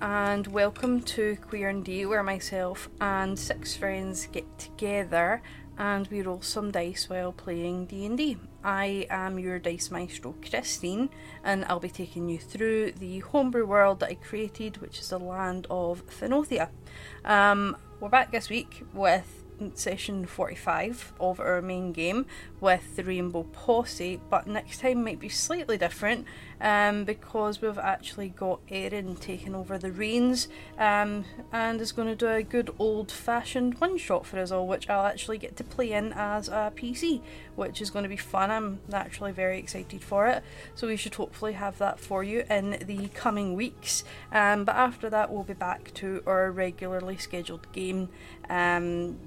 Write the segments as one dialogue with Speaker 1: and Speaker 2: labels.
Speaker 1: and welcome to Queer and D, where myself and six friends get together and we roll some dice while playing D&D. I am your dice maestro Christine and I'll be taking you through the homebrew world that I created, which is the land of Phenothia. Um, we're back this week with session 45 of our main game with the Rainbow Posse, but next time might be slightly different um, because we've actually got Erin taking over the reins um, and is going to do a good old fashioned one shot for us all, which I'll actually get to play in as a PC, which is going to be fun. I'm naturally very excited for it, so we should hopefully have that for you in the coming weeks. Um, but after that, we'll be back to our regularly scheduled game. Um,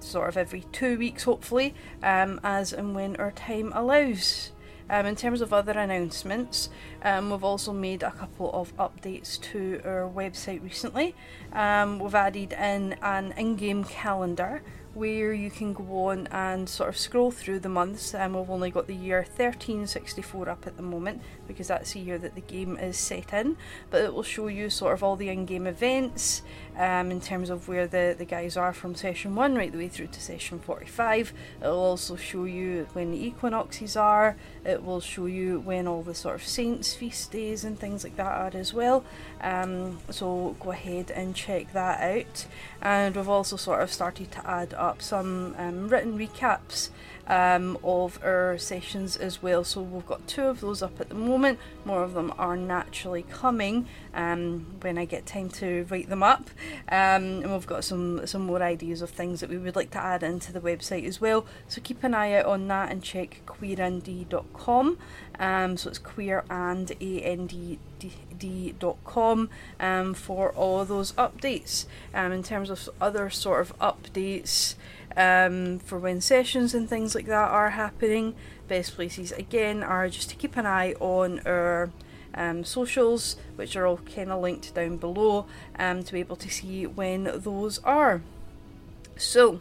Speaker 1: sort of every two weeks, hopefully, um, as and when our time allows. Um, in terms of other announcements, um, we've also made a couple of updates to our website recently. Um, we've added in an in game calendar where you can go on and sort of scroll through the months. And we've only got the year 1364 up at the moment because that's the year that the game is set in. But it will show you sort of all the in game events um, in terms of where the, the guys are from session 1 right the way through to session 45. It will also show you when the equinoxes are, it will show you when all the sort of saints' feast days and things like that are as well. Um, so go ahead and check that out. And we've also sort of started to add up some um, written recaps um, of our sessions as well. So we've got two of those up at the moment. More of them are naturally coming um, when I get time to write them up. Um, and we've got some some more ideas of things that we would like to add into the website as well. So keep an eye out on that and check queernd.com. Um, so it's queer and a n d d.com um, for all those updates. Um, in terms of other sort of updates um, for when sessions and things like that are happening, best places again are just to keep an eye on our um, socials, which are all kind of linked down below, um, to be able to see when those are. So,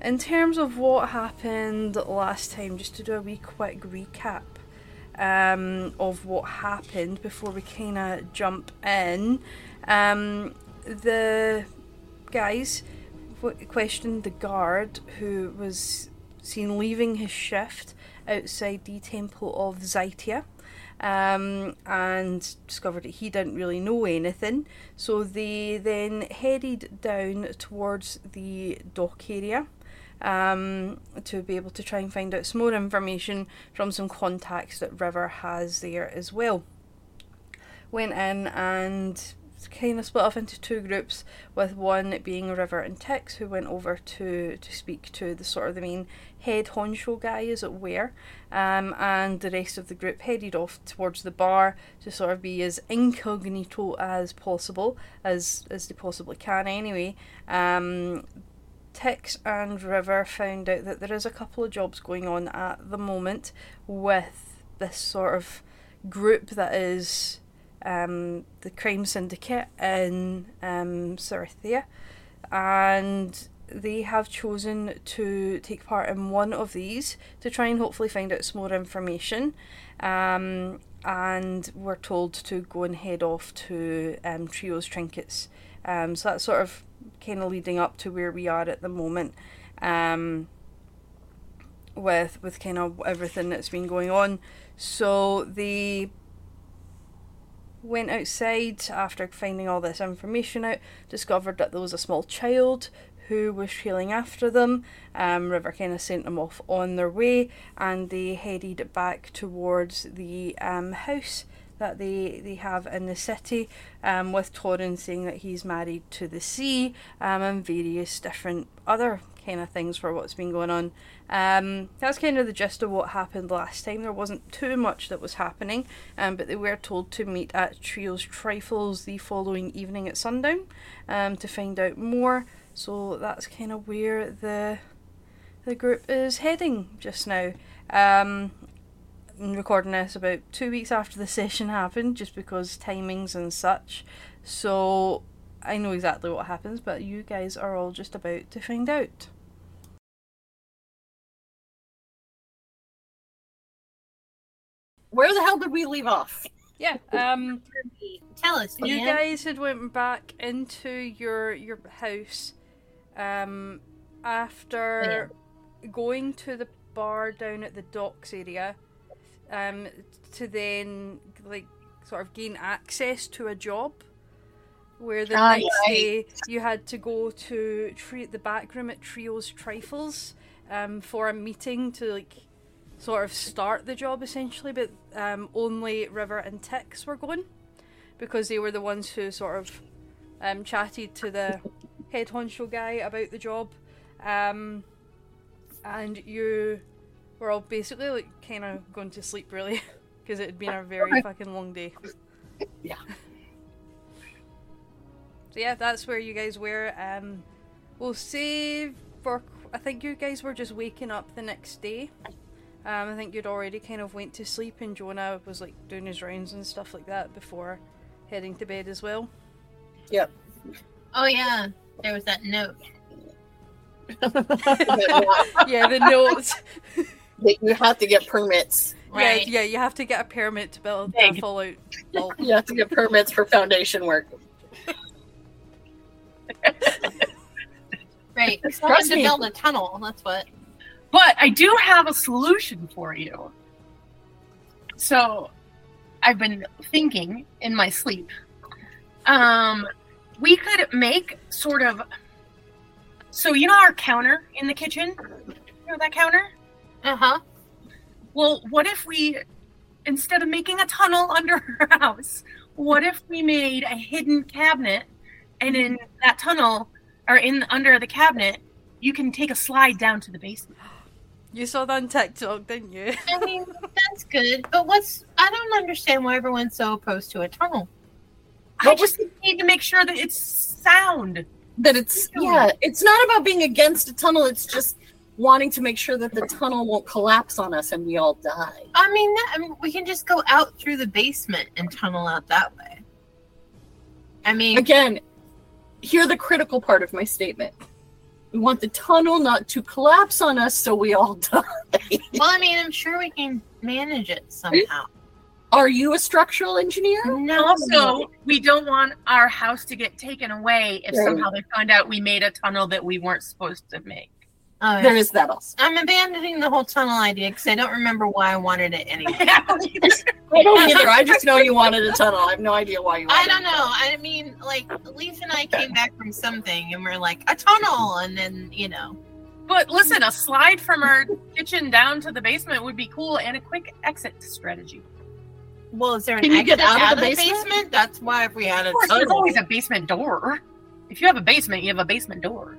Speaker 1: in terms of what happened last time, just to do a wee quick recap um, of what happened before we kind of jump in, um, the guys w- questioned the guard who was seen leaving his shift outside the temple of Zytia um, and discovered that he didn't really know anything. So they then headed down towards the dock area um, to be able to try and find out some more information from some contacts that River has there as well went in and kind of split off into two groups, with one being River and Tix, who went over to to speak to the sort of the main head honcho guy, as it were, um, and the rest of the group headed off towards the bar to sort of be as incognito as possible, as as they possibly can anyway. Um, Tix and River found out that there is a couple of jobs going on at the moment with this sort of group that is um, the crime syndicate in um, Sarithia, and they have chosen to take part in one of these to try and hopefully find out some more information. Um, and we're told to go and head off to um, Trio's Trinkets. Um, so that's sort of kind of leading up to where we are at the moment. Um, with with kind of everything that's been going on, so the went outside after finding all this information out, discovered that there was a small child who was trailing after them. Um, River kind of sent them off on their way, and they headed back towards the um, house that they, they have in the city, um, with Torrin saying that he's married to the sea, um, and various different other kind of things for what's been going on. Um, that's kind of the gist of what happened last time. There wasn't too much that was happening, um, but they were told to meet at Trio's Trifles the following evening at sundown um, to find out more. So that's kind of where the the group is heading just now. Um, I'm recording this about two weeks after the session happened, just because timings and such. So I know exactly what happens, but you guys are all just about to find out.
Speaker 2: Where the hell did we leave off?
Speaker 1: yeah. Um,
Speaker 2: Tell us.
Speaker 1: you
Speaker 2: Leanne.
Speaker 1: guys had went back into your your house um, after going to the bar down at the docks area um, to then like sort of gain access to a job where the
Speaker 2: Ah,
Speaker 1: next
Speaker 2: right.
Speaker 1: day you had to go to tre- the back room at Trio's Trifles um, for a meeting to like sort of start the job essentially, but um, only River and Tix were going because they were the ones who sort of um, chatted to the head honcho guy about the job, um, and you were all basically like kind of going to sleep really because it had been a very fucking long day.
Speaker 2: Yeah.
Speaker 1: So yeah, that's where you guys were. Um, we'll save for. I think you guys were just waking up the next day. Um, I think you'd already kind of went to sleep, and Jonah was like doing his rounds and stuff like that before heading to bed as well.
Speaker 2: Oh yeah, there was that note.
Speaker 1: Yeah, the notes.
Speaker 3: That you have to get permits.
Speaker 2: Right.
Speaker 1: Yeah, yeah, you have to get a permit to build a
Speaker 2: Big.
Speaker 1: Fallout. vault.
Speaker 3: You have to get permits for foundation work.
Speaker 2: Right.
Speaker 3: Trust
Speaker 2: Trust to
Speaker 3: me.
Speaker 2: build a tunnel. That's what.
Speaker 4: But I do have a solution for you. So I've been thinking in my sleep. Um, we could make sort of. So you know our counter in the kitchen? You know that counter?
Speaker 2: Uh huh.
Speaker 4: Well, what if we, instead of making a tunnel under her house, what if we made a hidden cabinet, and in that tunnel, or in under the cabinet, you can take a slide down to the basement.
Speaker 1: You saw that on TikTok, didn't you?
Speaker 2: I mean, that's good. But what's? I don't understand why everyone's so opposed to a tunnel.
Speaker 4: I just need to make sure that it's sound.
Speaker 3: That it's yeah, it's not about being against a tunnel. It's just wanting to make sure that the tunnel won't collapse on us and we all die.
Speaker 2: I mean, that, I mean, we can just go out through the basement and tunnel out that way. I mean,
Speaker 3: Again, hear the critical part of my statement. We want the tunnel not to collapse on us so we all die.
Speaker 2: well, I mean, I'm sure we can manage it somehow.
Speaker 3: Are you a structural engineer?
Speaker 2: No,
Speaker 4: Also, we don't want our house to get taken away if
Speaker 3: Right.
Speaker 4: somehow they find out we made a tunnel that we weren't supposed to make.
Speaker 2: Oh, yeah.
Speaker 3: There is that also.
Speaker 2: I'm abandoning the whole tunnel idea because I don't remember why I wanted it anyway.
Speaker 3: I don't either. I just know you wanted a tunnel. I have no idea why you
Speaker 2: I
Speaker 3: wanted
Speaker 2: don't know. I mean, like, Leaf and I came back from something and we're like, a tunnel. And then, you know,
Speaker 4: But listen, a slide from our kitchen down to the basement would be cool and a quick exit strategy.
Speaker 2: well, is there an
Speaker 3: Can you get
Speaker 2: exit
Speaker 3: out of the basement?
Speaker 2: That's why if we had a
Speaker 4: Of course, there's
Speaker 2: tunnel.
Speaker 4: always a basement door. If you have a basement, you have a basement door.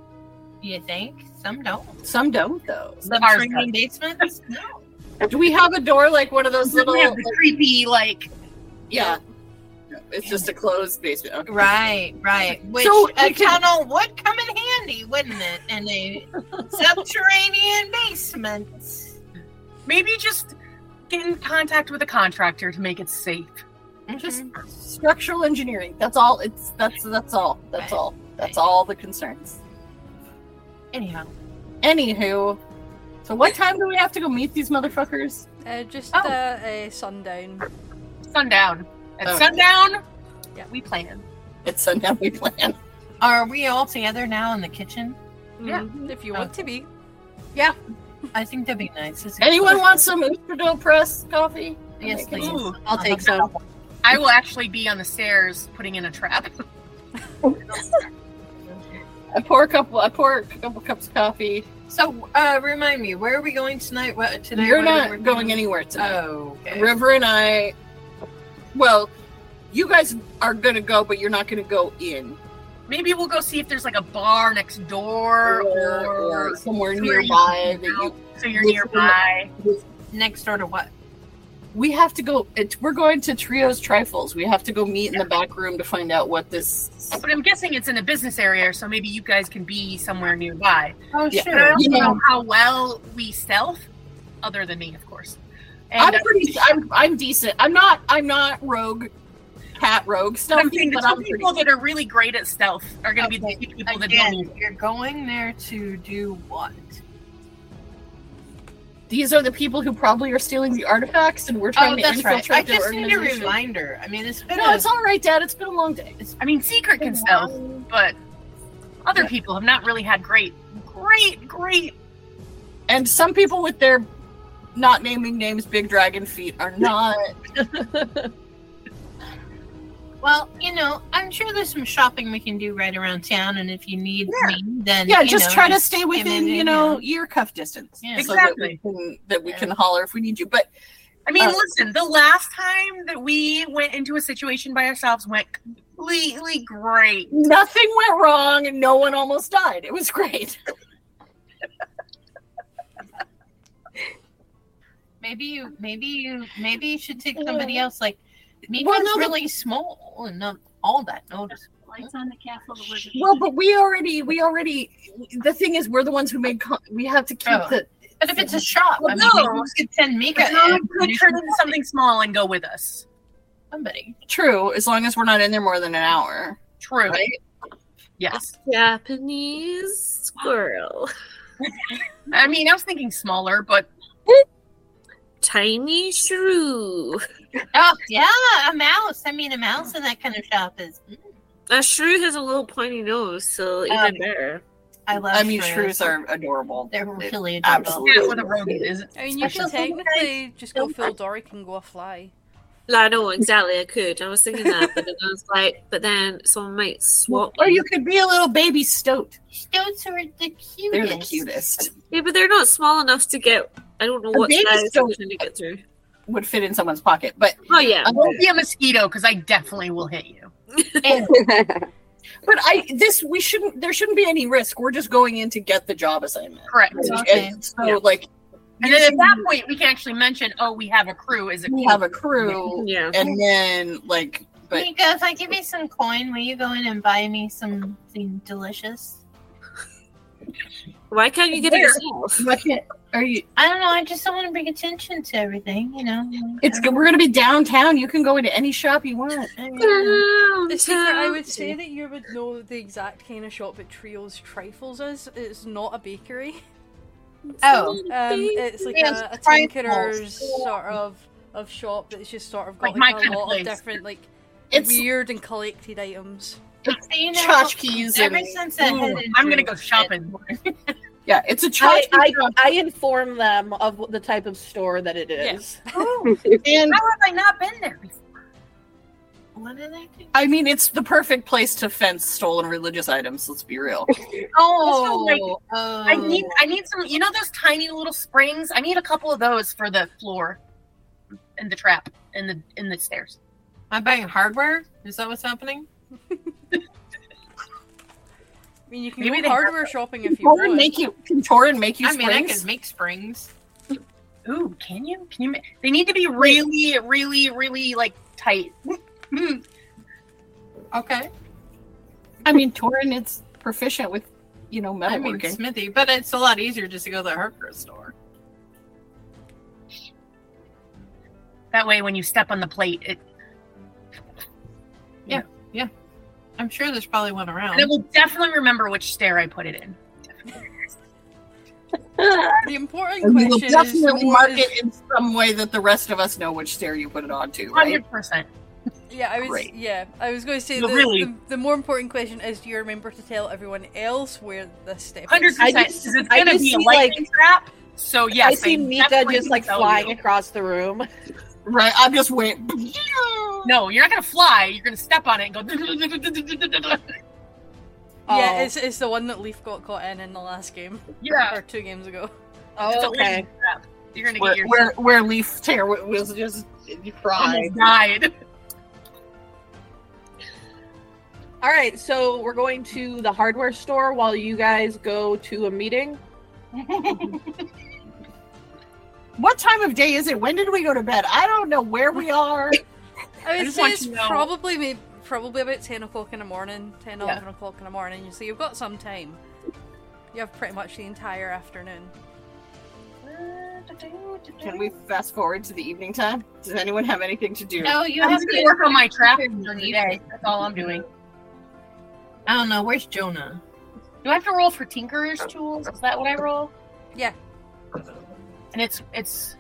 Speaker 2: You think? Some don't.
Speaker 3: it. Some don't though.
Speaker 2: Subterranean basements? No.
Speaker 3: Do we have a door like one of those
Speaker 4: Then
Speaker 3: little?
Speaker 4: we have the creepy, like,
Speaker 3: yeah. It's just a closed basement. Okay.
Speaker 2: Right, right. Which
Speaker 3: So
Speaker 2: a
Speaker 3: we can-
Speaker 2: tunnel would come in handy, wouldn't it? In a subterranean basement.
Speaker 3: Mm-hmm.
Speaker 4: maybe just get in contact with a contractor to make it safe.
Speaker 2: Mm-hmm.
Speaker 3: Just structural engineering. That's all. It's that's that's all. That's all. That's all the concerns.
Speaker 2: Anyhow,
Speaker 3: Anywho, so what time do we have to go meet these motherfuckers?
Speaker 1: Uh, just
Speaker 4: Oh.
Speaker 1: uh, uh, sundown.
Speaker 4: Sundown. At
Speaker 3: Okay.
Speaker 4: sundown,
Speaker 1: Yeah.
Speaker 4: we plan.
Speaker 3: It's so now we plan.
Speaker 2: are we all together now in the kitchen?
Speaker 4: Yeah.
Speaker 1: Mm, if you want to be.
Speaker 2: I think that'd be nice. It's-
Speaker 3: Anyone want some Ustrado Press coffee?
Speaker 2: Yes,
Speaker 3: Okay.
Speaker 2: please.
Speaker 4: Ooh.
Speaker 3: I'll take some.
Speaker 4: I will actually be on the stairs putting in a trap.
Speaker 3: I pour a couple. I pour a couple cups of coffee.
Speaker 2: So, uh, remind me, where are we going tonight? What today?
Speaker 3: You're
Speaker 2: What are we
Speaker 3: not going anywhere tonight.
Speaker 2: Oh, okay.
Speaker 3: River and I, well, you guys are gonna go, but you're not gonna go in
Speaker 4: Maybe we'll go see if there's like a bar next door
Speaker 3: or,
Speaker 4: or,
Speaker 3: or somewhere
Speaker 4: somewhere you
Speaker 3: nearby
Speaker 4: can
Speaker 3: that you.
Speaker 4: go so you're
Speaker 3: Listen up.
Speaker 4: nearby.
Speaker 2: Next door to what?
Speaker 3: We have to go. It, we're going to Trio's Trifles. We have to go meet in the back room to find out what this.
Speaker 4: But I'm guessing it's in a business area, so maybe you guys can be somewhere nearby.
Speaker 2: Oh,
Speaker 3: Yeah.
Speaker 4: But I
Speaker 2: sure.
Speaker 4: don't
Speaker 3: Yeah.
Speaker 4: know how well we stealth, other than me, of course. And
Speaker 3: I'm pretty. I'm, I'm decent. I'm not. I'm not rogue. Cat rogue
Speaker 4: uh,
Speaker 3: stuff.
Speaker 4: I'm thinking the
Speaker 3: but
Speaker 4: two
Speaker 3: I'm
Speaker 4: people
Speaker 3: pretty.
Speaker 4: that are really great at stealth are going to
Speaker 2: Okay.
Speaker 4: be the two people that
Speaker 2: Again,
Speaker 4: don't.
Speaker 2: you're going there to do what?
Speaker 3: these are the people who probably are stealing the artifacts, and we're trying
Speaker 2: oh,
Speaker 3: to
Speaker 2: that's right.
Speaker 3: infiltrate
Speaker 2: I
Speaker 3: their
Speaker 2: just need a
Speaker 3: organization.
Speaker 2: reminder. I mean, it's been
Speaker 3: no,
Speaker 2: a,
Speaker 3: it's all right, Dad. It's been a long day.
Speaker 4: I mean, Secret can stealth, but other people have not really had great, great, great.
Speaker 3: And some people with their not naming names, big dragon feet, are not.
Speaker 2: well, you know, I'm sure there's some shopping we can do right around town, and if you need
Speaker 3: Yeah.
Speaker 2: me, then
Speaker 3: yeah,
Speaker 2: you
Speaker 3: just
Speaker 2: know,
Speaker 3: try to stay
Speaker 2: him
Speaker 3: within,
Speaker 2: in
Speaker 3: you
Speaker 2: and
Speaker 3: know,
Speaker 2: out.
Speaker 3: ear cuff distance.
Speaker 2: Yeah.
Speaker 3: So that we
Speaker 4: Exactly.
Speaker 3: can, that we
Speaker 2: Yeah.
Speaker 3: can holler if we need you. But
Speaker 4: I mean,
Speaker 3: Oh.
Speaker 4: listen, the last time that we went into a situation by ourselves went completely great.
Speaker 3: nothing went wrong and no one almost died. It was great.
Speaker 2: Maybe you, maybe you, maybe you should take somebody else. Like, maybe
Speaker 3: Well,
Speaker 2: it's
Speaker 3: no, the-
Speaker 2: really small and not all that noticeable.
Speaker 5: Lights on the castle. The wizard.
Speaker 3: Well, but we already, we already, the thing is, we're the ones who made, con- we have to keep
Speaker 2: Oh.
Speaker 3: the,
Speaker 2: But if it's a shop,
Speaker 4: Well,
Speaker 2: I mean, maybe
Speaker 4: no.
Speaker 2: you could send Mika
Speaker 4: Someone
Speaker 2: and
Speaker 4: could
Speaker 2: do
Speaker 4: turn into something small and go with us.
Speaker 2: somebody.
Speaker 3: true, as long as we're not in there more than an hour.
Speaker 4: True.
Speaker 3: Right.
Speaker 4: Yes.
Speaker 5: Japanese squirrel.
Speaker 4: I mean, I was thinking smaller, but
Speaker 5: Tiny shrew.
Speaker 2: Oh yeah, a mouse. I mean, a mouse in that kind of shop is. mm,
Speaker 5: A shrew has a little pointy nose, so even
Speaker 2: Um,
Speaker 5: better.
Speaker 2: I love.
Speaker 3: I mean, shrews are adorable.
Speaker 2: They're really adorable.
Speaker 3: Absolutely.
Speaker 4: yeah, with a rodent is
Speaker 1: I mean, you
Speaker 2: Special
Speaker 1: can technically just go full Doric and go a fly.
Speaker 5: Well, I know exactly I could. I was thinking that, but then I was like, but then someone might swap.
Speaker 3: Or you could be a little baby stoat.
Speaker 2: Stoats are the cutest.
Speaker 3: They're the cutest.
Speaker 5: Yeah, but they're not small enough to get. I don't know
Speaker 3: A
Speaker 5: what
Speaker 3: baby
Speaker 5: size they're
Speaker 3: still-
Speaker 5: trying to get through.
Speaker 3: Would fit in someone's pocket, but
Speaker 5: Oh yeah,
Speaker 3: I
Speaker 4: Don't be a mosquito because I definitely will hit you.
Speaker 3: but I this we shouldn't. There shouldn't be any risk. We're just going in to get the job assignment.
Speaker 4: Correct.
Speaker 2: Okay.
Speaker 3: And so
Speaker 4: Yeah.
Speaker 3: like,
Speaker 4: And then at that point, we can actually mention, oh, we have a crew. Is it
Speaker 3: we
Speaker 4: cool?
Speaker 3: have a crew,
Speaker 5: yeah.
Speaker 3: and then like, but
Speaker 2: Mika, if I give you some coin, will you go in and buy me something delicious?
Speaker 5: Why can't you get it
Speaker 4: Where?
Speaker 5: yourself?
Speaker 3: what are you?
Speaker 2: I don't know. I just don't want to bring attention to everything, you know.
Speaker 3: It's good. We're gonna be downtown. You can go into any shop you want.
Speaker 2: I don't know.
Speaker 1: The
Speaker 5: Downtown.
Speaker 1: secret, I would say that you would know the exact kind of shop that Trio's Trifles is. It's not a bakery.
Speaker 2: Oh,
Speaker 1: Um, it's like
Speaker 2: Trio's
Speaker 1: a, a
Speaker 2: Trifles.
Speaker 1: tinkerer's sort of of shop that's just sort of
Speaker 4: Like
Speaker 1: got
Speaker 4: my
Speaker 1: like,
Speaker 4: kind
Speaker 1: a
Speaker 4: of
Speaker 1: lot of
Speaker 4: place.
Speaker 1: different like
Speaker 3: It's
Speaker 1: weird and collected items.
Speaker 2: you know,
Speaker 3: tchotchkes
Speaker 2: ever
Speaker 3: and
Speaker 2: since that
Speaker 4: Ooh,
Speaker 2: head
Speaker 4: I'm gonna
Speaker 2: injury
Speaker 4: go
Speaker 2: shit,
Speaker 4: shopping.
Speaker 3: yeah, it's a
Speaker 6: I,
Speaker 3: tchotchke
Speaker 6: I,
Speaker 3: shop.
Speaker 6: I inform them of what the type of store that it is.
Speaker 3: and
Speaker 4: How have I not been there before?
Speaker 2: What did I do?
Speaker 3: I mean, it's the perfect place to fence stolen religious items. Let's be real.
Speaker 4: Oh, like,
Speaker 2: oh,
Speaker 4: I need, I need some. You know those tiny little springs? I need a couple of those for the floor, and the trap, and the in the stairs.
Speaker 2: I'm oh, buying hardware. Is that what's happening?
Speaker 1: I mean, you can
Speaker 4: Maybe
Speaker 1: go
Speaker 4: they have
Speaker 1: hardware shopping if you
Speaker 3: Or
Speaker 1: want.
Speaker 3: make you can Torin make you
Speaker 2: I mean, I
Speaker 3: springs?
Speaker 2: could make springs.
Speaker 4: Ooh, can you? Can you? ma- They need to be really, really, really like tight. Mm.
Speaker 2: Okay,
Speaker 3: I mean, Torin is proficient with, you know,
Speaker 2: I
Speaker 3: metalworking.
Speaker 2: mean Smithy, but it's a lot easier just to go to the hardware store.
Speaker 4: that way, when you step on the plate, it,
Speaker 2: I'm sure there's probably one around.
Speaker 4: and I will definitely remember which stair I put it in.
Speaker 6: um,
Speaker 1: The important
Speaker 3: and you will
Speaker 1: question is
Speaker 3: definitely
Speaker 1: what
Speaker 3: mark
Speaker 1: is-
Speaker 3: it in some way that the rest of us know which stair you put it on to, right?
Speaker 4: Hundred percent.
Speaker 1: Yeah, I was.
Speaker 3: Great.
Speaker 1: Yeah, I was going to say
Speaker 4: No,
Speaker 1: the,
Speaker 4: really.
Speaker 1: the, the more important question is: Do you remember to tell everyone else where this step?
Speaker 4: Hundred
Speaker 1: is?
Speaker 6: I
Speaker 4: percent.
Speaker 6: just-
Speaker 4: Because it's
Speaker 6: I
Speaker 4: gonna
Speaker 6: just
Speaker 4: be a
Speaker 6: see,
Speaker 4: lightning trap. So yes,
Speaker 6: I see Mika
Speaker 4: definitely
Speaker 6: just like
Speaker 4: tell
Speaker 6: flying
Speaker 4: you.
Speaker 6: across the room.
Speaker 3: Right. I'm just waiting.
Speaker 4: No, you're not gonna fly. You're gonna step on it and go.
Speaker 1: Yeah,
Speaker 6: Oh.
Speaker 1: it's, it's the one that Leaf got caught in in the last game
Speaker 4: Yeah.
Speaker 1: or two games ago.
Speaker 6: Oh, okay.
Speaker 4: You're gonna
Speaker 3: Where,
Speaker 4: get your
Speaker 3: where, where Leaf tear wa- was just cry.
Speaker 4: almost died.
Speaker 6: All right, so we're going to the hardware store while you guys go to a meeting.
Speaker 3: What time of day is it? When did we go to bed? I don't know where we are.
Speaker 1: I would
Speaker 4: just
Speaker 1: say
Speaker 4: want
Speaker 1: it's
Speaker 4: to know-
Speaker 1: probably maybe, probably about ten o'clock in the morning, 10,
Speaker 4: Yeah.
Speaker 1: 11 o'clock in the morning. You see, you've got some time. You have pretty much the entire afternoon.
Speaker 3: Can we fast forward to the evening time? Does anyone have anything to do?
Speaker 2: No, you
Speaker 4: I'm
Speaker 2: have
Speaker 4: just
Speaker 2: to
Speaker 4: gonna work on my trap during the day. That's all I'm doing.
Speaker 2: I don't know. Where's Jonah?
Speaker 4: Do I have to roll for Tinkerer's tools? Is that what I roll?
Speaker 1: Yeah.
Speaker 4: and it's it's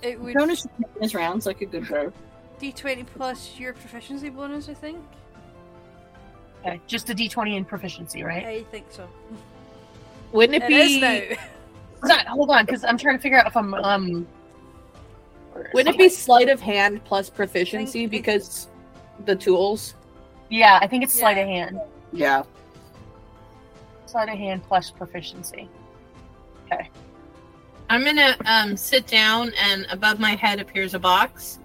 Speaker 1: It would
Speaker 3: Bonus is rounds like a good verb.
Speaker 1: d20 plus your proficiency bonus, I think.
Speaker 4: uh, just a d20 in proficiency, right?
Speaker 1: I think so.
Speaker 6: Wouldn't it,
Speaker 1: It
Speaker 6: be?
Speaker 1: is now.
Speaker 4: Hold on, hold on, because I'm trying to figure out if I'm um.
Speaker 6: Wouldn't it be sleight of hand plus proficiency
Speaker 1: Think-
Speaker 6: because the tools?
Speaker 4: Yeah, I think it's sleight of hand.
Speaker 3: Yeah.
Speaker 4: Sleight of hand plus proficiency.
Speaker 2: I'm gonna um, sit down, and above my head appears a box,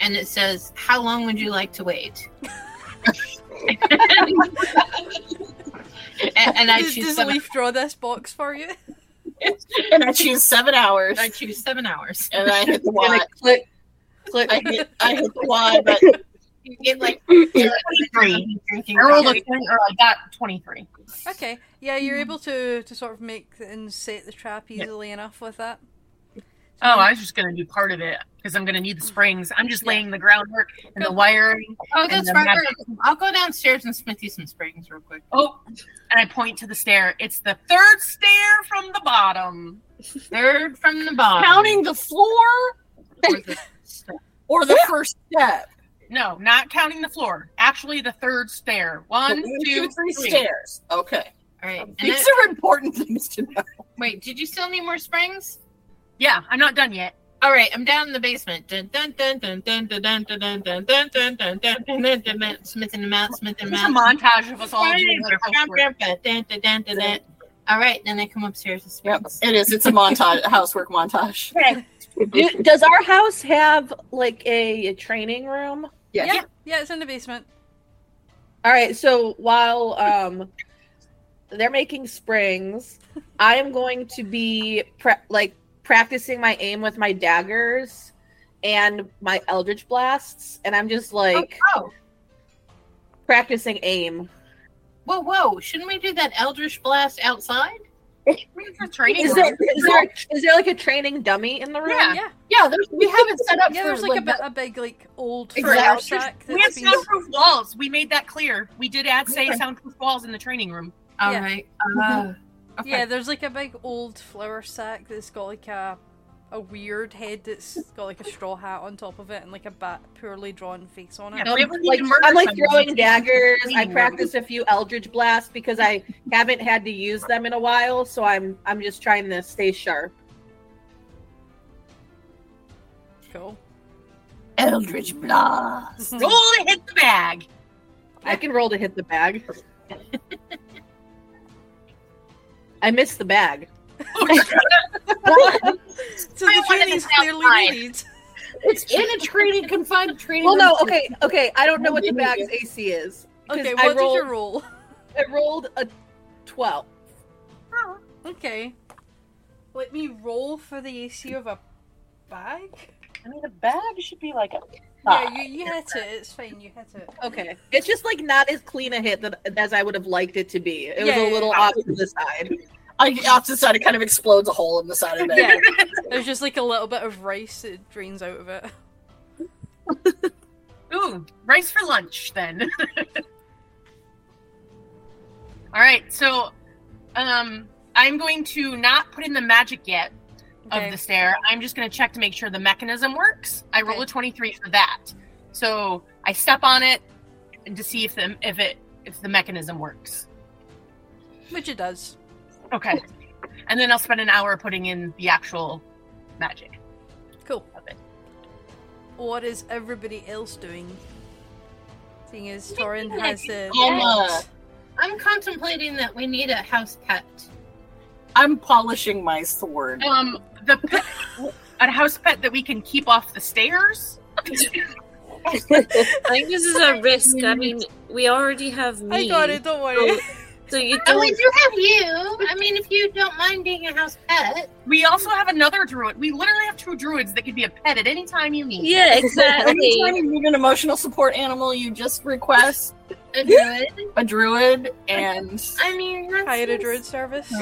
Speaker 2: and it says, "How long would you like to wait?" and, and I
Speaker 1: Does-
Speaker 2: choose
Speaker 1: Does
Speaker 2: seven.
Speaker 1: Leaf draw this box for you?
Speaker 3: And I choose seven hours.
Speaker 2: I choose seven hours.
Speaker 3: And I hit the
Speaker 6: And
Speaker 3: Y.
Speaker 6: I click, click.
Speaker 3: I hit, I hit the Y, but
Speaker 2: You get like
Speaker 4: Three.
Speaker 2: drinking
Speaker 4: I rolled a
Speaker 2: coffee.
Speaker 4: 20, or I got 23.
Speaker 1: Okay, yeah, you're able to to sort of make and set the trap easily enough with that.
Speaker 4: Oh, I was just going to do part of it because I'm going to need the springs. I'm just laying the groundwork and the wiring.
Speaker 2: Oh,
Speaker 4: and
Speaker 2: that's
Speaker 4: the
Speaker 2: right.
Speaker 4: magic-
Speaker 2: I'll go downstairs and smith you some springs real quick.
Speaker 4: Oh, and I point to the stair. It's the third stair from the bottom.
Speaker 2: Third from the bottom.
Speaker 3: counting the floor
Speaker 2: Or the step.
Speaker 3: or the first step.
Speaker 4: No, not counting the floor. Actually, the third stair. One,
Speaker 3: One,
Speaker 4: two, three.
Speaker 3: stairs. Okay.
Speaker 2: All right. And
Speaker 3: These
Speaker 2: then-
Speaker 3: are important things to know.
Speaker 2: wait, did you still need more springs?
Speaker 4: Yeah, I'm not done yet.
Speaker 2: All right, I'm down in the basement. Dun dun dun dun dun dun dun dun dun dun dun dun dun dun dun dun dun dun. Smith and the Mount, Smith and the
Speaker 4: It's a
Speaker 2: Mount.
Speaker 4: montage of us all doing our housework.
Speaker 2: Dun, dun, dun, dun, dun. All right, then I come upstairs and
Speaker 3: Yep,
Speaker 2: springs.
Speaker 3: it is. It's a montage, housework montage.
Speaker 6: Do- does our house have like a, a training room?
Speaker 3: Yes.
Speaker 1: Yeah, yeah, it's in the basement.
Speaker 6: All right, so while um they're making springs, I am going to be pre- like practicing my aim with my daggers and my eldritch blasts and I'm just like
Speaker 2: Oh,
Speaker 6: practicing aim.
Speaker 2: whoa, whoa! Shouldn't we do that Eldritch blast outside?
Speaker 4: It's a training
Speaker 6: Is
Speaker 4: room.
Speaker 6: there, is there is there like a training dummy in the room?
Speaker 4: Yeah.
Speaker 1: yeah,
Speaker 3: Yeah, there's, we have it set up
Speaker 1: yeah.
Speaker 3: for
Speaker 1: There's like a,
Speaker 3: that-
Speaker 1: bit, a big like old
Speaker 3: Exactly.
Speaker 1: flour sack.
Speaker 4: We have
Speaker 1: That's been,
Speaker 4: soundproof walls. We made that clear. We did add say soundproof walls in the training room.
Speaker 2: All
Speaker 1: Yeah.
Speaker 2: right. Uh,
Speaker 4: Mm-hmm.
Speaker 2: okay.
Speaker 1: yeah, there's like a big old flour sack that's got like a a weird head that's got like a straw hat on top of it and like a bat poorly drawn face on it.
Speaker 4: Yeah, we ever need
Speaker 6: Like,
Speaker 4: to murder
Speaker 6: I'm like
Speaker 4: someone,
Speaker 6: throwing
Speaker 4: it's
Speaker 6: daggers. I
Speaker 4: cleaning room.
Speaker 6: practice a few eldritch blasts because I haven't had to use them in a while, so I'm I'm just trying to stay sharp.
Speaker 1: Cool.
Speaker 3: Eldritch blast.
Speaker 1: Hmm.
Speaker 4: Roll to hit the bag.
Speaker 6: I can roll to hit the bag. I missed the bag. well,
Speaker 1: So the
Speaker 4: wanted
Speaker 1: training's
Speaker 4: this outside.
Speaker 1: clearly needed.
Speaker 3: It's in a training, confined training.
Speaker 6: no,
Speaker 3: room.
Speaker 6: okay, okay. I don't know what the bag's AC is. 'Cause
Speaker 1: Okay,
Speaker 6: I
Speaker 1: what
Speaker 6: rolled,
Speaker 1: did you roll?
Speaker 6: I rolled a 12.
Speaker 1: Okay. Let me roll for the AC of a bag?
Speaker 4: I mean, the bag should be like a.
Speaker 1: Yeah, you, you hit it. It's fine. You hit it.
Speaker 6: Okay. It's just like not as clean a hit that, as I would have liked it to be. It was
Speaker 1: Yeah,
Speaker 6: a
Speaker 1: yeah,
Speaker 6: little
Speaker 1: yeah.
Speaker 6: off to the side.
Speaker 3: I, off to the side, it kind of explodes a hole in the side of it.
Speaker 1: Yeah. There's just like a little bit of rice that drains out of it.
Speaker 4: Ooh, rice for lunch then. All right, so um, I'm going to not put in the magic yet
Speaker 1: Okay.
Speaker 4: of the stair. I'm just going to check to make sure the mechanism works. I roll
Speaker 1: Okay.
Speaker 4: a 23 for that. So I step on it to see if the if it if the mechanism works.
Speaker 1: Which it does.
Speaker 4: Okay, and then I'll spend an hour putting in the actual magic.
Speaker 1: Cool.
Speaker 4: Love it.
Speaker 1: What is everybody else doing? Seeing as Torin has the.
Speaker 3: I'm, uh,
Speaker 2: I'm contemplating that we need a house pet.
Speaker 3: I'm polishing my sword.
Speaker 4: Um, the pet, a house pet that we can keep off the stairs.
Speaker 5: I think this is a risk. I mean, we already have me.
Speaker 1: I got it, don't worry.
Speaker 5: So you
Speaker 2: Oh, we
Speaker 5: don't.
Speaker 2: do have you. I mean, if you don't mind being a house pet.
Speaker 4: We also have another druid. We literally have two druids that can be a pet at any time you need.
Speaker 5: Yeah,
Speaker 3: Anytime
Speaker 5: exactly.
Speaker 3: you need an emotional support animal, you just request
Speaker 2: A druid.
Speaker 3: a druid, and
Speaker 2: I mean, that's
Speaker 1: Hired a
Speaker 2: just-
Speaker 1: druid service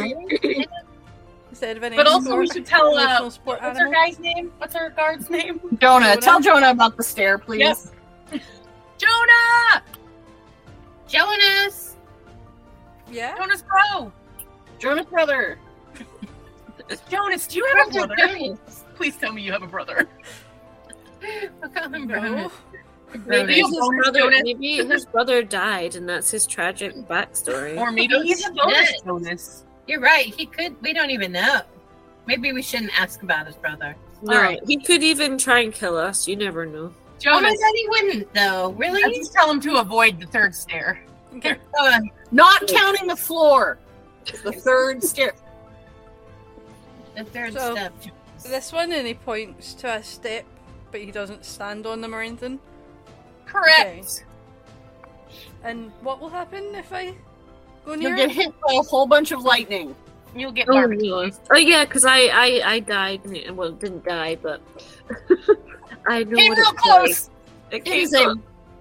Speaker 1: instead of an
Speaker 4: But also, we
Speaker 1: escort.
Speaker 4: should tell. Uh,
Speaker 1: Emotional support
Speaker 4: what's our
Speaker 1: animal.
Speaker 4: guy's name? What's our guard's name?
Speaker 3: Jonah, tell Jonah about the stair, please.
Speaker 4: Yep. Jonah.
Speaker 2: Jonas.
Speaker 1: Yeah?
Speaker 4: Jonah's bro.
Speaker 3: Jonah's brother.
Speaker 4: Jonas, do you have a brother? Please tell me you have a brother. I call him Jonas.
Speaker 1: Oh.
Speaker 5: Maybe
Speaker 4: Jonas.
Speaker 5: his brother, maybe his brother died, and that's his tragic backstory.
Speaker 4: Or maybe he's a bonus
Speaker 2: Yes.
Speaker 4: Jonas.
Speaker 2: You're right. He could. We don't even know. Maybe we shouldn't ask about his brother.
Speaker 5: No,
Speaker 2: Alright.
Speaker 5: he could even try and kill us. You never know.
Speaker 2: Oh my
Speaker 4: Jonas,
Speaker 2: god, he wouldn't though. Really?
Speaker 4: I just tell him to avoid the third stair.
Speaker 2: Uh,
Speaker 3: Not counting the floor. The third stair.
Speaker 2: the third
Speaker 1: So-
Speaker 2: step.
Speaker 1: This one, and he points to a step, but he doesn't stand on them or anything.
Speaker 4: Correct.
Speaker 1: And what will happen if I go
Speaker 3: You'll
Speaker 1: near
Speaker 3: get
Speaker 1: it?
Speaker 3: hit by a whole bunch of lightning.
Speaker 4: You'll get
Speaker 5: Oh,
Speaker 4: barbecue.
Speaker 5: no. Oh, yeah, because I, I I died. Well, didn't die, but I know.
Speaker 4: Came
Speaker 5: what
Speaker 4: real
Speaker 5: it's like.
Speaker 4: close.
Speaker 5: It
Speaker 3: It
Speaker 5: came
Speaker 3: is a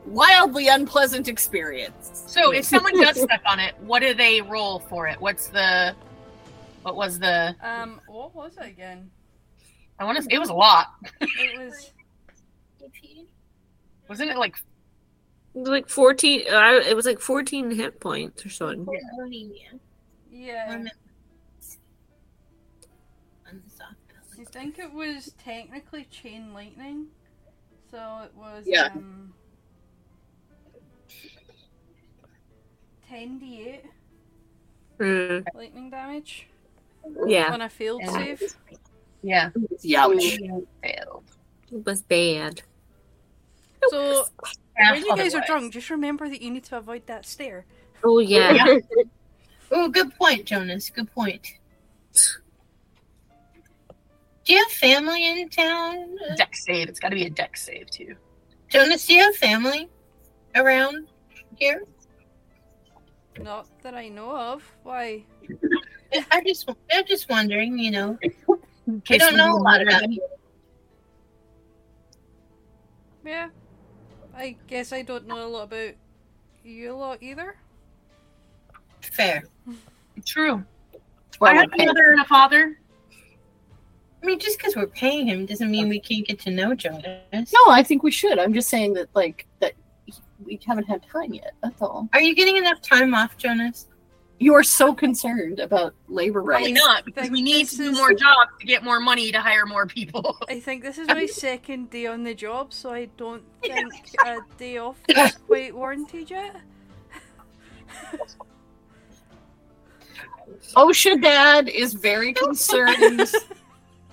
Speaker 3: wildly unpleasant experience.
Speaker 4: So if someone does step on it, what do they roll for it? What's the what was the
Speaker 1: Um, what was it again?
Speaker 4: I want to it was a lot.
Speaker 1: It was.
Speaker 4: Wasn't it like
Speaker 5: It was like 14 I, it was like 14 hit points or something
Speaker 1: Yeah. You
Speaker 2: Unsolved.
Speaker 1: think it was technically chain lightning? So it was.
Speaker 3: Yeah.
Speaker 1: Um, 10d8
Speaker 5: Mm,
Speaker 1: lightning damage
Speaker 5: yeah
Speaker 1: on a failed save.
Speaker 4: yeah,
Speaker 3: Youch.
Speaker 4: failed.
Speaker 5: it was bad
Speaker 1: So
Speaker 4: Yeah,
Speaker 1: when you guys are
Speaker 4: otherwise.
Speaker 1: drunk, just remember that you need to avoid that stair.
Speaker 5: oh yeah,
Speaker 2: Oh, good point, Jonas. Good point. Do you have family in town? Uh,
Speaker 4: deck save. It's got to be a deck save too.
Speaker 2: Jonas, do you have family around here?
Speaker 1: Not that I know of. Why?
Speaker 2: I- I just, I'm just wondering. You know,
Speaker 4: In
Speaker 2: we
Speaker 4: case
Speaker 2: don't know a
Speaker 4: need
Speaker 2: lot
Speaker 4: another-
Speaker 2: about you.
Speaker 1: Yeah. I guess I don't know a lot about you lot either.
Speaker 2: Fair.
Speaker 4: True. I
Speaker 3: Well,
Speaker 4: have a mother and a father.
Speaker 2: I mean, just because we're paying him doesn't mean we can't get to know Jonas.
Speaker 3: no, I think we should. I'm just saying that, like, that we haven't had time yet. That's all.
Speaker 2: Are you getting enough time off, Jonas?
Speaker 3: You are so concerned about labor rights.
Speaker 4: Probably not because we need to do more jobs to get more money to hire more people.
Speaker 1: I think this is my second day on the job, so I don't think a day off is quite warranted yet.
Speaker 3: OSHA Dad is very concerned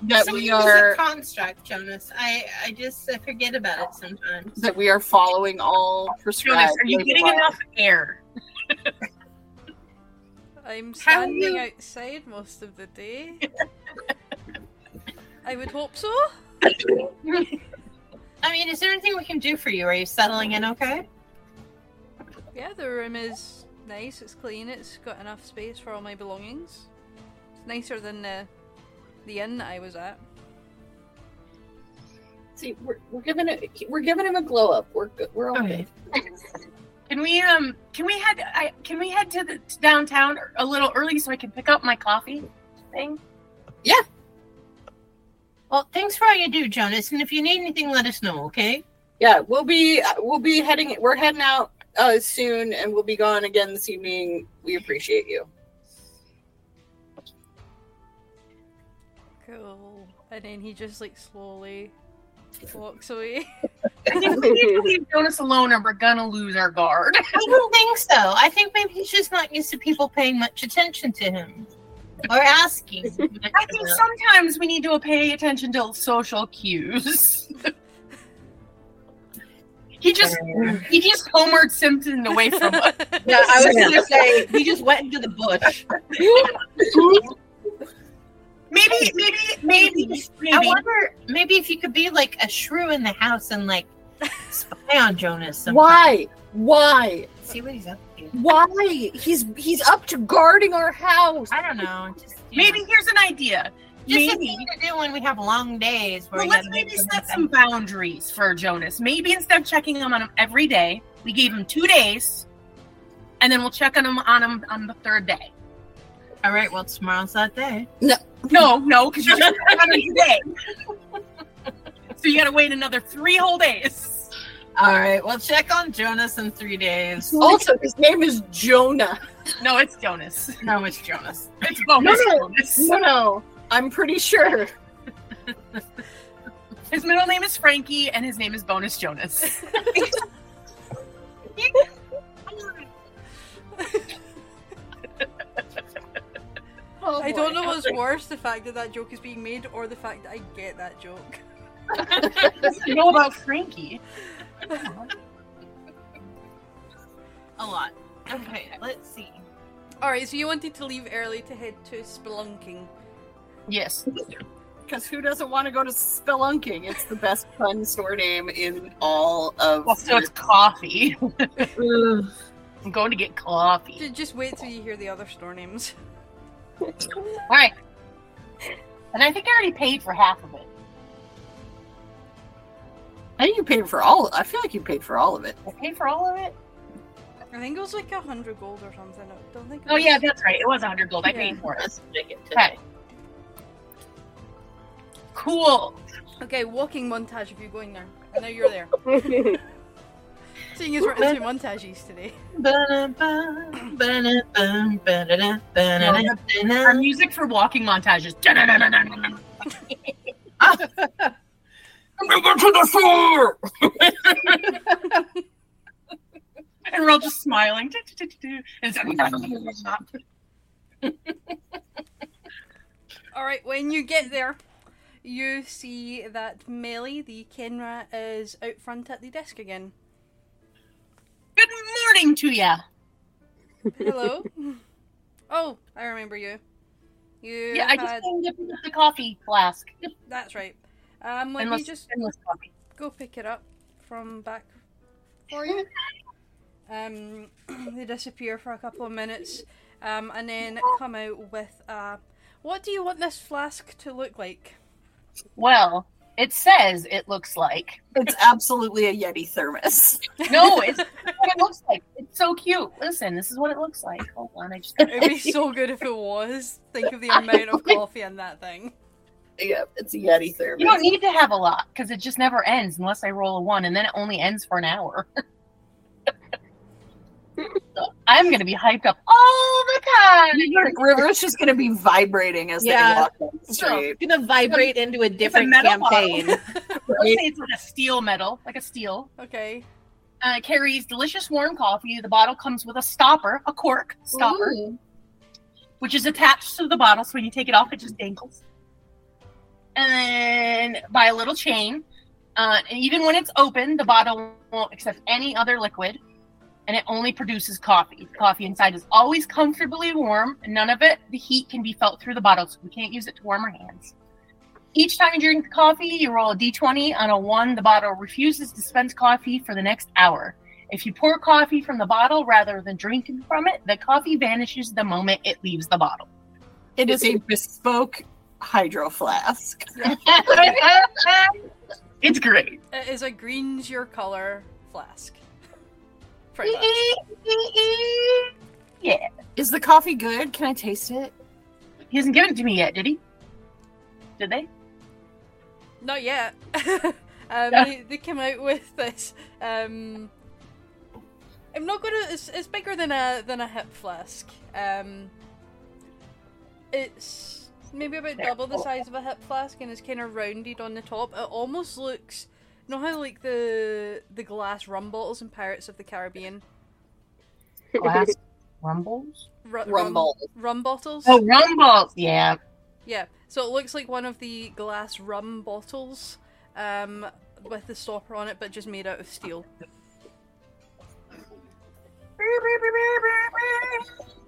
Speaker 3: that we
Speaker 2: Sometimes
Speaker 3: are
Speaker 2: it's a construct, Jonas. I, I just I forget about it sometimes.
Speaker 3: that we are following all prescribed.
Speaker 4: Jonas, are you
Speaker 3: labor
Speaker 4: getting
Speaker 3: laws.
Speaker 4: enough air?
Speaker 1: I'm
Speaker 2: How
Speaker 1: standing
Speaker 2: you-
Speaker 1: outside most of the day. I would hope so.
Speaker 2: I mean, is there anything we can do for you? Are you settling in okay?
Speaker 1: Yeah, the room is nice, it's clean, it's got enough space for all my belongings. It's nicer than the, the inn that I was at.
Speaker 3: See, we're, we're giving it. We're giving him a glow up. We're good. We're okay.
Speaker 2: Okay.
Speaker 4: Can we um can we head I, can we head to the to downtown a little early so I can pick up my coffee thing?
Speaker 2: Well, thanks for all you do, Jonas. And if you need anything, let us know, okay?
Speaker 3: Yeah, we'll be we'll be heading. We're heading out uh, soon, and we'll be gone again this evening. We appreciate you.
Speaker 1: Cool. And then he just like slowly walks away.
Speaker 4: I think we need to leave Jonas alone or we're gonna lose our guard.
Speaker 2: I don't think so. I think maybe he's just not used to people paying much attention to him or asking. much
Speaker 4: I think
Speaker 2: about-
Speaker 4: sometimes we need to pay attention to social cues. he just he just homered Simpson away from us.
Speaker 6: Yeah, I was gonna say he just went into the bush.
Speaker 4: Maybe maybe maybe
Speaker 2: I
Speaker 4: maybe
Speaker 2: wonder maybe if you could be like a shrew in the house and like spy on Jonas. Sometime.
Speaker 3: Why? Why?
Speaker 2: See what he's up to.
Speaker 3: Why? He's he's up to guarding our house.
Speaker 2: I don't know. Just, you
Speaker 4: maybe
Speaker 2: know,
Speaker 4: here's an idea.
Speaker 2: just a
Speaker 4: maybe.
Speaker 2: thing to do when we have long days. Where
Speaker 4: Well,
Speaker 2: you
Speaker 4: let's
Speaker 2: gotta make
Speaker 4: maybe
Speaker 2: them
Speaker 4: set
Speaker 2: do
Speaker 4: some boundaries for Jonas. Maybe instead of checking him on him every day, we gave him two days, and then we'll check on him on him on the third day.
Speaker 2: things. All right. Well, tomorrow's that day.
Speaker 4: No, no, because you're checking on him today. so you got to wait another three whole days.
Speaker 2: All right. We'll check on Jonas in three days.
Speaker 3: Also, his name is Jonah.
Speaker 4: No, it's Jonas.
Speaker 2: No, it's Jonas.
Speaker 4: It's bonus
Speaker 3: No, no.
Speaker 4: Jonas.
Speaker 3: No, no, I'm pretty sure.
Speaker 4: His middle name is Frankie, and his name is Bonus Jonas. Oh,
Speaker 1: I don't
Speaker 4: boy.
Speaker 1: know what's worse the fact that that joke is being made or the fact that I get that joke.
Speaker 4: You know about Frankie.
Speaker 2: A lot. Okay, let's see.
Speaker 1: Alright, so you wanted to leave early to head to Spelunking.
Speaker 4: Yes.
Speaker 3: Because who doesn't want to go to spelunking? It's the best fun store name in all of.
Speaker 4: Well, so it's coffee.
Speaker 5: Ugh.
Speaker 4: I'm going to get coffee.
Speaker 1: Ju- Just wait till you hear the other store names.
Speaker 4: All right. And I think I already paid for half of it.
Speaker 3: I think you paid for all. I feel like you paid for all of it.
Speaker 4: I paid for all of it.
Speaker 1: I think it was like a hundred gold or something. I don't think. it
Speaker 4: Oh
Speaker 1: was-
Speaker 4: yeah, that's right. It was 100 gold. I
Speaker 1: Yeah.
Speaker 4: paid for it.
Speaker 6: That's what I get today.
Speaker 4: Okay. Cool.
Speaker 1: Okay, walking montage of you going there. I know you're there. Seeing as we're into montages today.
Speaker 2: Ba-da-bum, ba-da-bum, ba-da-da, ba-da-da,
Speaker 4: Our
Speaker 2: ba-da-da.
Speaker 4: music for walking montages. Da-da-da-da-da-da. and we're all just smiling. Do-do-do-do-do. And it's-
Speaker 1: All right, when you get there, you see that Melly, the Kenra, is out front at the desk again.
Speaker 4: Good morning to ya.
Speaker 1: Hello. oh, I remember you. You
Speaker 4: Yeah, I
Speaker 1: had.
Speaker 4: just came to pick up the coffee flask.
Speaker 1: That's right. Um, let
Speaker 4: Endless,
Speaker 1: me just
Speaker 4: endless coffee.
Speaker 1: go pick it up from back for you. Um, they disappear for a couple of minutes, um, and then come out with uh, what do you want this flask to look like?
Speaker 4: Well, it says it looks like.
Speaker 3: It's absolutely a Yeti thermos.
Speaker 4: No, it's what it looks like. It's so cute. Listen, this is what it looks like. Hold on, I just.
Speaker 1: It'd be so good if it was. Think of the amount of coffee in that thing.
Speaker 3: Yep, it's a Yeti thermos.
Speaker 4: You don't need to have a lot because it just never ends unless I roll a one, and then it only ends for an hour. So I'm gonna be hyped up all the time.
Speaker 3: River- River's just going to be vibrating as
Speaker 6: Yeah.
Speaker 3: they walk down the
Speaker 6: So,
Speaker 3: street.
Speaker 6: it's gonna vibrate into a different
Speaker 4: metal
Speaker 6: campaign.
Speaker 4: Let's say it's like a steel metal, like a steel.
Speaker 1: Okay.
Speaker 4: Uh, it carries delicious warm coffee. The bottle comes with a stopper, a cork stopper, which is attached to the bottle. So when you take it off, it just dangles. And then by a little chain. Uh, and even when it's open, the bottle won't accept any other liquid, and it only produces coffee. The coffee inside is always comfortably warm. and None of it, the heat can be felt through the bottle, so we can't use it to warm our hands. Each time you drink coffee, you roll a d20. On a one, the bottle refuses to dispense coffee for the next hour. If you pour coffee from the bottle rather than drinking from it, the coffee vanishes the moment it leaves the bottle.
Speaker 3: It is a bespoke hydro flask.
Speaker 4: it's great.
Speaker 1: It is a green's your color flask. Pretty much.
Speaker 4: he
Speaker 3: Is the coffee good? Can I taste it?
Speaker 4: hasn't given it to me yet, did he? Did they?
Speaker 1: Not yet. um, they, they came out with this. Um, I'm not gonna. It's, it's bigger than a than a hip flask. Um, it's maybe about
Speaker 4: They're
Speaker 1: double the
Speaker 4: cool.
Speaker 1: size of a hip flask, and it's kind of rounded on the top. It almost looks. You know how like the the glass rum bottles in Pirates of the Caribbean.
Speaker 4: Glass rumbles?
Speaker 1: Ru- rum-
Speaker 3: Rumble.
Speaker 1: rum bottles.
Speaker 4: Oh, rumbles! Yeah.
Speaker 1: Yeah, so it looks like one of the glass rum bottles um, with the stopper on it, but just made out of steel.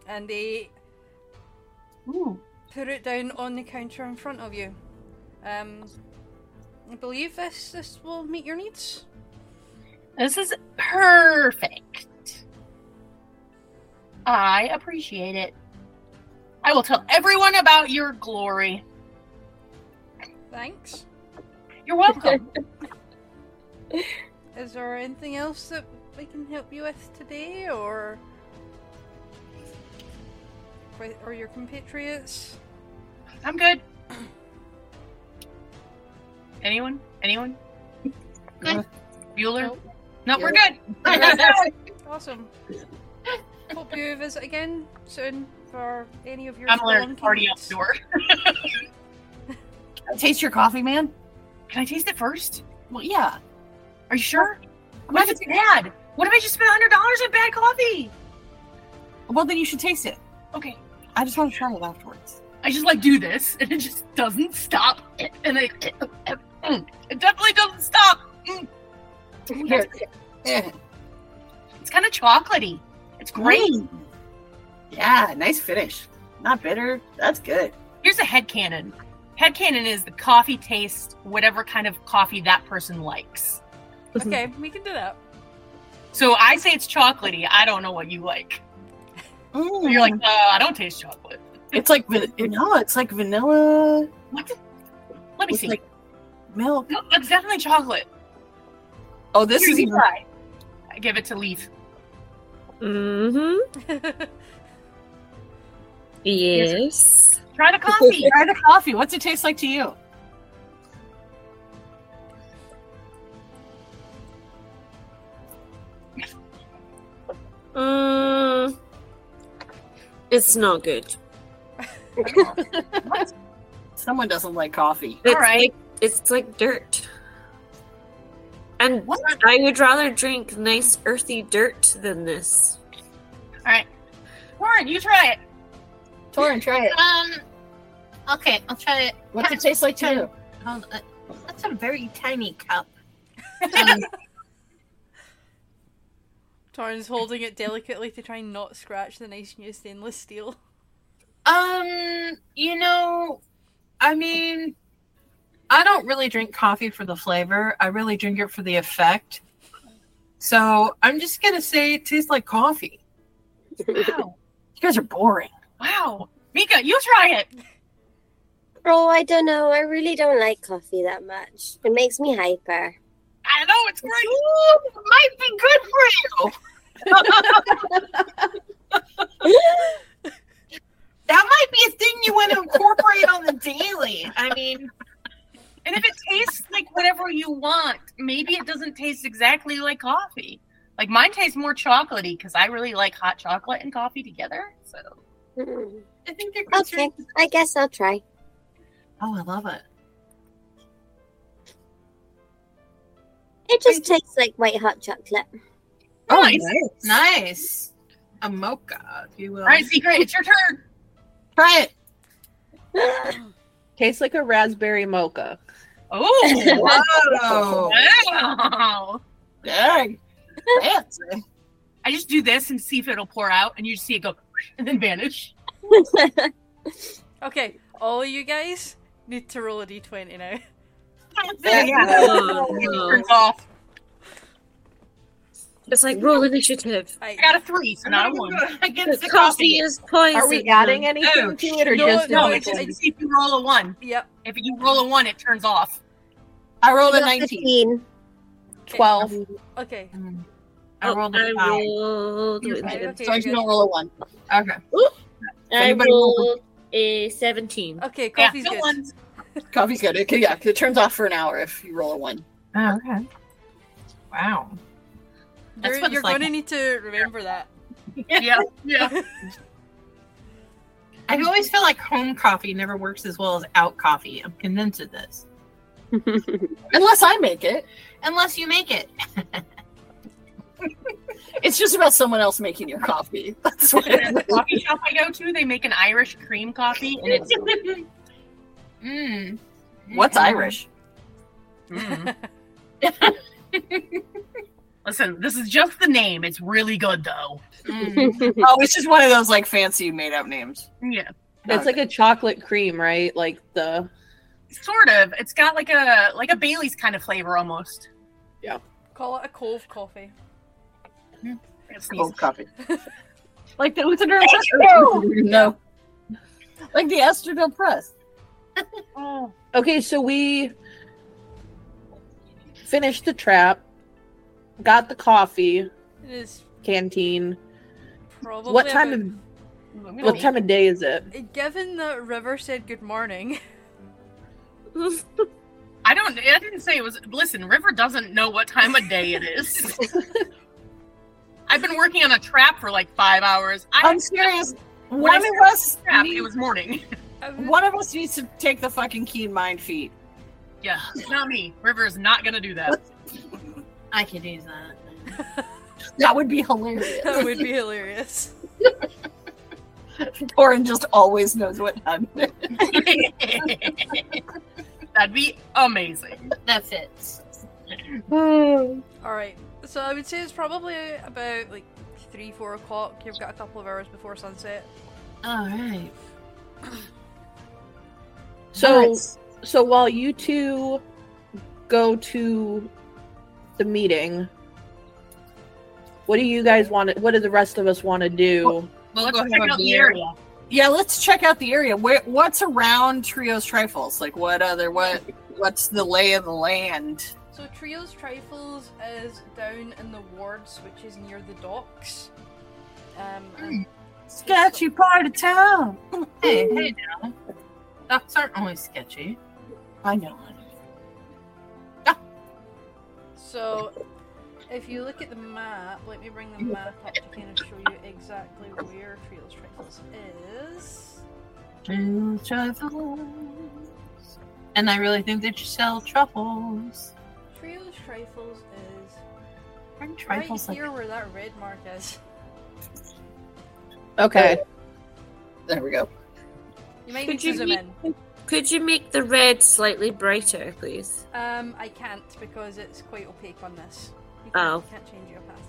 Speaker 1: And they
Speaker 4: Ooh.
Speaker 1: put it down on the counter in front of you. Um, I believe this this will meet your needs.
Speaker 4: This is perfect. I appreciate it. I will tell everyone about your glory.
Speaker 1: Thanks.
Speaker 4: You're welcome.
Speaker 1: Is there anything else that we can help you with today, or or your compatriots?
Speaker 4: I'm good. Anyone? Anyone? Good. Bueller?
Speaker 1: Nope.
Speaker 4: No, we're good.
Speaker 1: Awesome. Hope you visit again soon for any of your.
Speaker 4: I'm literally
Speaker 1: spelunking
Speaker 4: already up
Speaker 1: needs.
Speaker 4: door.
Speaker 3: Taste your coffee, man.
Speaker 4: Can I taste it first?
Speaker 3: Well, yeah.
Speaker 4: Are you sure? What if it's bad? What if I just spent hundred dollars on bad coffee?
Speaker 3: Um, Well, then you should taste it.
Speaker 4: Okay,
Speaker 3: I just want to try it afterwards.
Speaker 4: I just like do this, and it just doesn't stop. And I, it definitely doesn't stop.
Speaker 3: Here. Eh.
Speaker 4: It's kind of chocolatey. It's great.
Speaker 3: Mm. Yeah, nice finish. Not bitter. That's good.
Speaker 4: Here's a headcanon. Headcanon is the coffee tastes whatever kind of coffee that person likes.
Speaker 1: Okay, we can do that.
Speaker 4: So I say it's chocolatey. I don't know what you like.
Speaker 3: Mm.
Speaker 4: You're like, uh, I don't taste chocolate.
Speaker 3: it's like va- no, it's like vanilla.
Speaker 4: What? the- Let me
Speaker 3: It's
Speaker 4: see.
Speaker 3: like milk.
Speaker 4: no, it's definitely chocolate.
Speaker 3: Oh, this
Speaker 4: Here,
Speaker 3: is
Speaker 4: you
Speaker 3: even.
Speaker 4: try. I give it to Leaf.
Speaker 5: Mm-hmm. Yes.
Speaker 4: Try the coffee.
Speaker 3: Try the coffee. What's it taste like to you?
Speaker 5: Mm, it's not good.
Speaker 3: Someone doesn't like coffee.
Speaker 5: It's
Speaker 4: right.
Speaker 5: Like, it's like dirt. And
Speaker 4: What?
Speaker 5: I would rather drink nice earthy dirt than this.
Speaker 4: All right, Warren, you try it.
Speaker 3: Torin, try it.
Speaker 2: Um. Okay, I'll try it.
Speaker 3: What's it taste like to you?
Speaker 2: Hold on. That's a very tiny cup. Um,
Speaker 1: Torrin's holding it delicately to try and not scratch the nice new stainless steel.
Speaker 2: Um, you know, I mean, I don't really drink coffee for the flavor. I really drink it for the effect. So I'm just gonna say it tastes like coffee.
Speaker 4: Wow,
Speaker 3: You guys are boring.
Speaker 4: wow. Mika, you try it.
Speaker 7: Oh, I don't know. I really don't like coffee that much. It makes me hyper.
Speaker 4: I know it's great.
Speaker 2: It might be good for you. that might be a thing you want to incorporate on the daily. I mean,
Speaker 4: And if it tastes like whatever you want, maybe it doesn't taste exactly like coffee. Like mine tastes more chocolatey because I really like hot chocolate and coffee together. So
Speaker 7: Mm.
Speaker 2: I think they're
Speaker 7: Okay, I guess I'll try.
Speaker 2: Oh, I love it.
Speaker 7: It just tastes like white hot chocolate.
Speaker 2: Oh,
Speaker 4: Nice.
Speaker 2: Nice. A mocha, if you will.
Speaker 4: all right, secret, it's your turn.
Speaker 3: Try it.
Speaker 6: Tastes like a raspberry mocha.
Speaker 4: Oh,
Speaker 3: Oh.
Speaker 2: Whoa.
Speaker 4: wow.
Speaker 3: Dang. Fancy.
Speaker 4: I just do this and see if it'll pour out, and you just see it go and then vanish.
Speaker 1: Okay, all you guys need to roll a d20 now.
Speaker 5: Oh, no.
Speaker 4: Turns off.
Speaker 5: It's like roll initiative.
Speaker 1: I,
Speaker 4: I got a three, so now I won.
Speaker 5: The
Speaker 2: Against
Speaker 5: coffee, is poison.
Speaker 6: Are we adding anything
Speaker 2: Oh,
Speaker 6: to it or
Speaker 1: no,
Speaker 6: just
Speaker 1: no,
Speaker 4: No,
Speaker 6: the
Speaker 4: it's
Speaker 6: mocha?
Speaker 4: it's if you roll a one.
Speaker 1: yep.
Speaker 4: If you roll a one, it turns off.
Speaker 3: I rolled a
Speaker 7: Got
Speaker 3: 19.
Speaker 7: 15.
Speaker 6: twelve? Mm.
Speaker 1: Okay.
Speaker 2: I rolled
Speaker 5: I
Speaker 2: a five.
Speaker 5: rolled
Speaker 1: You're
Speaker 5: with
Speaker 1: right,
Speaker 5: it.
Speaker 1: okay,
Speaker 3: so I
Speaker 1: you're
Speaker 3: should
Speaker 1: good.
Speaker 3: don't roll a one.
Speaker 2: Okay.
Speaker 5: I
Speaker 3: Anybody roll-
Speaker 5: rolled a 17.
Speaker 1: Okay,
Speaker 4: Yeah,
Speaker 1: coffee's
Speaker 4: no
Speaker 1: good.
Speaker 4: ones.
Speaker 3: Coffee's good. It, can- yeah, it turns off for an hour if you roll a one.
Speaker 2: Oh, okay. Wow.
Speaker 4: That's
Speaker 1: You're,
Speaker 4: what it's
Speaker 1: you're
Speaker 4: like.
Speaker 1: going to need to remember that.
Speaker 4: Yeah, yeah.
Speaker 2: I always feel like home coffee never works as well as out coffee. I'm convinced of this.
Speaker 3: Unless I make it.
Speaker 2: Unless you make it.
Speaker 3: It's just about someone else making your coffee. That's what it
Speaker 4: And the coffee shop I go to, they make an Irish cream coffee, and it's
Speaker 2: Mm.
Speaker 3: What's Irish?
Speaker 4: Listen, this is just the name. It's really good though.
Speaker 2: Mm.
Speaker 3: Oh, it's just one of those like fancy made up names.
Speaker 4: Yeah.
Speaker 6: It's like a chocolate cream, right? Like the
Speaker 4: Sort of. It's got like a like a Bailey's kind of flavor almost.
Speaker 1: Call it a cove coffee.
Speaker 4: It's
Speaker 3: cold coffee.
Speaker 6: like the Uthodurn Press.
Speaker 3: no. Like the Estherville Press.
Speaker 4: Oh.
Speaker 6: Okay, so we finished the trap, got the coffee
Speaker 1: It is
Speaker 6: canteen.
Speaker 1: probably.
Speaker 6: what time
Speaker 1: about-
Speaker 6: of what time of day is it?
Speaker 1: Given that River said good morning,
Speaker 4: I don't I didn't say it was listen, River doesn't know what time of day it is. I've been working on a trap for like five hours. I
Speaker 3: I'm serious.
Speaker 4: When I
Speaker 3: One of us
Speaker 4: trap,
Speaker 3: need-
Speaker 4: it was morning.
Speaker 1: I would-
Speaker 3: one of us needs to take the fucking keen mind feet.
Speaker 4: Yeah, not me. River is not gonna do that.
Speaker 2: I could do that.
Speaker 3: That would be hilarious.
Speaker 1: That would be hilarious.
Speaker 3: Orin just always knows what happened.
Speaker 4: That'd be amazing.
Speaker 2: That fits.
Speaker 1: All right. So I would say it's probably about like three, four o'clock. You've got a couple of hours before sunset.
Speaker 2: All right.
Speaker 6: So
Speaker 3: Uh,
Speaker 7: Nice.
Speaker 6: so while you two go to the meeting, what do you guys want? To, what do the rest of us want to do?
Speaker 2: We'll
Speaker 4: Let's
Speaker 2: go
Speaker 4: check
Speaker 2: have
Speaker 4: out
Speaker 2: a
Speaker 4: the
Speaker 2: beer.
Speaker 4: area.
Speaker 3: yeah, let's check out the area. Where what's around Trio's Trifles? Like what other what what's the lay of the land?
Speaker 1: So Trios Trifles is down in the wards, which is near the docks. Um, and
Speaker 3: Sketchy part of town.
Speaker 2: Hmm. Hey, hey now. Ducks aren't always sketchy. Ah.
Speaker 3: I know. honey.
Speaker 1: so if you look at the map, let me bring the map up to kind of show you exactly where Trios Trifles is.
Speaker 2: True truffles. And I really think they should sell truffles.
Speaker 1: Trios Trifles is
Speaker 2: Aren't
Speaker 1: right
Speaker 2: trifles like
Speaker 1: here where that red mark is.
Speaker 6: Okay.
Speaker 3: There we go.
Speaker 1: You might
Speaker 5: Could
Speaker 1: need
Speaker 5: you
Speaker 1: to zoom
Speaker 5: meet-
Speaker 1: in.
Speaker 5: Could you make the red slightly brighter, please?
Speaker 1: Um, I can't because it's quite opaque on this. You can't,
Speaker 5: Oh.
Speaker 1: you can't change your opacity.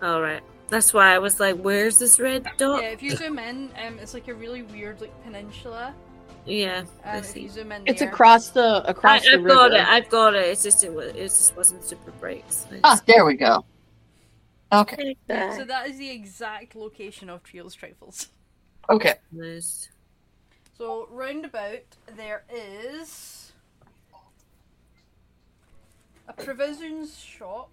Speaker 5: All right. That's why I was like, "Where's this red dot?"
Speaker 1: Yeah, if you zoom in, um, it's like a really weird like peninsula.
Speaker 5: Yeah, I
Speaker 1: Um, if
Speaker 5: see.
Speaker 1: you zoom in,
Speaker 6: It's
Speaker 1: there-
Speaker 6: across the
Speaker 5: I,
Speaker 6: across the
Speaker 5: I've
Speaker 6: river.
Speaker 5: got it. I've got it. It's just it was. It just wasn't super bright. so I
Speaker 3: Ah,
Speaker 5: just-
Speaker 3: there we go. Okay.
Speaker 5: Like
Speaker 1: Yeah, So
Speaker 5: that.
Speaker 1: that is the exact location of Trials Trifles.
Speaker 3: Okay.
Speaker 5: Nice.
Speaker 1: So roundabout there is a provisions shop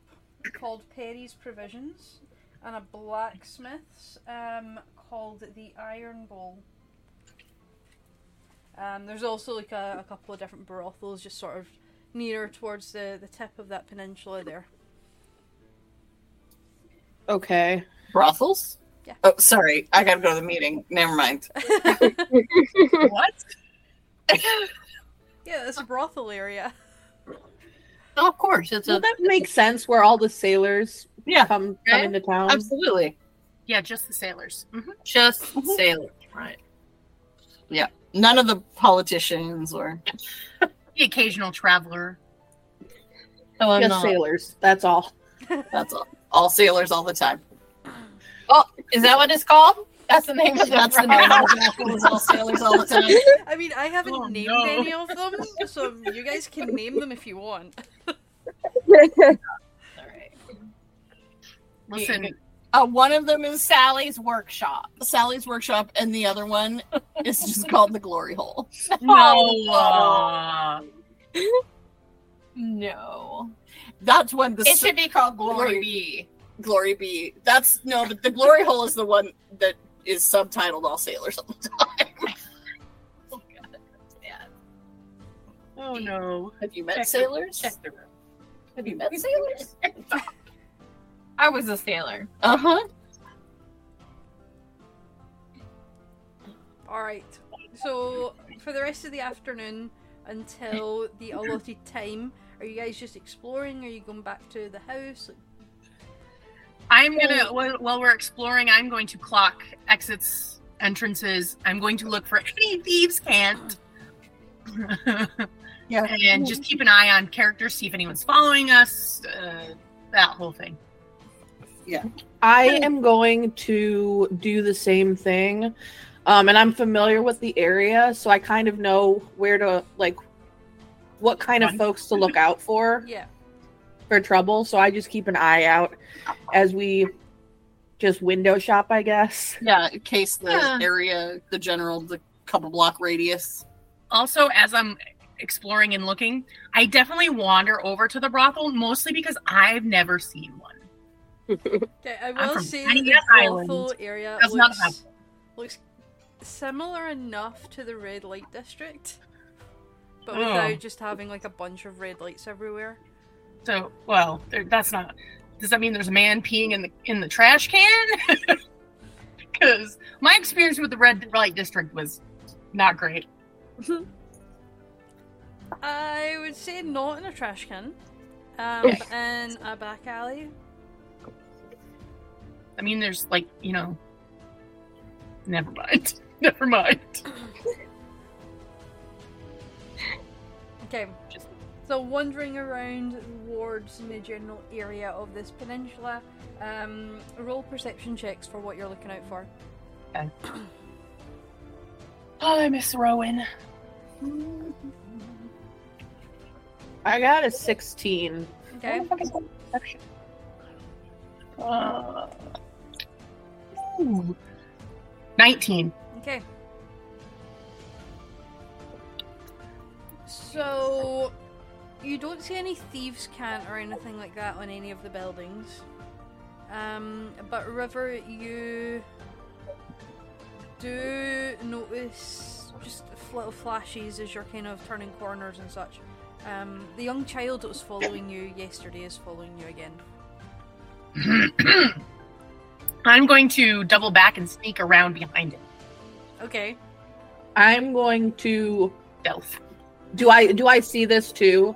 Speaker 1: called Perry's Provisions and a blacksmith's um, called the Iron Ball. Um, there's also like a, a couple of different brothels just sort of nearer towards the, the tip of that peninsula there.
Speaker 6: Okay.
Speaker 3: Brothels?
Speaker 1: Yeah.
Speaker 3: Oh, sorry. I gotta go to the meeting. Never mind.
Speaker 4: What?
Speaker 1: yeah, it's a brothel area.
Speaker 2: Oh, of course, it's
Speaker 6: Well,
Speaker 2: a
Speaker 6: that makes sense. Where all the sailors
Speaker 2: Yeah.
Speaker 6: come
Speaker 4: Okay.
Speaker 6: come into town.
Speaker 3: Absolutely.
Speaker 4: Yeah, just the sailors. Mhm.
Speaker 2: just sailor, right?
Speaker 3: None of the politicians or
Speaker 4: The occasional traveler.
Speaker 2: So I'm
Speaker 6: Just
Speaker 2: not-
Speaker 6: sailors. That's all.
Speaker 3: that's all. All sailors all the time. Oh,
Speaker 2: Is that what it's called? That's the name of the
Speaker 3: That's the name of the brothels, all sailors all the time.
Speaker 1: I mean, I haven't
Speaker 4: Oh,
Speaker 1: named
Speaker 4: no.
Speaker 1: any of them, so you guys can name them if you want.
Speaker 4: Listen,
Speaker 3: Uh, one of them is Sally's workshop. Sally's workshop, and the other one is just called the glory hole.
Speaker 4: no. uh,
Speaker 2: No.
Speaker 3: That's when the
Speaker 2: It
Speaker 3: s-
Speaker 2: should be called Glory Bee.
Speaker 3: glory be. That's no, but the glory hole is the one that is subtitled "All Sailors." All the time.
Speaker 4: oh no.
Speaker 3: Have you met sailors?
Speaker 2: Check the room.
Speaker 3: Have you met sailors?
Speaker 2: I was a sailor.
Speaker 3: Uh huh.
Speaker 1: All right. So for the rest of the afternoon until the allotted time, are you guys just exploring? Are you going back to the house?
Speaker 4: I'm gonna while, while we're exploring, I'm going to clock exits, entrances. I'm going to look for any thieves' can't.
Speaker 3: Yeah.
Speaker 4: and just keep an eye on characters, see if anyone's following us. Uh, that whole thing.
Speaker 6: I am going to do the same thing. Um, and I'm familiar with the area, so I kind of know where to like what kind of
Speaker 4: Fun.
Speaker 6: folks to look out for
Speaker 1: Yeah.
Speaker 6: for trouble. So I just keep an eye out as we just window shop, I guess.
Speaker 3: Yeah. In case the
Speaker 4: Yeah.
Speaker 3: area, the general, the couple block radius.
Speaker 4: Also, as I'm exploring and looking, I definitely wander over to the brothel mostly because I've never seen one.
Speaker 1: Okay, I
Speaker 4: I'm
Speaker 1: will
Speaker 4: from
Speaker 1: say that
Speaker 4: Tiny
Speaker 1: the
Speaker 4: Death Island.
Speaker 1: brothel area
Speaker 4: That's not a
Speaker 1: looks, looks similar enough to the red light district, but
Speaker 4: Oh.
Speaker 1: without just having like a bunch of red lights everywhere.
Speaker 4: So, well, there, that's not. Does that mean there's a man peeing in the in the trash can? Because my experience with the red light district was not great.
Speaker 1: I would say not in a trash can, um, but in a back alley.
Speaker 4: I mean, there's like, you know. Never mind. Never mind.
Speaker 1: Okay.
Speaker 4: Just-
Speaker 1: So wandering around wards in the general area of this peninsula, um, roll perception checks for what you're looking out for.
Speaker 4: Oh, I miss Rowan.
Speaker 6: I got a 16.
Speaker 1: Okay.
Speaker 4: What the fuck is that perception? Uh, ooh. 19.
Speaker 1: Okay. So you don't see any thieves' cant or anything like that on any of the buildings. Um, but River, you do notice just little flashes as you're kind of turning corners and such. Um, the young child that was following you yesterday is following you again.
Speaker 4: I'm going to double back and sneak around behind it.
Speaker 1: Okay.
Speaker 6: I'm going to
Speaker 4: Stealth.
Speaker 6: do I do I see this too?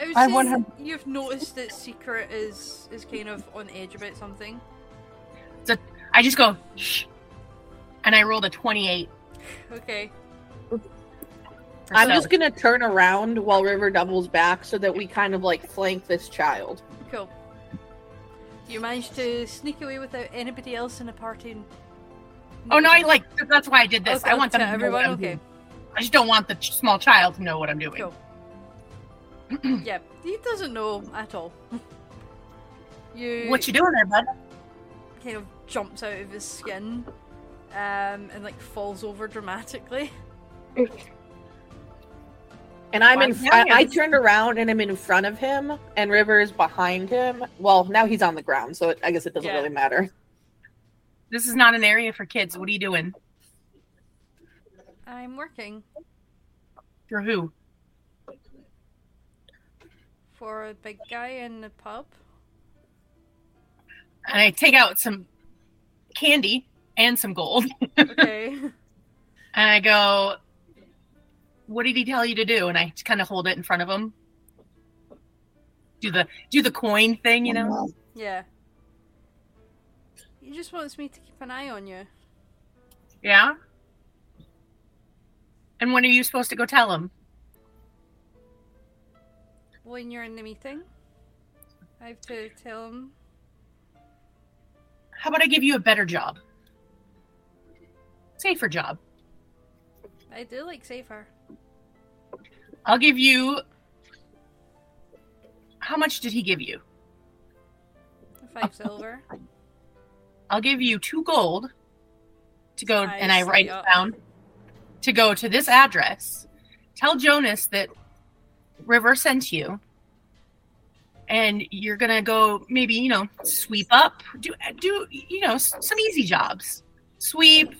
Speaker 1: I, would
Speaker 2: I
Speaker 1: say
Speaker 2: want her-
Speaker 1: You've noticed that Secret is is kind of on edge about something.
Speaker 4: I just go, shh. And I rolled a 28.
Speaker 1: Okay.
Speaker 4: for
Speaker 6: I'm
Speaker 4: stealth.
Speaker 6: just gonna turn around while River doubles back so that we kind of like flank this child.
Speaker 1: Cool. You managed to sneak away without anybody else in the party. and-
Speaker 4: Oh no! I like that's why I did this.
Speaker 1: Okay,
Speaker 4: I want them
Speaker 1: to
Speaker 4: to know what
Speaker 1: everyone.
Speaker 4: I'm
Speaker 1: Okay,
Speaker 4: doing. I just don't want the ch- small child to know what I'm doing.
Speaker 1: Cool. yeah, he doesn't know at all. you
Speaker 4: What you doing there, bud?
Speaker 1: kind of jumps out of his skin, um, and like falls over dramatically.
Speaker 6: And I'm in.
Speaker 4: Wow,
Speaker 6: I,
Speaker 4: yeah,
Speaker 6: I
Speaker 4: this-
Speaker 6: turned around and I'm in front of him, and River is behind him. Well, now he's on the ground, so it, I guess it doesn't
Speaker 1: Yeah.
Speaker 6: really matter.
Speaker 4: This is not an area for kids. What are you doing?
Speaker 1: I'm working
Speaker 4: You're who?
Speaker 1: for a big guy in the pub.
Speaker 4: And I take out some candy and some gold,
Speaker 1: Okay.
Speaker 4: and I go, "What did he tell you to do?" And I just kind of hold it in front of him. Do the do the coin thing, you know?
Speaker 1: yeah. He just wants me to keep an eye on you.
Speaker 4: Yeah. And when are you supposed to go tell him?
Speaker 1: when you're in the meeting. I have to tell him.
Speaker 4: How about I give you a better job? Safer job.
Speaker 1: I do like Safer.
Speaker 4: I'll give you. How much did he give you?
Speaker 1: Five silver.
Speaker 4: I'll give you two gold to go,
Speaker 1: I
Speaker 4: and I
Speaker 1: see,
Speaker 4: write it
Speaker 1: uh,
Speaker 4: down to go to this address. Tell Jonas that River sent you, and you're gonna go maybe you know sweep up, do do you know s- some easy jobs, sweep,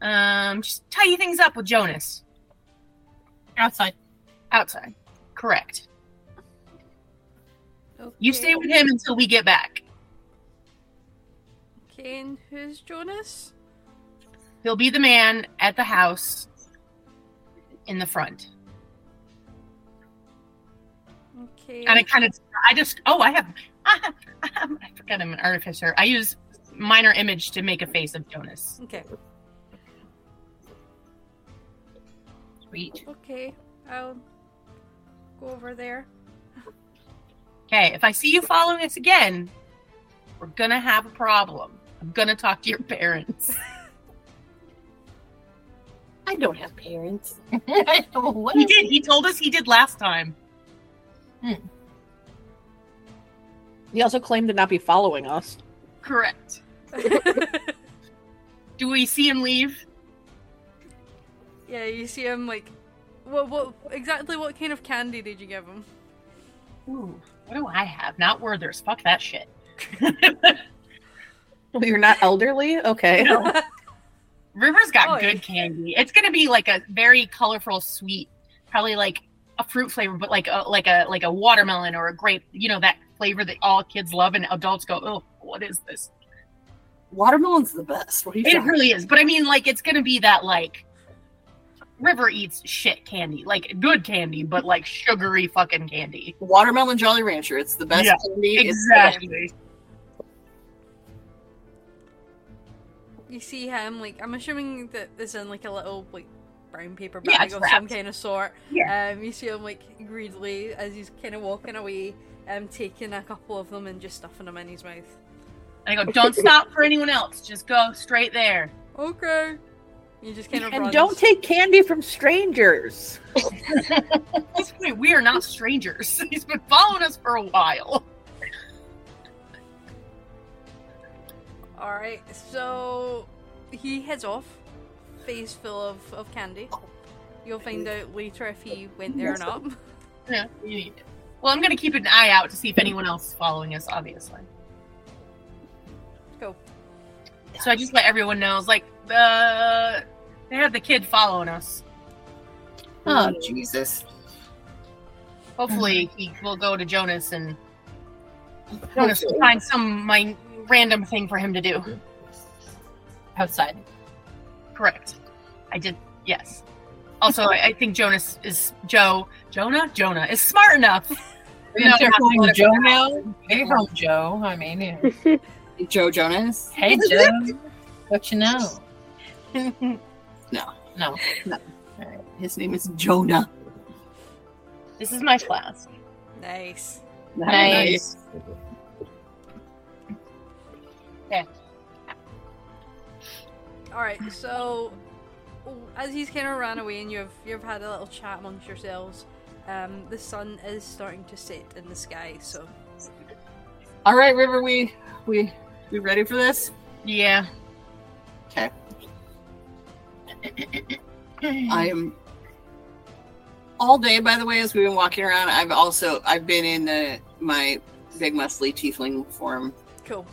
Speaker 4: um, just tidy things up with Jonas
Speaker 2: Outside.
Speaker 4: outside. Correct. You
Speaker 1: Okay.
Speaker 4: stay with him until we get back.
Speaker 1: Okay, and who's Jonas?
Speaker 4: He'll be the man at the house in the front.
Speaker 1: Okay.
Speaker 4: And I kind of, I just, oh, I have, I have, I have, I forgot I'm an artificer. I use minor image to make a face of Jonas.
Speaker 1: Okay.
Speaker 4: Sweet.
Speaker 1: Okay. I'll go over there.
Speaker 4: Okay, if I see you following us again, we're gonna have a problem. I'm gonna talk to your parents.
Speaker 3: I don't have parents.
Speaker 2: what
Speaker 4: He did. He told us he did last time.
Speaker 6: He also claimed to not be following us.
Speaker 4: Correct. Do we see him leave?
Speaker 1: yeah, you see him like. What? What? Exactly? What kind of candy did you give him?
Speaker 4: Ooh, what do I have? Not Werther's. Fuck that shit.
Speaker 6: Well, You're not elderly, okay?
Speaker 4: River's got
Speaker 1: Oy.
Speaker 4: good candy. Oh, It's gonna be like a very colorful sweet, probably like a fruit flavor, but like a like a like a watermelon or a grape. You know that flavor that all kids love and adults go, oh, what is this?
Speaker 3: Watermelon's the best. What are you
Speaker 4: It
Speaker 3: talking
Speaker 4: really is. But I mean, like it's gonna be that like River eats shit candy, like good candy, but like sugary fucking candy.
Speaker 3: Watermelon Jolly Rancher. It's the best
Speaker 4: Yeah,
Speaker 3: candy. It's the
Speaker 4: Exactly.
Speaker 1: You see him like I'm assuming that it's in like a little like brown paper
Speaker 4: Yeah,
Speaker 1: bag
Speaker 4: it's
Speaker 1: of some
Speaker 4: wrapped.
Speaker 1: kind of sort.
Speaker 4: Yeah.
Speaker 1: Um, you see him like greedily as he's kind of walking away, um, taking a couple of them and just stuffing them in his mouth.
Speaker 4: And I go, don't stop for anyone else. Just go straight there.
Speaker 1: Okay. You just kind of
Speaker 6: And don't take candy from strangers.
Speaker 4: He's like, we are not strangers. He's been following us for a while.
Speaker 1: All right, so he heads off, face full of, of candy. You'll find out later if he went there or not.
Speaker 4: Yeah. you need it. Well, I'm gonna keep an eye out to see if anyone else is following us. Obviously.
Speaker 1: Cool.
Speaker 4: So I just let everyone know. I was like, the they had the kid following us.
Speaker 3: Oh Jesus!
Speaker 4: Hopefully, he will go to Jonas and Jonas will find some my random thing for him to do outside. Correct. I did. Yes. Also, I, I think Jonas is Joe. Jonah. Jonah is smart enough.
Speaker 2: If they're
Speaker 4: not
Speaker 2: calling
Speaker 4: political.
Speaker 2: Joe now, they call him Joe. I mean, yeah.
Speaker 3: Joe Jonas.
Speaker 2: hey Joe, what you know? No,
Speaker 3: His name is Jonah.
Speaker 4: this is my class.
Speaker 1: Nice.
Speaker 4: Nice.
Speaker 1: All right, so as he's kind of ran away and you've you've had a little chat amongst yourselves, um, the sun is starting to set in the sky. So
Speaker 3: All right, River. We we we ready for this?
Speaker 4: Yeah.
Speaker 3: Okay.
Speaker 4: I Mm-hmm.
Speaker 3: I am all day. By the way, as we've been walking around, I've also I've been in the my big muscly tiefling form.
Speaker 1: cool.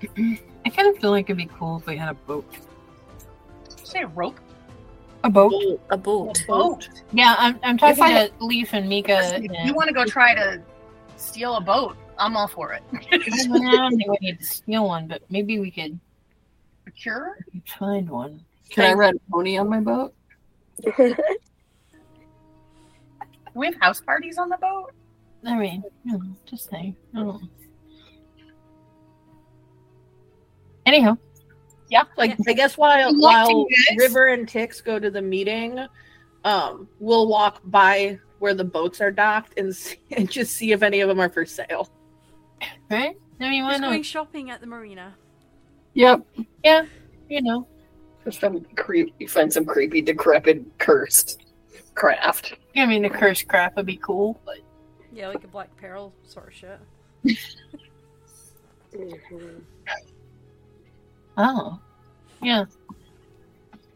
Speaker 2: I kind of feel like it'd be cool if we had a boat.
Speaker 4: say rope.
Speaker 2: A boat?
Speaker 5: A boat.
Speaker 4: Boat.
Speaker 2: Yeah, I'm, I'm talking
Speaker 3: I-
Speaker 2: to Leaf and Mika.
Speaker 4: Listen, if you
Speaker 2: and-
Speaker 4: want to go try to steal a boat? I'm all for it.
Speaker 2: I don't think we need to steal one, but maybe we could
Speaker 4: Cure?
Speaker 2: we could find one.
Speaker 3: Can I ride a pony on my boat?
Speaker 4: Can we have house parties on the boat?
Speaker 2: I mean, you know, just saying. I don't know. Anyhow,
Speaker 6: Like I guess while
Speaker 4: Good luck to
Speaker 6: while
Speaker 4: you guys.
Speaker 6: River and Tix go to the meeting, um, we'll walk by where the boats are docked and see, and just see if any of them are for sale.
Speaker 2: right? I mean, why
Speaker 1: He's going
Speaker 2: not?
Speaker 1: shopping at the marina.
Speaker 3: Yep.
Speaker 2: You know,
Speaker 3: Just some creep. You find some creepy, decrepit, cursed craft.
Speaker 2: I mean, the cursed crap would be cool, but
Speaker 1: Yeah, like a black pearl sort of shit.
Speaker 2: oh, yeah.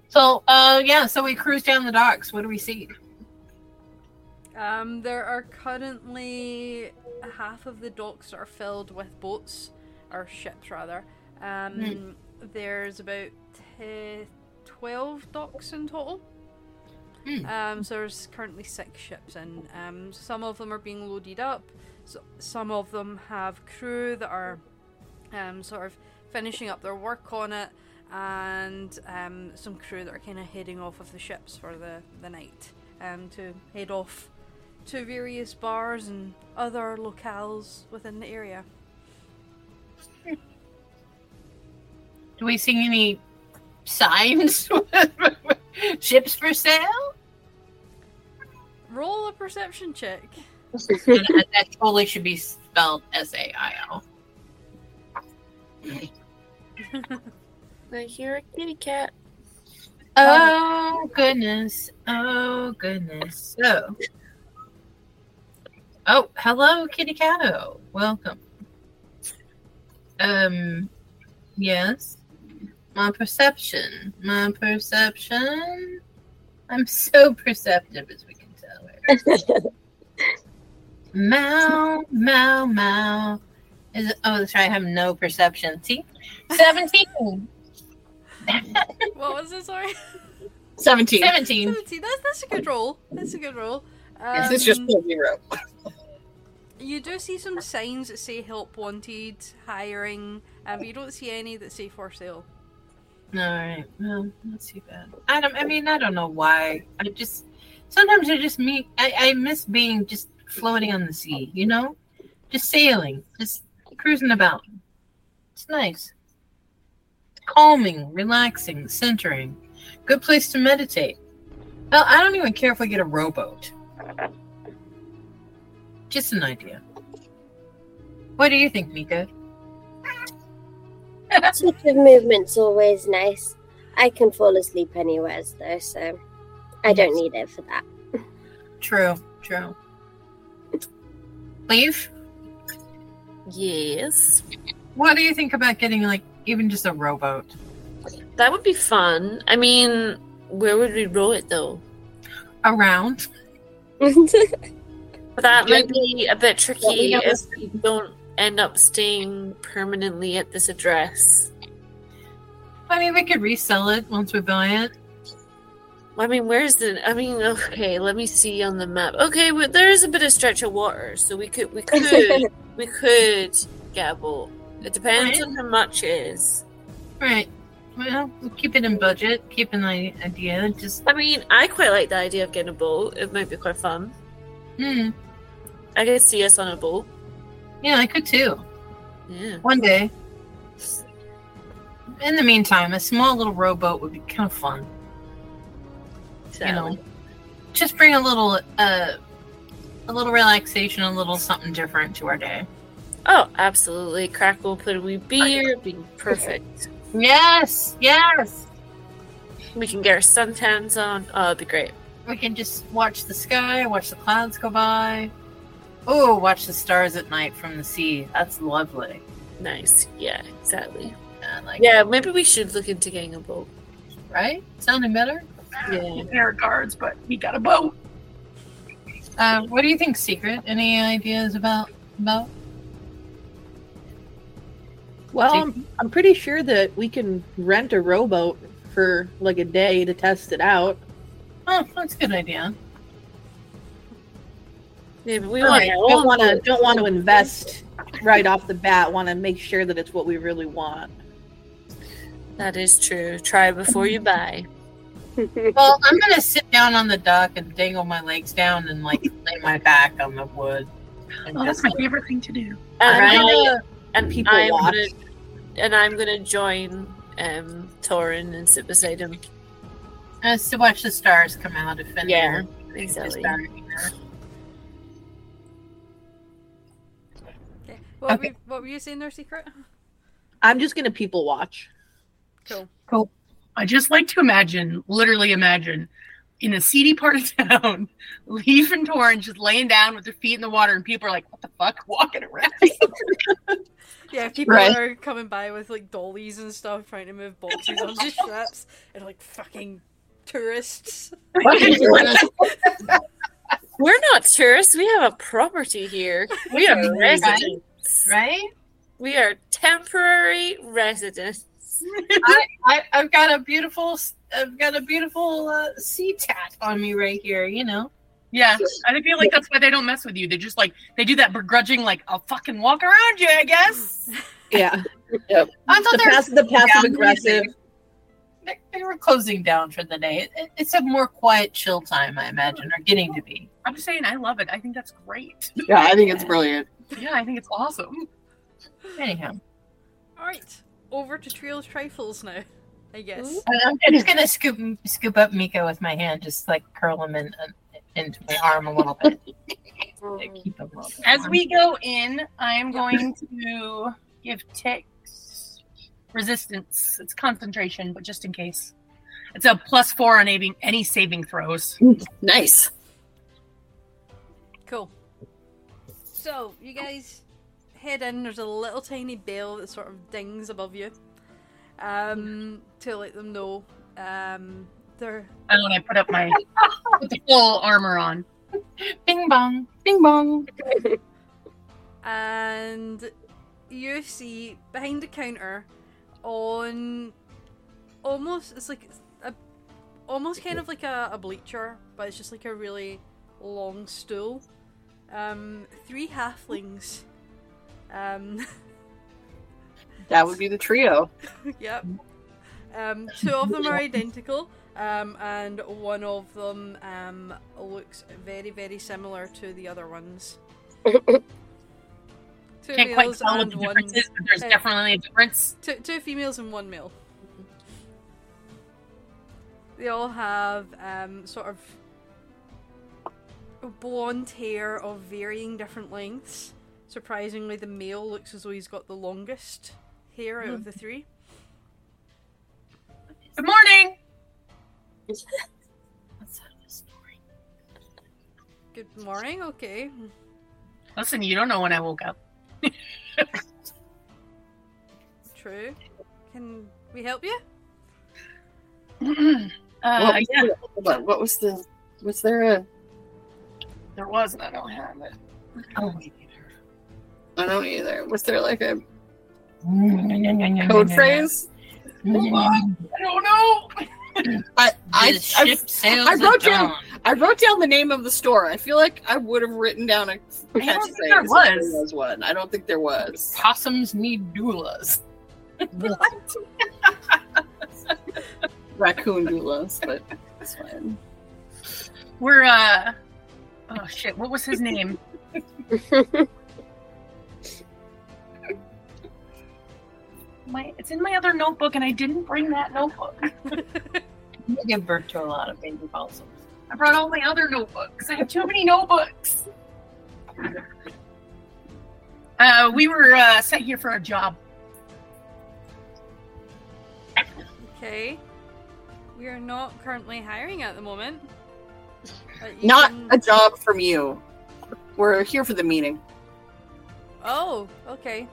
Speaker 2: So, uh, yeah. So we cruise down the docks. What do we see?
Speaker 1: Um, there are currently half of the docks are filled with boats or ships rather. Um, there's about uh, twelve docks in total.
Speaker 2: Hmm.
Speaker 1: Um, so there's currently six ships in. Um, some of them are being loaded up. So some of them have crew that are um, sort of finishing up their work on it, and um, some crew that are kind of heading off of the ships for the, the night um, to head off to various bars and other locales within the area.
Speaker 2: Do we see any signs? Ships for sale?
Speaker 1: Roll a perception check.
Speaker 2: And that that totally should be spelled S A I L.
Speaker 5: I hear a kitty cat.
Speaker 2: Oh goodness! Oh goodness! So, oh hello, kitty catto. Welcome. Um, yes. My perception. My perception. I'm so perceptive, as we can tell. Mow, mow, mow. Is oh, that's right. I have no perception. See, seventeen.
Speaker 1: what was it? Sorry,
Speaker 3: Seventeen.
Speaker 2: Seventeen.
Speaker 1: seventeen. That's that's a good roll. That's a good roll. Um,
Speaker 3: This is just full zero.
Speaker 1: You do see some signs that say help wanted, hiring, um, but you don't see any that say for sale.
Speaker 2: All right. Well, not too bad. I don't. I mean, I don't know why. I just sometimes I just me. I, I miss being just floating on the sea. You know, just sailing, just cruising about. It's nice, calming, relaxing, centering. Good place to meditate. Well, I don't even care if I get a rowboat. Just an idea. What do you think, Mika?
Speaker 7: Switch of movement's always nice. I can fall asleep anywhere, though, so I don't need it for that.
Speaker 2: True. True. Leave.
Speaker 5: Yes.
Speaker 2: What do you think about getting like even just a rowboat?
Speaker 5: That would be fun. I mean, where would we row it though?
Speaker 2: Around.
Speaker 5: But that
Speaker 3: Yeah.
Speaker 5: might be a bit tricky
Speaker 3: Yeah.
Speaker 5: if we don't end up staying permanently at this address.
Speaker 2: I mean, we could resell it once we buy it.
Speaker 5: I mean, where's the? I mean, okay, let me see on the map. Okay, well, there is a bit of stretch of water, so we could, we could, we could get a boat. It depends
Speaker 2: Right.
Speaker 5: on how much it is.
Speaker 2: Right. Well, we'll keep it in budget. Keep an i- idea. Just
Speaker 5: I mean, I quite like the idea of getting a boat. It might be quite fun.
Speaker 2: hmm.
Speaker 5: I could see us on a boat.
Speaker 2: Yeah, I could too.
Speaker 5: Yeah.
Speaker 2: One day. In the meantime, a small little rowboat would be kind of fun. You know,
Speaker 5: so-
Speaker 2: just bring a little, uh, a little relaxation, a little something different to our day.
Speaker 5: Oh, absolutely. Crackle, put a wee beer. It'd Be perfect.
Speaker 2: Yes, yes.
Speaker 5: We can get our suntans on. Oh, it'd be great.
Speaker 2: We can just watch the sky, watch the clouds go by. Oh, watch the stars at night from the sea. That's lovely.
Speaker 5: Nice. Yeah, exactly.
Speaker 2: I like
Speaker 5: Yeah, maybe we should look into getting a boat.
Speaker 2: it, right? Sounding better?
Speaker 5: Yeah.
Speaker 4: Air guards, but we got a boat.
Speaker 2: Uh, what do you think, Secret? Any ideas about about?
Speaker 6: Well, I'm, I'm pretty sure that we can rent a rowboat for like a day to test it out.
Speaker 2: Oh, that's a good idea.
Speaker 5: Maybe we
Speaker 6: All
Speaker 5: want
Speaker 6: right,
Speaker 5: our
Speaker 6: don't
Speaker 5: own
Speaker 6: want to
Speaker 5: boat.
Speaker 6: don't want to invest right off the bat. Want to make sure that it's what we really want.
Speaker 5: That is true. Try before you buy.
Speaker 2: Well, I'm gonna sit down on the dock and dangle my legs down and like lay my back on the wood. And
Speaker 4: Oh, that's
Speaker 2: just,
Speaker 4: my
Speaker 2: like,
Speaker 4: favorite thing to do.
Speaker 5: And,
Speaker 2: I'm
Speaker 5: I,
Speaker 2: gonna-
Speaker 5: and
Speaker 6: people
Speaker 5: I'm
Speaker 6: watch.
Speaker 5: gonna and I'm gonna join um Torin and sit beside him.
Speaker 2: uh, to watch the stars come out if any.
Speaker 5: Yeah,
Speaker 2: Just
Speaker 5: exactly.
Speaker 2: about, you know.
Speaker 1: Okay. What,
Speaker 2: Okay.
Speaker 1: Were, you- what were you saying there, Secret?
Speaker 6: I'm just gonna people watch.
Speaker 1: Cool.
Speaker 4: I just like to imagine, literally imagine, in a seedy part of town, Leaf and Torrance just laying down with their feet in the water, and people are like, "What the fuck?" Walking around.
Speaker 1: Yeah, people
Speaker 2: Right.
Speaker 1: are coming by with like dollies and stuff, trying to move boxes onto ships, and like fucking tourists.
Speaker 5: We're not tourists. We have a property here. We are residents.
Speaker 2: right?
Speaker 5: We are temporary residents.
Speaker 2: I, I've got a beautiful, I've got a beautiful uh, sea tat on me right here. You know.
Speaker 4: Yeah, I feel like that's why they don't mess with you. They just like they do that begrudging, like I'll fucking walk around you, I guess.
Speaker 6: Yeah,
Speaker 2: I thought
Speaker 6: the,
Speaker 2: they were
Speaker 6: pass, the passive aggressive.
Speaker 2: they, they were closing down for the day. It, it's a more quiet, chill time, I imagine, or getting to be.
Speaker 4: I'm just saying, I love it. I think that's great.
Speaker 3: Yeah, I think it's brilliant.
Speaker 4: Yeah, I think it's awesome.
Speaker 2: Anyhow,
Speaker 1: All right, over to Trails Trifles now. I guess.
Speaker 2: I- I'm just gonna scoop scoop up Miko with my hand, just like curl him in, uh, into my arm a little bit. to keep him a little bit
Speaker 4: As
Speaker 2: warm.
Speaker 4: we go in, I am going to give Tix resistance. It's concentration, but just in case, it's a plus four on any, any saving throws.
Speaker 3: Nice.
Speaker 1: Cool. So you guys head in. There's a little tiny bell that sort of dings above you, um, to let them know um, they're
Speaker 4: And when I put up my put the full armor on,
Speaker 2: bing bong, bing bong.
Speaker 1: and you see behind the counter on almost it's like a almost kind of like a, a bleacher but it's just like a really long stool um three halflings um
Speaker 3: That would be the trio.
Speaker 1: yep Um, two of them are identical, um, and one of them um, looks very, very similar to the other ones. two
Speaker 4: Can't quite
Speaker 1: males
Speaker 4: tell what
Speaker 1: and
Speaker 4: the
Speaker 1: one.
Speaker 4: difference is, but there's
Speaker 1: hey.
Speaker 4: definitely a difference.
Speaker 1: Two, two females and one male. They all have um, sort of blonde hair of varying different lengths. Surprisingly, the male looks as though he's got the longest hair out of the three.
Speaker 4: Good morning.
Speaker 1: Good morning. Okay.
Speaker 4: Listen, you don't know when I woke up.
Speaker 1: True. Can we help you?
Speaker 4: uh, yeah,
Speaker 3: Hold on. What was the? Was there a?
Speaker 4: there was, and I don't have it. Oh,
Speaker 3: I don't either. Was there like a code
Speaker 4: Code
Speaker 3: phrase?
Speaker 4: I don't know.
Speaker 3: I I, I
Speaker 2: The ship sails
Speaker 3: I
Speaker 2: at
Speaker 3: wrote down-
Speaker 2: dawn.
Speaker 3: I wrote down the name of the store. I feel like I would have written down a
Speaker 4: I don't
Speaker 3: catchphrase.
Speaker 4: think there
Speaker 3: if
Speaker 4: was.
Speaker 3: there was one. I don't think there was.
Speaker 2: Possums need doulas.
Speaker 3: Raccoon doulas, but that's fine.
Speaker 4: We're uh oh shit, what was his name? my it's in my other notebook and I didn't bring that notebook.
Speaker 2: You give birth to a lot of baby possums.
Speaker 4: I brought all my other notebooks. I have too many notebooks. Uh we were uh sent here for a job.
Speaker 1: Okay. We are not currently hiring at the moment. But you
Speaker 3: Not
Speaker 1: can-
Speaker 3: a job from you. We're here for the meeting.
Speaker 1: Oh, okay.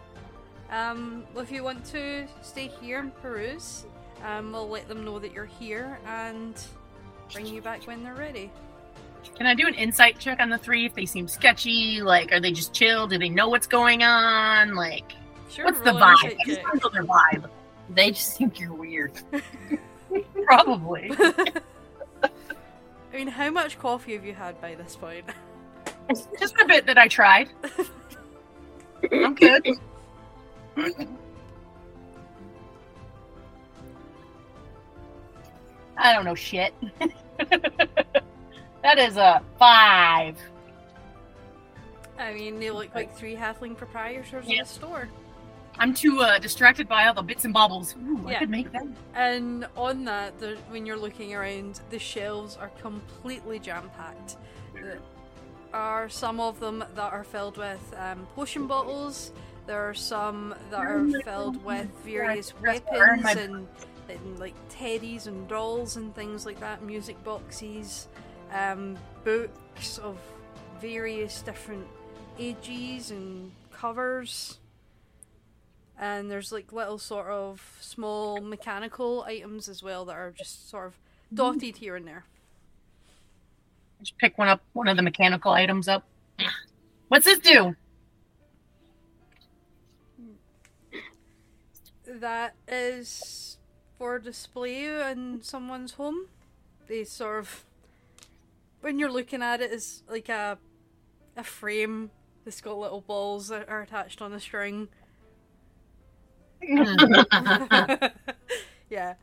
Speaker 1: Um, well, if you want to stay here and peruse, um, we'll let them know that you're here and bring you back when they're ready.
Speaker 4: Can I do an insight check on the three if they seem sketchy? Like are they just chill? Do they know what's going on? Like
Speaker 1: Sure.
Speaker 4: what's the
Speaker 1: roll an
Speaker 4: vibe?
Speaker 1: insight
Speaker 4: I just
Speaker 1: check.
Speaker 4: want to know their vibe.
Speaker 2: They just think you're weird.
Speaker 4: Probably.
Speaker 1: I mean, how much coffee have you had by this point?
Speaker 4: Just a bit that I tried. I'm good. I don't know shit. that is a five.
Speaker 1: I mean, they look like three halfling proprietors
Speaker 4: Yeah.
Speaker 1: in a store.
Speaker 4: I'm too uh, distracted by all the bits and bobbles. Ooh, I
Speaker 1: Yeah.
Speaker 4: could make that.
Speaker 1: And on that, the, when you're looking around, the shelves are completely jam packed. There are some of them that are filled with um, potion bottles. There are some that are filled with various
Speaker 4: That's what I earned
Speaker 1: weapons
Speaker 4: my-
Speaker 1: and, and like teddies and dolls and things like that. Music boxes, um, books of various different ages and covers and there's like little sort of small mechanical items as well that are just sort of dotted here and there.
Speaker 4: Just pick one up, one of the mechanical items up. What's this do?
Speaker 1: That is for display in someone's home. They sort of when you're looking at it, it's like a a frame that's got little balls that are attached on a string. yeah.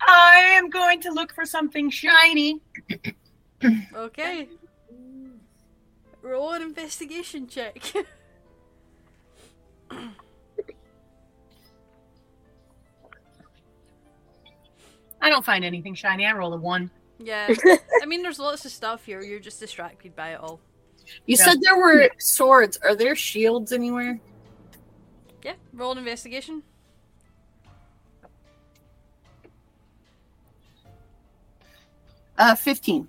Speaker 4: I am going to look for something shiny.
Speaker 1: Okay. Roll an investigation check.
Speaker 4: I don't find anything shiny. I roll a one.
Speaker 1: yeah. I mean, there's lots of stuff here. You're just distracted by it all.
Speaker 3: You
Speaker 4: Yeah.
Speaker 3: said there were swords. Are there shields anywhere?
Speaker 1: Yeah, roll an investigation.
Speaker 3: Uh, fifteen.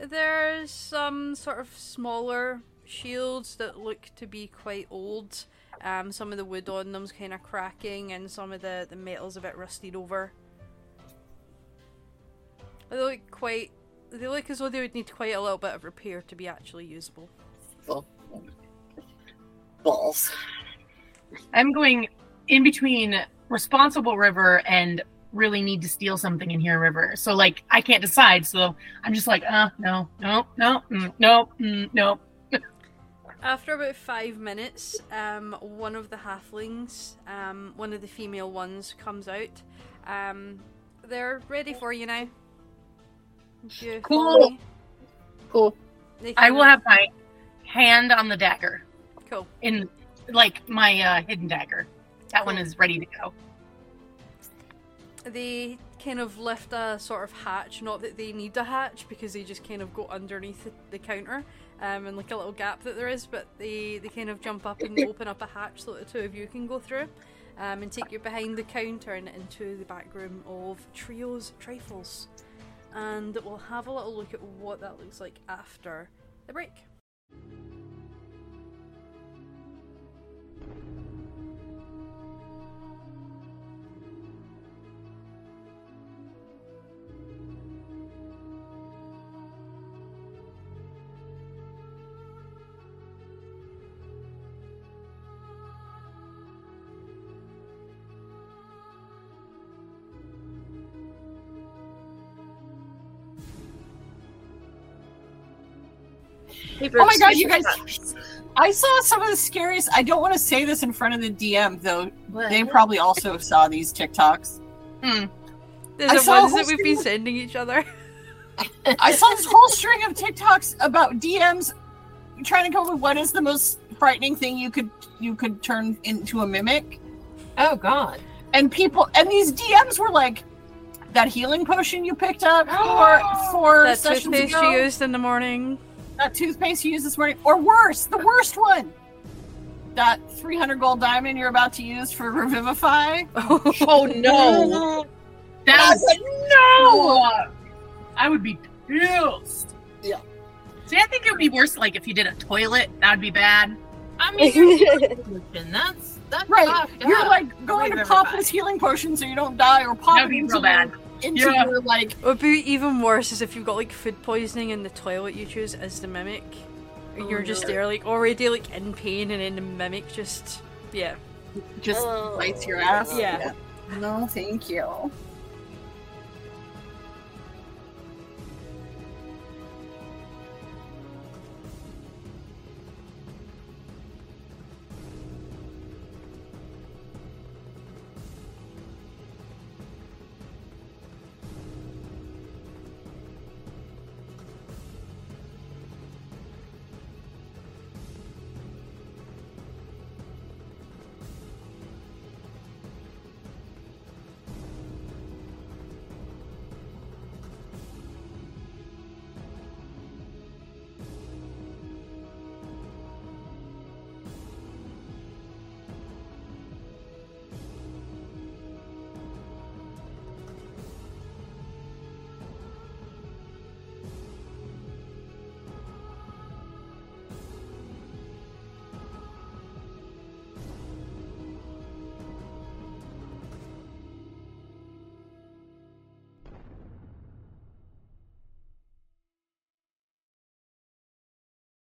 Speaker 1: There's some sort of smaller shields that look to be quite old. Um, some of the wood on them's kind of cracking, and some of the the metal's a bit rusted over. They look quite. They look as though they would need quite a little bit of repair to be actually usable.
Speaker 3: Balls.
Speaker 4: I'm going in between responsible river and really need to steal something in here river. So like I can't decide. So I'm just like, uh, no, no, no, mm, no, mm, no.
Speaker 1: After about five minutes, um, one of the halflings, um, one of the female ones, comes out. Um, they're ready for you now. Do you follow
Speaker 4: Cool.
Speaker 1: me?
Speaker 6: Cool.
Speaker 1: They
Speaker 4: I
Speaker 1: kind
Speaker 4: will
Speaker 1: of-
Speaker 4: have my hand on the dagger
Speaker 1: Cool.
Speaker 4: in like my uh, hidden dagger. That one is ready to go.
Speaker 1: They kind of left a sort of hatch. Not that they need a hatch because they just kind of go underneath the, the counter um, and like a little gap that there is. But they they kind of jump up and open up a hatch so that the two of you can go through. Um, and take you behind the counter and into the back room of Trios Trifles. And we'll have a little look at what that looks like after the break.
Speaker 3: Oh my god, you guys! I saw some of the scariest. I don't want to say this in front of the DM though. They probably also saw these TikToks.
Speaker 1: There's
Speaker 3: I
Speaker 1: the
Speaker 3: saw a
Speaker 1: ones that
Speaker 3: whole
Speaker 1: we've been sending each other.
Speaker 3: I saw this whole string of TikToks about DMs trying to come up with what is the most frightening thing you could you could turn into a mimic,
Speaker 2: Oh God.
Speaker 3: and people and these DMs were like, "That healing potion you picked up for four
Speaker 1: That
Speaker 3: sessions
Speaker 1: toothpaste
Speaker 3: ago,
Speaker 1: you used in the morning.
Speaker 3: that toothpaste you used this morning, or worse, the worst one, that three hundred gold diamond you're about to use for revivify."
Speaker 6: Oh no.
Speaker 4: That was,
Speaker 3: no!
Speaker 4: I would be pissed.
Speaker 3: Yeah.
Speaker 4: See, I think it would be worse like if you did a toilet. That would be bad.
Speaker 2: I mean, you're solution. That's that's
Speaker 3: Right,
Speaker 1: Oh,
Speaker 2: fucked
Speaker 3: you're
Speaker 2: up.
Speaker 3: like going to pop
Speaker 2: Revivify.
Speaker 3: this healing potion so you don't die, or pop
Speaker 4: That would
Speaker 3: it
Speaker 4: be
Speaker 3: into
Speaker 4: real bad.
Speaker 3: your- into
Speaker 4: Yeah.
Speaker 3: your like
Speaker 1: It would be even worse is if you've got like food poisoning and the toilet you choose is the mimic. And you're just there like already like in pain and then the mimic just yeah.
Speaker 3: just
Speaker 7: Oh.
Speaker 3: bites your ass.
Speaker 1: Yeah.
Speaker 3: No, thank you.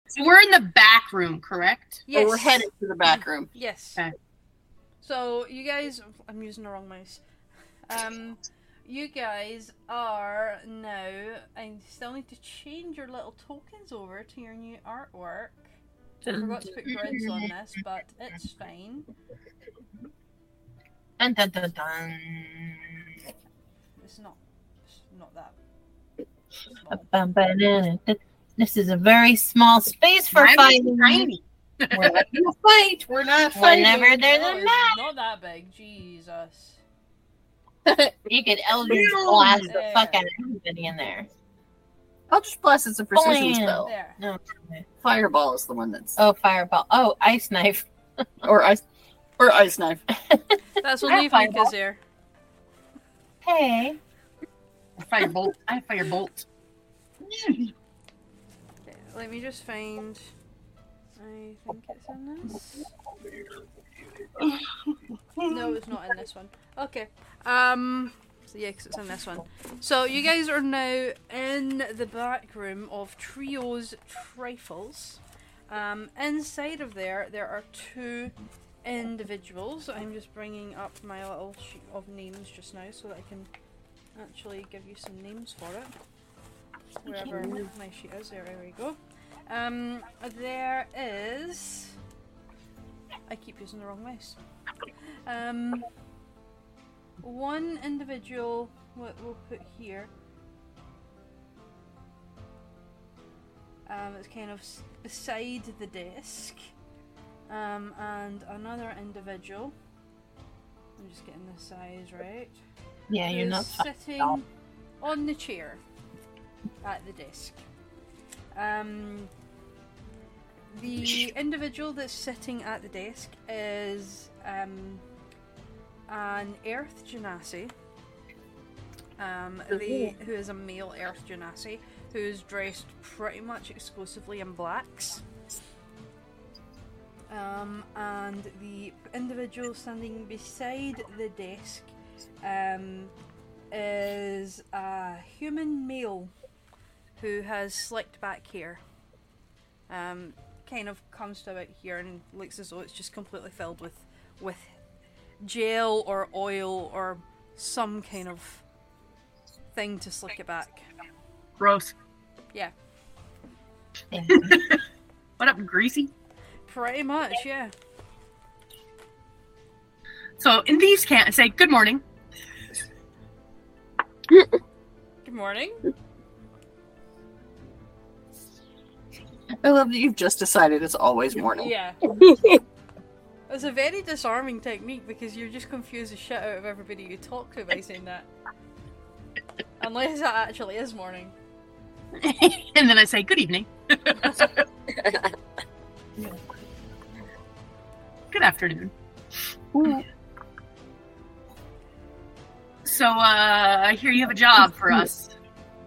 Speaker 4: So we're in the back room, correct?
Speaker 1: Yes.
Speaker 3: But we're headed to the back room.
Speaker 1: Yes.
Speaker 4: Okay.
Speaker 1: So you guys I'm using the wrong mouse. Um you guys are now I still need to change your little tokens over to your new artwork. I forgot to put grids on this, but it's fine.
Speaker 2: Dun, dun, dun, dun.
Speaker 1: It's not it's not that
Speaker 2: Ba,
Speaker 1: small.
Speaker 2: ba, ba, da, da, da. This is a very small space for
Speaker 4: Mine was
Speaker 2: fighting.
Speaker 3: Mm-hmm.
Speaker 4: tiny.
Speaker 2: We're not gonna fight. We're not fighting. Whenever there's
Speaker 1: No,
Speaker 2: a
Speaker 1: it's
Speaker 2: match,
Speaker 1: Not that big, Jesus.
Speaker 2: you can eldritch blast the
Speaker 1: There.
Speaker 2: fuck out of everybody in there.
Speaker 3: Eldritch Blast is a precision
Speaker 2: Blam.
Speaker 3: spell.
Speaker 1: There.
Speaker 2: No.
Speaker 3: Fireball is the one that's
Speaker 2: Oh, fireball. Oh, ice knife.
Speaker 3: or ice or ice knife.
Speaker 1: That's
Speaker 2: I
Speaker 1: only if
Speaker 2: find
Speaker 1: Mika's there.
Speaker 2: Hey.
Speaker 4: Firebolt. I have firebolt.
Speaker 1: Okay, Let me just find. I think it's in this. no, it's not in this one. Okay. Um. So yeah, 'cause it's in this one. So you guys are now in the back room of Trio's Trifles. Um, inside of there, there are two individuals. I'm just bringing up my little sheet of names just now so that I can actually give you some names for it. Wherever my sheet is, Oh, there we go. Um, there is. I keep using the wrong mouse. Um, one individual. What we'll put here. Um, it's kind of s- beside the desk, um, and another individual. I'm just getting the size right.
Speaker 2: Yeah, you're
Speaker 1: who's
Speaker 2: not.
Speaker 1: sitting
Speaker 2: out.
Speaker 1: on the chair at the desk. Um, the individual that's sitting at the desk is um, an Earth Genasi, um, the, who is a male Earth Genasi, who is dressed pretty much exclusively in blacks. Um, and the individual standing beside the desk um, is a human male who has slicked back hair. Um, kind of comes to about here and looks as though it's just completely filled with with gel or oil or some kind of thing to slick it back.
Speaker 4: Gross.
Speaker 1: Yeah.
Speaker 4: what up, greasy?
Speaker 1: Pretty much, yeah.
Speaker 4: So in these can't say good morning.
Speaker 1: Good morning.
Speaker 3: I love that you've just decided it's always morning.
Speaker 1: Yeah. It's a very disarming technique because you just confuse the shit out of everybody you talk to by saying that. Unless that actually is morning.
Speaker 4: And then I say good evening. good afternoon. So uh I hear you have a job for us.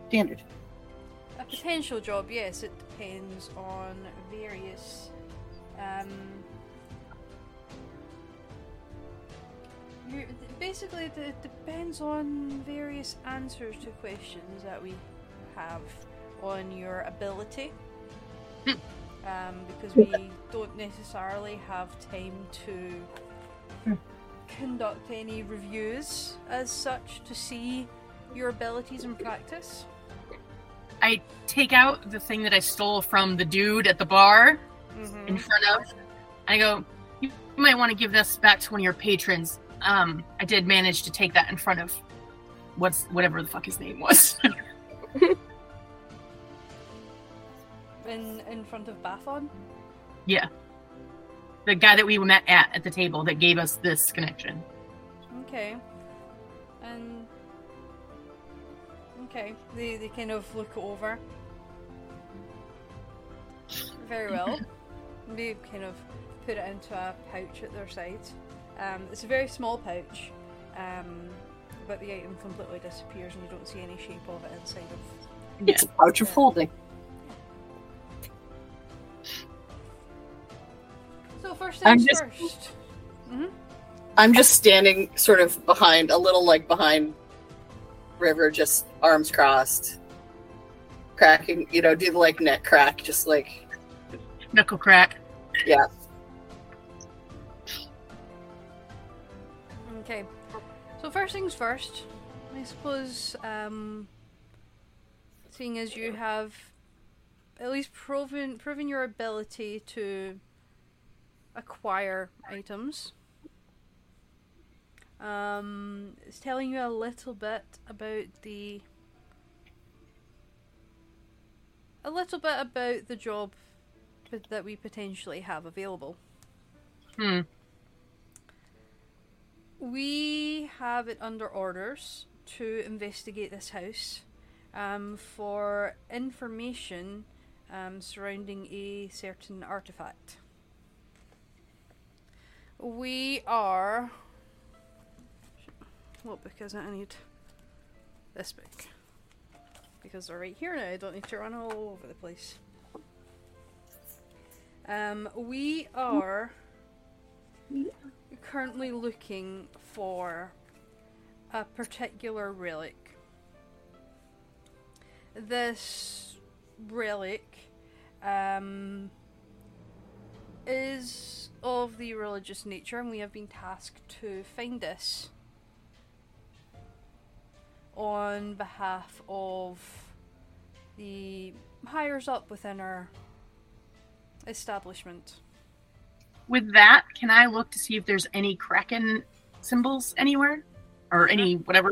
Speaker 3: Standard.
Speaker 1: A potential job, yes, it depends on various. Um, you- basically, it it depends on various answers to questions that we have on your ability. Um, because we don't necessarily have time to conduct any reviews as such to see your abilities in practice.
Speaker 4: Take out the thing that I stole from the dude at the bar
Speaker 1: Mm-hmm.
Speaker 4: in front of. I go, you might want to give this back to one of your patrons. Um, I did manage to take that in front of what's whatever the fuck his name was.
Speaker 1: In in front of Bathon?
Speaker 4: the guy that we met at at the table that gave us this connection.
Speaker 1: Okay. And Okay. They they kind of look over. Very well. They kind of put it into a pouch at their side. Um, it's a very small pouch. Um, but the item completely disappears and you don't see any shape of it inside of
Speaker 3: It's a pouch of holding.
Speaker 1: So first
Speaker 3: I'm
Speaker 1: things
Speaker 3: just-
Speaker 1: first.
Speaker 3: I'm just standing sort of behind, a little like behind River, just arms crossed, cracking, you know, do the like neck crack, just like,
Speaker 4: Knuckle crack.
Speaker 3: yeah.
Speaker 1: Okay. So first things first, I suppose, um, seeing as you have at least proven proven your ability to acquire items, um, it's telling you a little bit about the a little bit about the job that- that we potentially have available.
Speaker 4: Hmm.
Speaker 1: We have it under orders to investigate this house um, for information um, surrounding a certain artifact. We are. What book is it? I need this book. Because they're right here now, I don't need to run all over the place. Um, we are currently looking for a particular relic. This relic um, is of the religious nature, and we have been tasked to find this on behalf of the higher up within our Establishment.
Speaker 4: With that, can I look to see if there's any kraken symbols anywhere, or any whatever?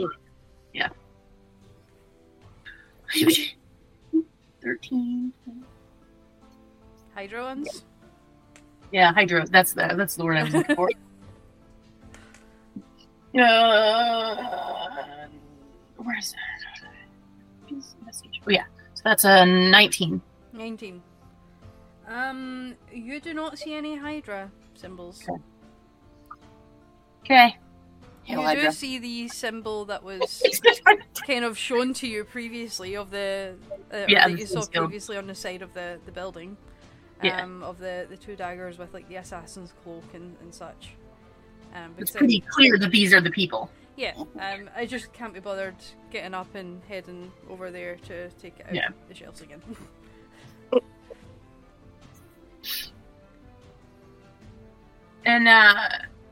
Speaker 4: Yeah. Thirteen.
Speaker 1: Hydroans?
Speaker 4: Yeah, Hydra. That's the that's the word I was looking for. Uh, where's that? Message. Oh yeah, so that's a nineteen.
Speaker 1: 19. Um, you do not see any Hydra symbols.
Speaker 4: Okay. Okay.
Speaker 1: You do see the symbol that was kind of shown to you previously of the uh, or
Speaker 4: Yeah,
Speaker 1: that
Speaker 4: the
Speaker 1: you saw
Speaker 4: same skill.
Speaker 1: previously on the side of the the building.
Speaker 4: Yeah.
Speaker 1: Um, of the the two daggers with like the assassin's cloak and, and such. Um,
Speaker 4: It's
Speaker 1: because I-
Speaker 4: pretty clear that these are the people.
Speaker 1: yeah, um, I just can't be bothered getting up and heading over there to take it out
Speaker 4: Yeah.
Speaker 1: the shelves again.
Speaker 4: And uh,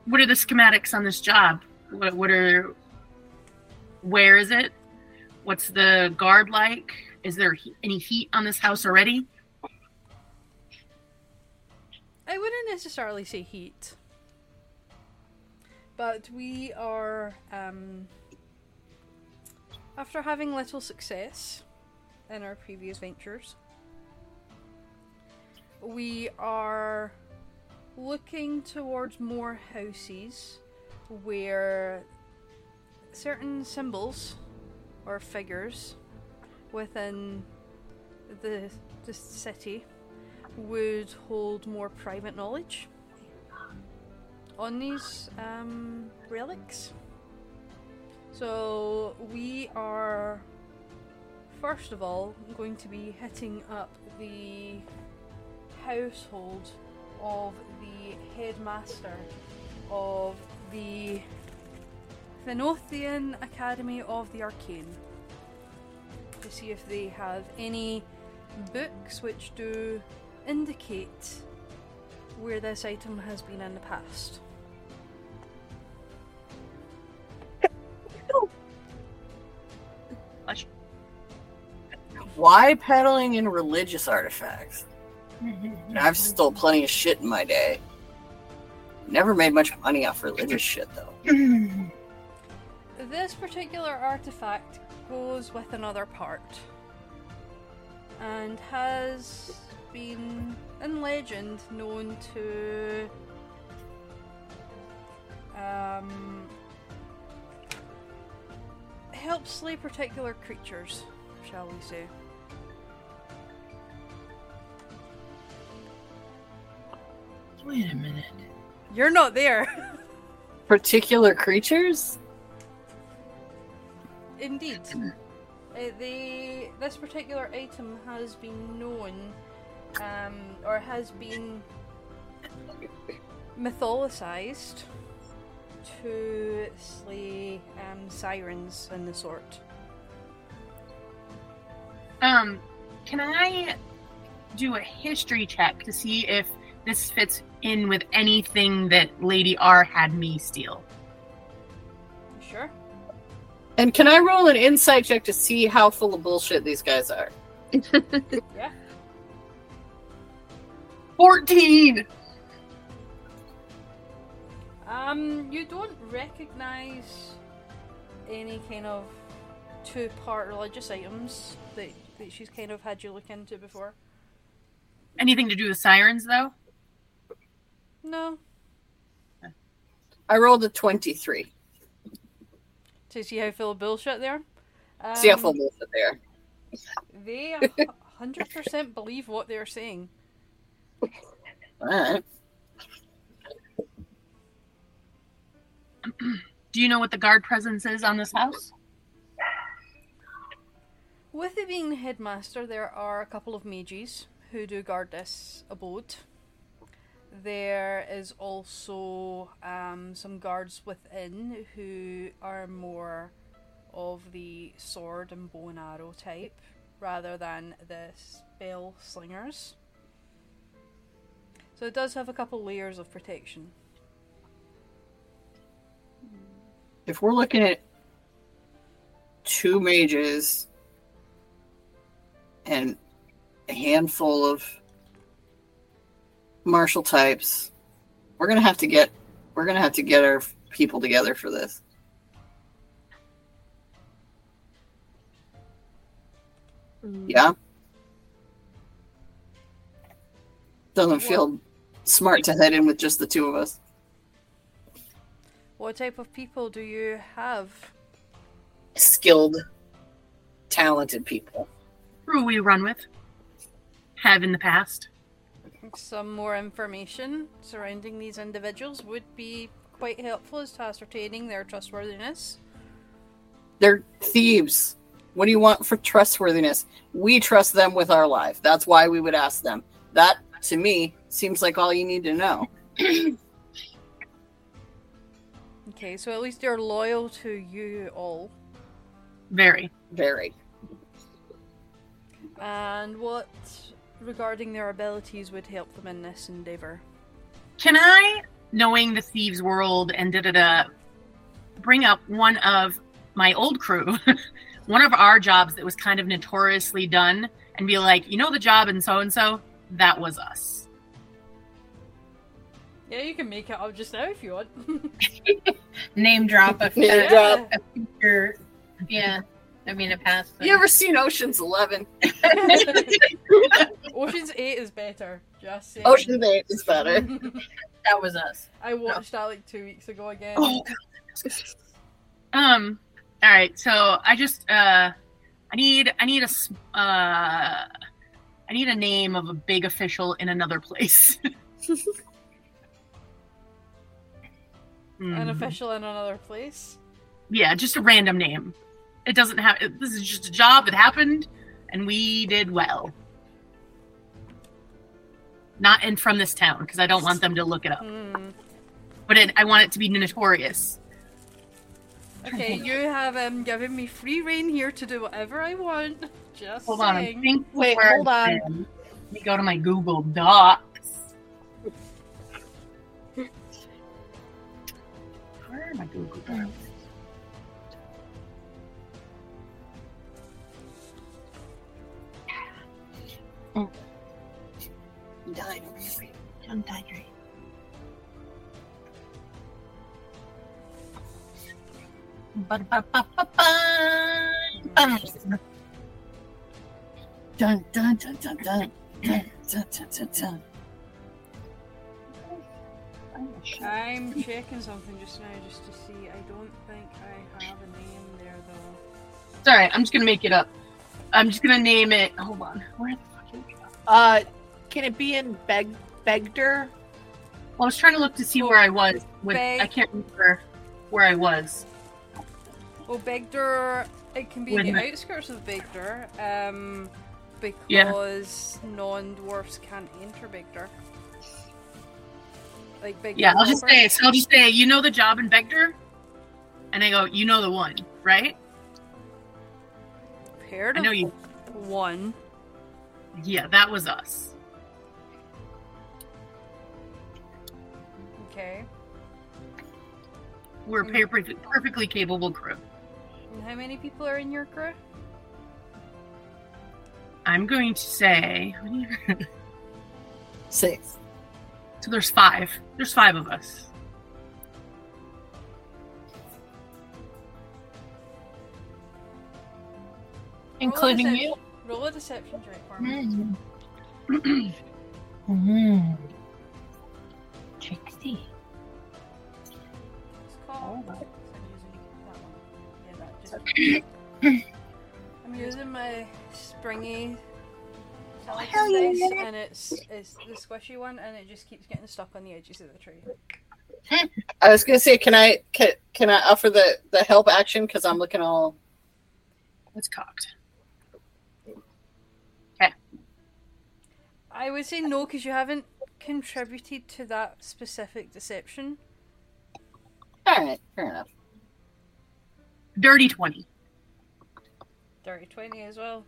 Speaker 4: what are the schematics on this job? What, what are, where is it? What's the guard like? Is there he- any heat on this house already?
Speaker 1: I wouldn't necessarily say heat, but we are um, after having little success in our previous ventures. We are looking towards more houses where certain symbols or figures within the, the city would hold more private knowledge on these um, relics. So we are, first of all, going to be hitting up the household of the headmaster of the Fenothian Academy of the Arcane to see if they have any books which do indicate where this item has been in the past.
Speaker 3: Why peddling in religious artifacts? I've stole plenty of shit in my day. Never made much money off religious shit though.
Speaker 1: This particular artifact goes with another part and has been, in legend, known to um, help slay particular creatures, shall we say.
Speaker 2: Wait a minute.
Speaker 1: You're not there!
Speaker 3: Particular creatures?
Speaker 1: Indeed.
Speaker 3: Hmm.
Speaker 1: Uh, the this particular item has been known, um, or has been mytholicized to slay um, sirens and the sort.
Speaker 4: Um, can I do a history check to see if this fits in with anything that Lady R had me steal?
Speaker 1: You sure?
Speaker 3: And can I roll an insight check to see how full of bullshit these guys are?
Speaker 4: Fourteen.
Speaker 1: Um, you don't recognize any kind of two-part religious items that, that she's kind of had you look into before.
Speaker 4: Anything to do with sirens though?
Speaker 1: No,
Speaker 3: I rolled a twenty-three.
Speaker 1: to see how full of bullshit they are. Um,
Speaker 3: see how full of bullshit they are.
Speaker 1: They hundred percent believe what they're saying.
Speaker 3: Alright.
Speaker 4: Do you know what the guard presence is on this house?
Speaker 1: With it being the headmaster, there are a couple of mages who do guard this abode. There is also um, some guards within who are more of the sword and bow and arrow type rather than the spell slingers. So it does have a couple layers of protection.
Speaker 3: If we're looking at two mages and a handful of martial types. We're gonna have to get we're gonna have to get our people together for this. Yeah. Doesn't feel smart to head in with just the two of us.
Speaker 1: What type of people do you have?
Speaker 3: Skilled, talented people.
Speaker 4: Who we run with? Have in the past.
Speaker 1: Some more information surrounding these individuals would be quite helpful as to ascertaining their trustworthiness.
Speaker 3: They're thieves. What do you want for trustworthiness? We trust them with our life. That's why we would ask them. That, to me, seems like all you need to know.
Speaker 1: Okay, so at least they're loyal to you all.
Speaker 4: Very.
Speaker 3: Very.
Speaker 1: And what regarding their abilities would help them in this endeavor?
Speaker 4: Can I, knowing the thieves world and da da da, bring up one of my old crew, one of our jobs that was kind of notoriously done, and be like, you know, the job and so and so, that was us.
Speaker 1: Yeah, you can make it up just now if you want.
Speaker 2: Name drop a
Speaker 3: Name
Speaker 2: future.
Speaker 3: drop.
Speaker 2: A future yeah. I mean, a past.
Speaker 3: You ever seen Ocean's Eleven?
Speaker 1: Ocean's Eight is better. Just saying.
Speaker 3: Ocean's Eight is better.
Speaker 2: that was us.
Speaker 1: I watched that like two weeks ago again.
Speaker 4: Oh, Um. All right. So I just uh, I need I need a s- uh, I need a name of a big official in another place.
Speaker 1: An
Speaker 4: Hmm.
Speaker 1: official in another place.
Speaker 4: Yeah, just a random name. It doesn't have. This is just a job that happened, and we did well. Not in from this town because I don't want them to look it up.
Speaker 1: Hmm.
Speaker 4: But it, I want it to be notorious.
Speaker 1: Okay, you have um, given me free reign here to do whatever I want. Just
Speaker 4: Hold on,
Speaker 1: saying.
Speaker 4: I'm thankful
Speaker 6: Wait,
Speaker 4: for
Speaker 6: hold on.
Speaker 4: them. Let me go to my Google Docs. Where are my Google Docs? Don't digress.
Speaker 2: Ba-da-ba-ba-ba-ba.
Speaker 3: Dun, dun, dun, dun, dun. Dun, dun, dun, dun, dun.
Speaker 1: I'm checking something just now just to see. I don't think I have a name there though.
Speaker 4: It's all right. I'm just gonna make it up. I'm just gonna name it. Hold on. Where the fuck is it?
Speaker 6: Uh, can it be in Beg Begder?
Speaker 4: Well, I was trying to look to see where I was. With,
Speaker 1: Bay.
Speaker 4: I can't remember where I was.
Speaker 1: Well, Begdur, Oh, it can be
Speaker 4: Wouldn't
Speaker 1: the outskirts of Begdur, um,
Speaker 4: Yeah.
Speaker 1: because non-dwarfs can't enter Begdur. Like Begdur.
Speaker 4: Yeah, I'll just
Speaker 1: proper.
Speaker 4: say. So I'll just say. You know the job in Vector, and I go. You know the one, right?
Speaker 1: Paired
Speaker 4: I know
Speaker 1: of
Speaker 4: you.
Speaker 1: One.
Speaker 4: Yeah, that was us.
Speaker 1: Okay.
Speaker 4: We're
Speaker 1: Mm-hmm.
Speaker 4: a perfectly, perfectly capable crew.
Speaker 1: And how many people are in your crew?
Speaker 4: I'm going to say.
Speaker 3: Six.
Speaker 4: So there's five. There's five of us.
Speaker 2: Including you.
Speaker 1: Roll a deception check for
Speaker 4: Hmm.
Speaker 1: me.
Speaker 2: Mm. mm. Trixie.
Speaker 1: It's called.
Speaker 2: Oh, wow.
Speaker 1: I'm using that one. Yeah, that just- I'm using my springy.
Speaker 2: hell yeah.
Speaker 1: dice, And it's it's the squishy one, and it just keeps getting stuck on the edges of the tree.
Speaker 3: I was gonna say, can I can, can I offer the the help action because I'm looking all
Speaker 4: It's cocked.
Speaker 1: I would say no, because you haven't contributed to that specific deception.
Speaker 3: all right. Fair enough.
Speaker 4: Dirty twenty.
Speaker 1: Dirty twenty as well.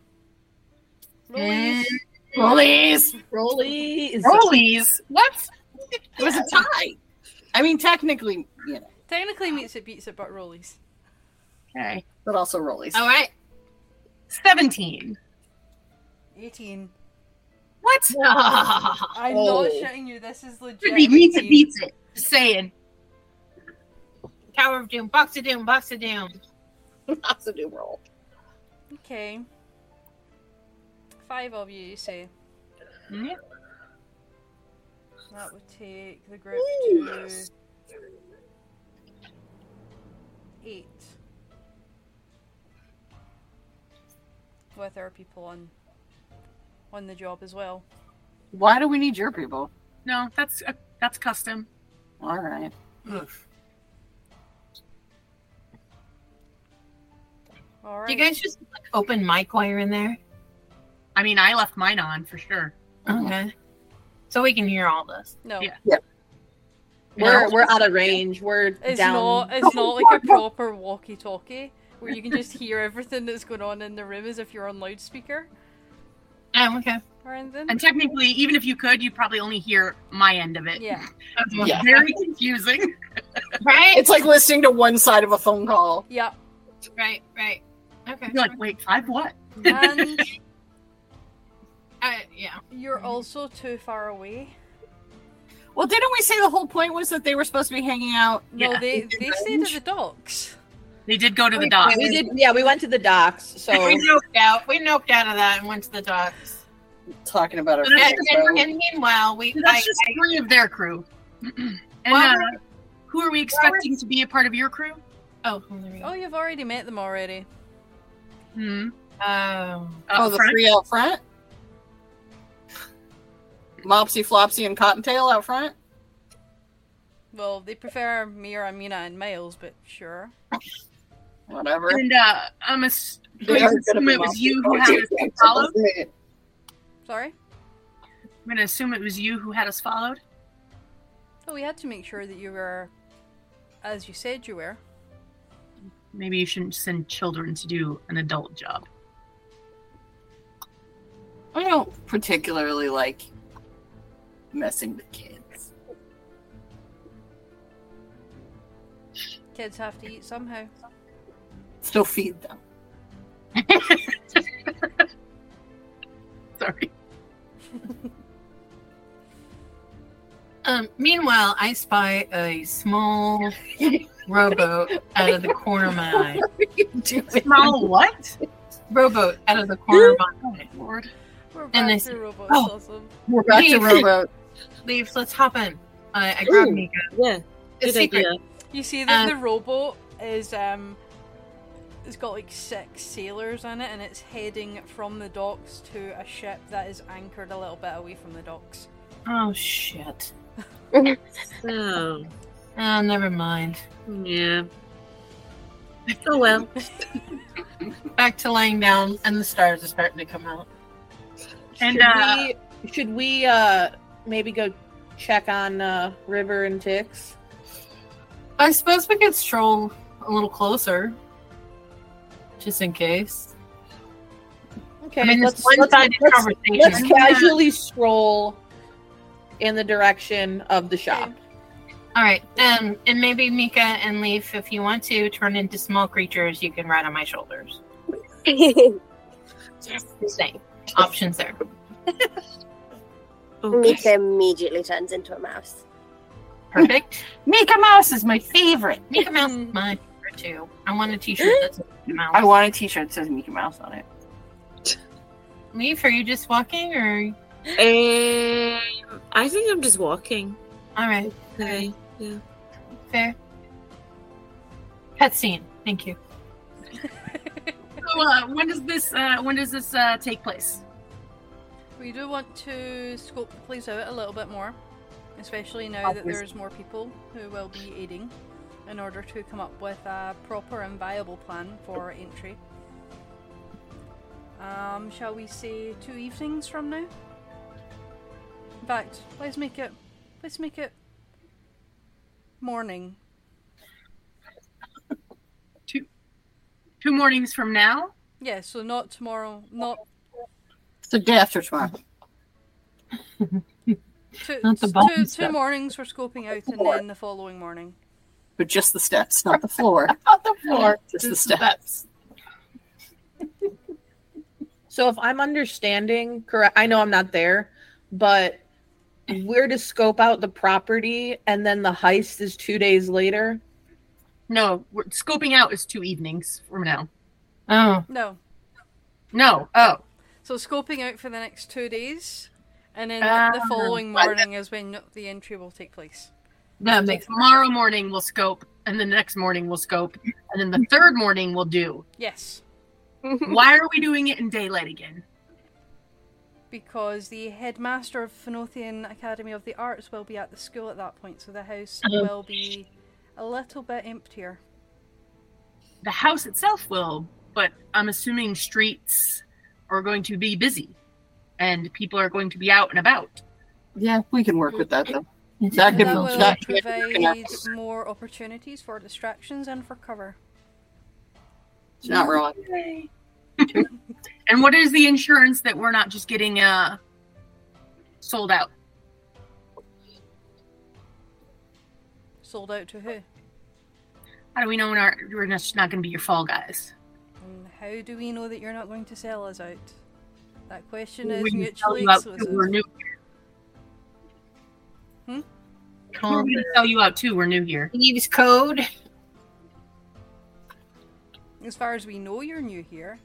Speaker 1: Rollies.
Speaker 4: Hmm.
Speaker 3: Rollies.
Speaker 6: Rolly is
Speaker 4: Rollies. What?
Speaker 3: It was a tie. I mean, technically, you know,
Speaker 1: Technically meets it beats it, but rollies.
Speaker 4: Okay.
Speaker 3: but also
Speaker 8: Oh,
Speaker 3: rollies.
Speaker 2: All right.
Speaker 4: Seventeen.
Speaker 1: Eighteen.
Speaker 4: What?
Speaker 1: I'm
Speaker 3: Oh.
Speaker 1: not shitting you. This is legit.
Speaker 4: Should be meets it, beats it. Just saying.
Speaker 2: Tower of Doom, Box of Doom, Box of Doom.
Speaker 3: That's a new roll.
Speaker 1: Okay. Five of you, you say.
Speaker 2: Hmm?
Speaker 1: That would take the group to eight. With our people on on the job as well.
Speaker 8: Why do we need your people?
Speaker 4: No, that's uh, that's custom.
Speaker 8: All right.
Speaker 1: All right.
Speaker 2: Do you guys just like, open mic while you're in there?
Speaker 4: I mean, I left mine on for sure.
Speaker 2: Okay. So we can hear all this.
Speaker 1: no,
Speaker 4: Yeah.
Speaker 6: We're we're out of range. We're
Speaker 1: it's
Speaker 6: down.
Speaker 1: not. It's not like a proper walkie-talkie where you can just hear everything that's going on in the room as if you're on loudspeaker
Speaker 2: Um, okay.
Speaker 1: or anything.
Speaker 4: And technically, even if you could, you'd probably only hear my end of it.
Speaker 1: Yeah.
Speaker 4: That's
Speaker 3: Yeah.
Speaker 4: very confusing.
Speaker 2: Right?
Speaker 3: It's like listening to one side of a phone call.
Speaker 1: Yeah.
Speaker 2: right, right. Okay.
Speaker 4: You're like, wait, five what?
Speaker 1: And
Speaker 2: Uh, yeah.
Speaker 1: you're also too far away.
Speaker 8: Well, didn't we say the whole point was that they were supposed to be hanging out?
Speaker 1: No,
Speaker 4: Yeah.
Speaker 1: they they stayed at the docks.
Speaker 4: They did go to the dock.
Speaker 6: We did. Yeah, we went to the docks. So
Speaker 2: we noped out. We noped out of that and went to the docks.
Speaker 3: Talking about our
Speaker 4: But I-
Speaker 2: And,
Speaker 3: friends,
Speaker 2: and,
Speaker 3: bro.
Speaker 2: and meanwhile, we.
Speaker 4: That's
Speaker 2: I,
Speaker 4: just
Speaker 2: I-
Speaker 4: three of their crew. and
Speaker 2: Well,
Speaker 4: uh, who are we expecting to be a part of your crew?
Speaker 2: oh, there we
Speaker 1: Oh,
Speaker 2: go.
Speaker 1: you've already met them already.
Speaker 4: Hmm.
Speaker 2: Um,
Speaker 4: Up
Speaker 3: Oh, the
Speaker 4: front?
Speaker 3: three out front. Mopsy, Flopsy, and Cottontail out front.
Speaker 1: Well, they prefer Mira, Amina, and Miles, but sure.
Speaker 3: Whatever.
Speaker 4: And uh, I'm ass-
Speaker 3: They
Speaker 4: going
Speaker 3: are
Speaker 4: to
Speaker 3: gonna
Speaker 4: assume
Speaker 3: be Oh,
Speaker 4: it was
Speaker 3: Mopsy,
Speaker 4: you who had
Speaker 3: Flopsy,
Speaker 4: us
Speaker 3: and
Speaker 4: followed.
Speaker 3: Cottontail.
Speaker 1: Sorry.
Speaker 4: I'm going to assume it was you who had us followed.
Speaker 1: But we had to make sure that you were, as you said you were.
Speaker 4: Maybe you shouldn't send children to do an adult job.
Speaker 3: I don't particularly like messing with kids.
Speaker 1: Kids have to eat somehow.
Speaker 3: Still feed them.
Speaker 4: Sorry.
Speaker 2: um, meanwhile, I spy a small rowboat out of the corner of my eye.
Speaker 4: Small what?
Speaker 2: Rowboat out of the corner of my eye.
Speaker 4: Lord.
Speaker 1: We're back
Speaker 2: And they
Speaker 1: to
Speaker 2: said-
Speaker 1: robots.
Speaker 2: Oh.
Speaker 1: Awesome.
Speaker 3: We're back to
Speaker 2: Leave.
Speaker 3: rowboat.
Speaker 2: Leaves, let's hop in. I I grab
Speaker 5: Ooh.
Speaker 2: Mika.
Speaker 5: Yeah,
Speaker 2: It's
Speaker 5: good
Speaker 2: secret.
Speaker 5: idea.
Speaker 1: You see that
Speaker 2: Uh,
Speaker 1: the robot is um, it's got like six sailors on it, and it's heading from the docks to a ship that is anchored a little bit away from the docks.
Speaker 2: Oh, shit.
Speaker 5: Oh,
Speaker 2: Oh, never mind.
Speaker 5: yeah. Oh well.
Speaker 2: Back to laying down, and the stars are starting to come out.
Speaker 4: And,
Speaker 6: should
Speaker 4: uh,
Speaker 6: we, should we uh maybe go check on uh River and Tix?
Speaker 2: I suppose we could stroll a little closer, just in case.
Speaker 6: Okay,
Speaker 2: I mean,
Speaker 6: let's
Speaker 2: this
Speaker 6: let's,
Speaker 2: one-sided
Speaker 6: let's,
Speaker 2: conversation.
Speaker 6: let's casually stroll in the direction of the shop.
Speaker 1: Okay.
Speaker 2: All right, um, and maybe Mika and Leaf, if you want to, turn into small creatures. You can ride on my shoulders. Same options there.
Speaker 5: Okay.
Speaker 7: Mika immediately turns into a mouse.
Speaker 2: Perfect.
Speaker 8: Mika Mouse is my favorite.
Speaker 2: Mika Mouse is mine too. I want a T-shirt that's Mika Mouse.
Speaker 8: I want a T-shirt that says Mickey Mouse on it.
Speaker 2: Leaf, are you just walking or?
Speaker 5: Um, I think I'm just walking.
Speaker 2: All right,
Speaker 5: Okay.
Speaker 2: fair. Pet scene. Thank you.
Speaker 4: So, uh, when does this uh, when does this uh, take place?
Speaker 1: We do want to scope the place out a little bit more, especially now that there's more people who will be aiding in order to come up with a proper and viable plan for entry. Um, shall we say two evenings from now? In fact, let's make it let's make it morning.
Speaker 4: Two mornings from now.
Speaker 1: Yeah, so not tomorrow not
Speaker 3: It's the day after tomorrow.
Speaker 1: two
Speaker 2: Not the
Speaker 1: two-
Speaker 2: bottom
Speaker 1: two
Speaker 2: step.
Speaker 1: mornings for scoping out and then the following morning.
Speaker 3: But just the steps, not the floor.
Speaker 2: Out the
Speaker 3: floor. Just the steps.
Speaker 6: So if I'm understanding correct, I know I'm not there, but we're to scope out the property and then the heist is two days later.
Speaker 4: No, we're, scoping out is two evenings from now.
Speaker 2: Oh,
Speaker 1: No.
Speaker 4: No. Oh.
Speaker 1: So scoping out for the next two days, and then the
Speaker 4: Ah,
Speaker 1: following morning is when the entry will take place.
Speaker 2: that
Speaker 4: So
Speaker 2: makes
Speaker 4: tomorrow morning we'll scope, and the next morning we'll scope, and then the third morning we'll do.
Speaker 1: Yes,
Speaker 4: Why are we doing it in daylight again?
Speaker 1: because the headmaster of Phenothian Academy of the Arts will be at the school at that point, so the house
Speaker 4: Mm-hmm.
Speaker 2: Oh.
Speaker 1: will be a little bit emptier.
Speaker 4: The house itself will, but I'm assuming streets are going to be busy, and people are going to be out and about.
Speaker 2: yeah.
Speaker 3: We can work with that though.
Speaker 2: That
Speaker 1: Mm-hmm. That
Speaker 2: could
Speaker 1: will
Speaker 3: that could-
Speaker 1: provide more opportunities for distractions and for cover.
Speaker 3: It's not wrong.
Speaker 4: And what is the insurance that we're not just getting uh sold out?
Speaker 1: Sold out to who?
Speaker 4: How do we know we're not, we're just not going to be your fall guys?
Speaker 1: And how do we know that you're not going to sell us out? That question is
Speaker 4: We can tell
Speaker 1: mutually
Speaker 4: you out too, we're
Speaker 1: exclusive.
Speaker 4: new.
Speaker 1: Hmm?
Speaker 4: We're going to tell you out too. We're new here.
Speaker 2: Eve's code.
Speaker 1: As far as we know, you're new here.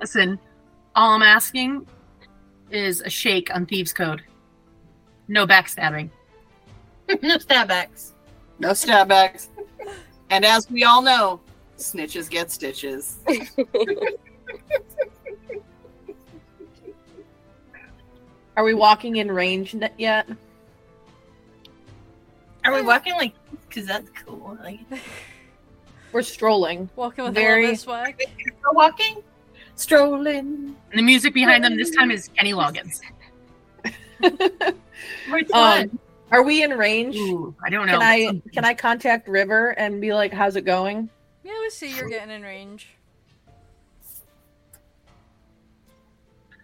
Speaker 4: Listen, all I'm asking is a shake on Thieves Code. No backstabbing.
Speaker 2: no stabbacks.
Speaker 3: No stabbacks. And as we all know, snitches get stitches.
Speaker 6: Are we walking in range n- yet?
Speaker 2: Are we walking like? Cause that's cool. Like
Speaker 6: We're strolling.
Speaker 1: Walking with
Speaker 6: Very-
Speaker 1: a little bit of swag.
Speaker 2: we're walking.
Speaker 3: Strolling.
Speaker 4: And the music behind them this time is Kenny Loggins.
Speaker 2: Which one?
Speaker 6: Um, are we in range?
Speaker 4: Ooh, I don't know.
Speaker 6: Can I can I contact River and be like, "How's it going?"
Speaker 1: Yeah, we see you're getting in range.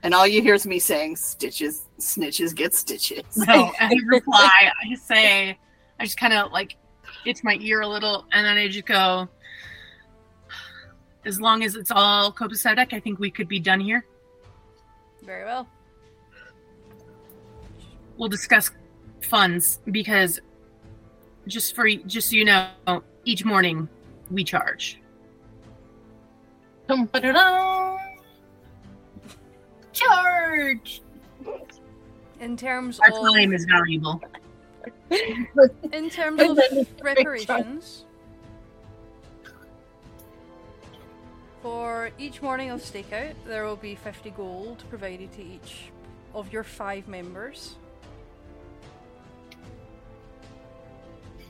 Speaker 3: And all you hear is me saying stitches, snitches get stitches.
Speaker 4: No, I reply. I just say, I just kind of like itch my ear a little, and then I just go. As long as it's all copacetic, I think we could be done here.
Speaker 1: Very well.
Speaker 4: We'll discuss funds because, just for just so you know, each morning we charge.
Speaker 2: Dum, ba-da-dum. Charge.
Speaker 1: In terms
Speaker 4: Our
Speaker 1: of
Speaker 4: time is valuable.
Speaker 1: in terms of reparations. For each morning of stakeout, there will be 50 gold provided to each of your five members.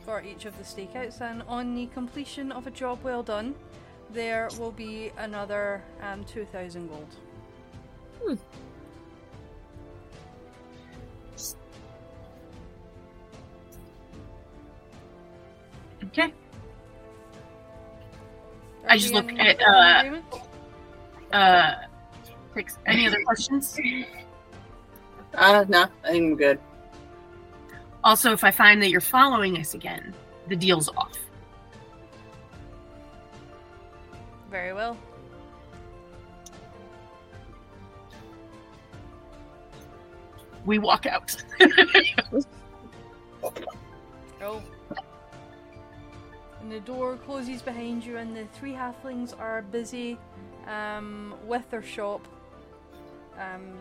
Speaker 1: For each of the stakeouts, and on the completion of a job well done, there will be another um, 2,000 gold.
Speaker 4: Hmm. Okay.
Speaker 1: Are
Speaker 4: I just
Speaker 1: we
Speaker 4: look
Speaker 1: in
Speaker 4: at, uh,
Speaker 1: agreement?
Speaker 4: Uh, takes any other questions?
Speaker 3: Uh, no, I'm good.
Speaker 4: Also, if I find that you're following us again, the deal's off.
Speaker 1: Very well.
Speaker 4: We walk out.
Speaker 1: Oh. And the door closes behind you, and the three halflings are busy um, with their shop, um,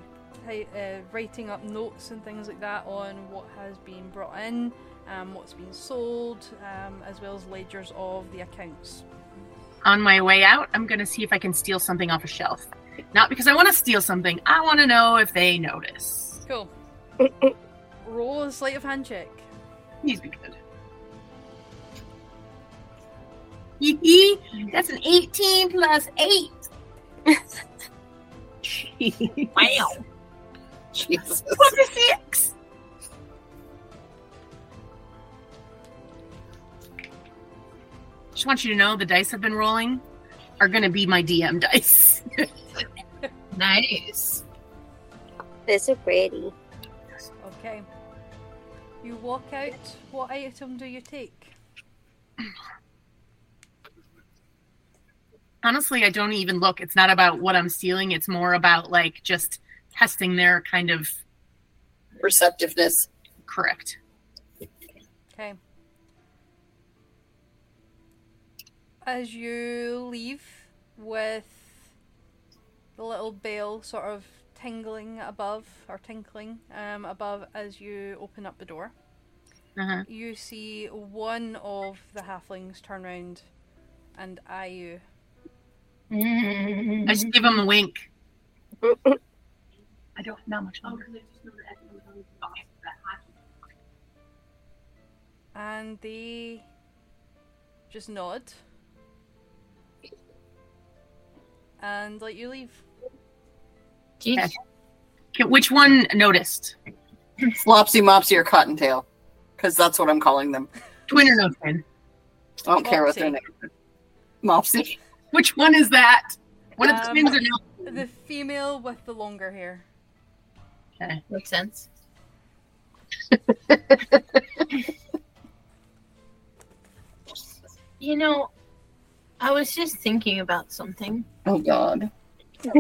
Speaker 1: hi- uh, writing up notes and things like that on what has been brought in, um, what's been sold, um, as well as ledgers of the accounts.
Speaker 4: On my way out, I'm gonna see if I can steal something off a shelf. Not because I want to steal something. I want to know if they notice.
Speaker 1: Cool. Roll a sleight of hand check.
Speaker 4: Please be good. Hee hee. That's an 18 plus 8. Wow.
Speaker 3: Jesus.
Speaker 4: 26. Just want you to know the dice I've been rolling are going to be my DM dice.
Speaker 2: Nice.
Speaker 7: They're so pretty.
Speaker 1: Okay. You walk out. What item do you take?
Speaker 4: Honestly, I don't even look. It's not about what I'm stealing. It's more about like just testing their kind of
Speaker 3: receptiveness.
Speaker 4: Correct.
Speaker 1: Okay. As you leave with the little bell sort of tingling above, or tinkling um, above as you open up the door,
Speaker 4: Mhm.
Speaker 1: you see one of the halflings turn round and eye you.
Speaker 4: I just give him a wink. I don't not much longer.
Speaker 1: and they just nod and let you leave.
Speaker 4: Okay. Okay, Which one noticed?
Speaker 3: Flopsy, mopsy, or cottontail, because that's what I'm calling them.
Speaker 4: Twin or no twin?
Speaker 3: I don't care what their name. is. Mopsy.
Speaker 4: Which one is that? One of the
Speaker 1: Um,
Speaker 4: twins or no?
Speaker 1: The female with the longer hair.
Speaker 4: Okay, makes sense.
Speaker 2: You know, I was just thinking about something.
Speaker 3: Oh God.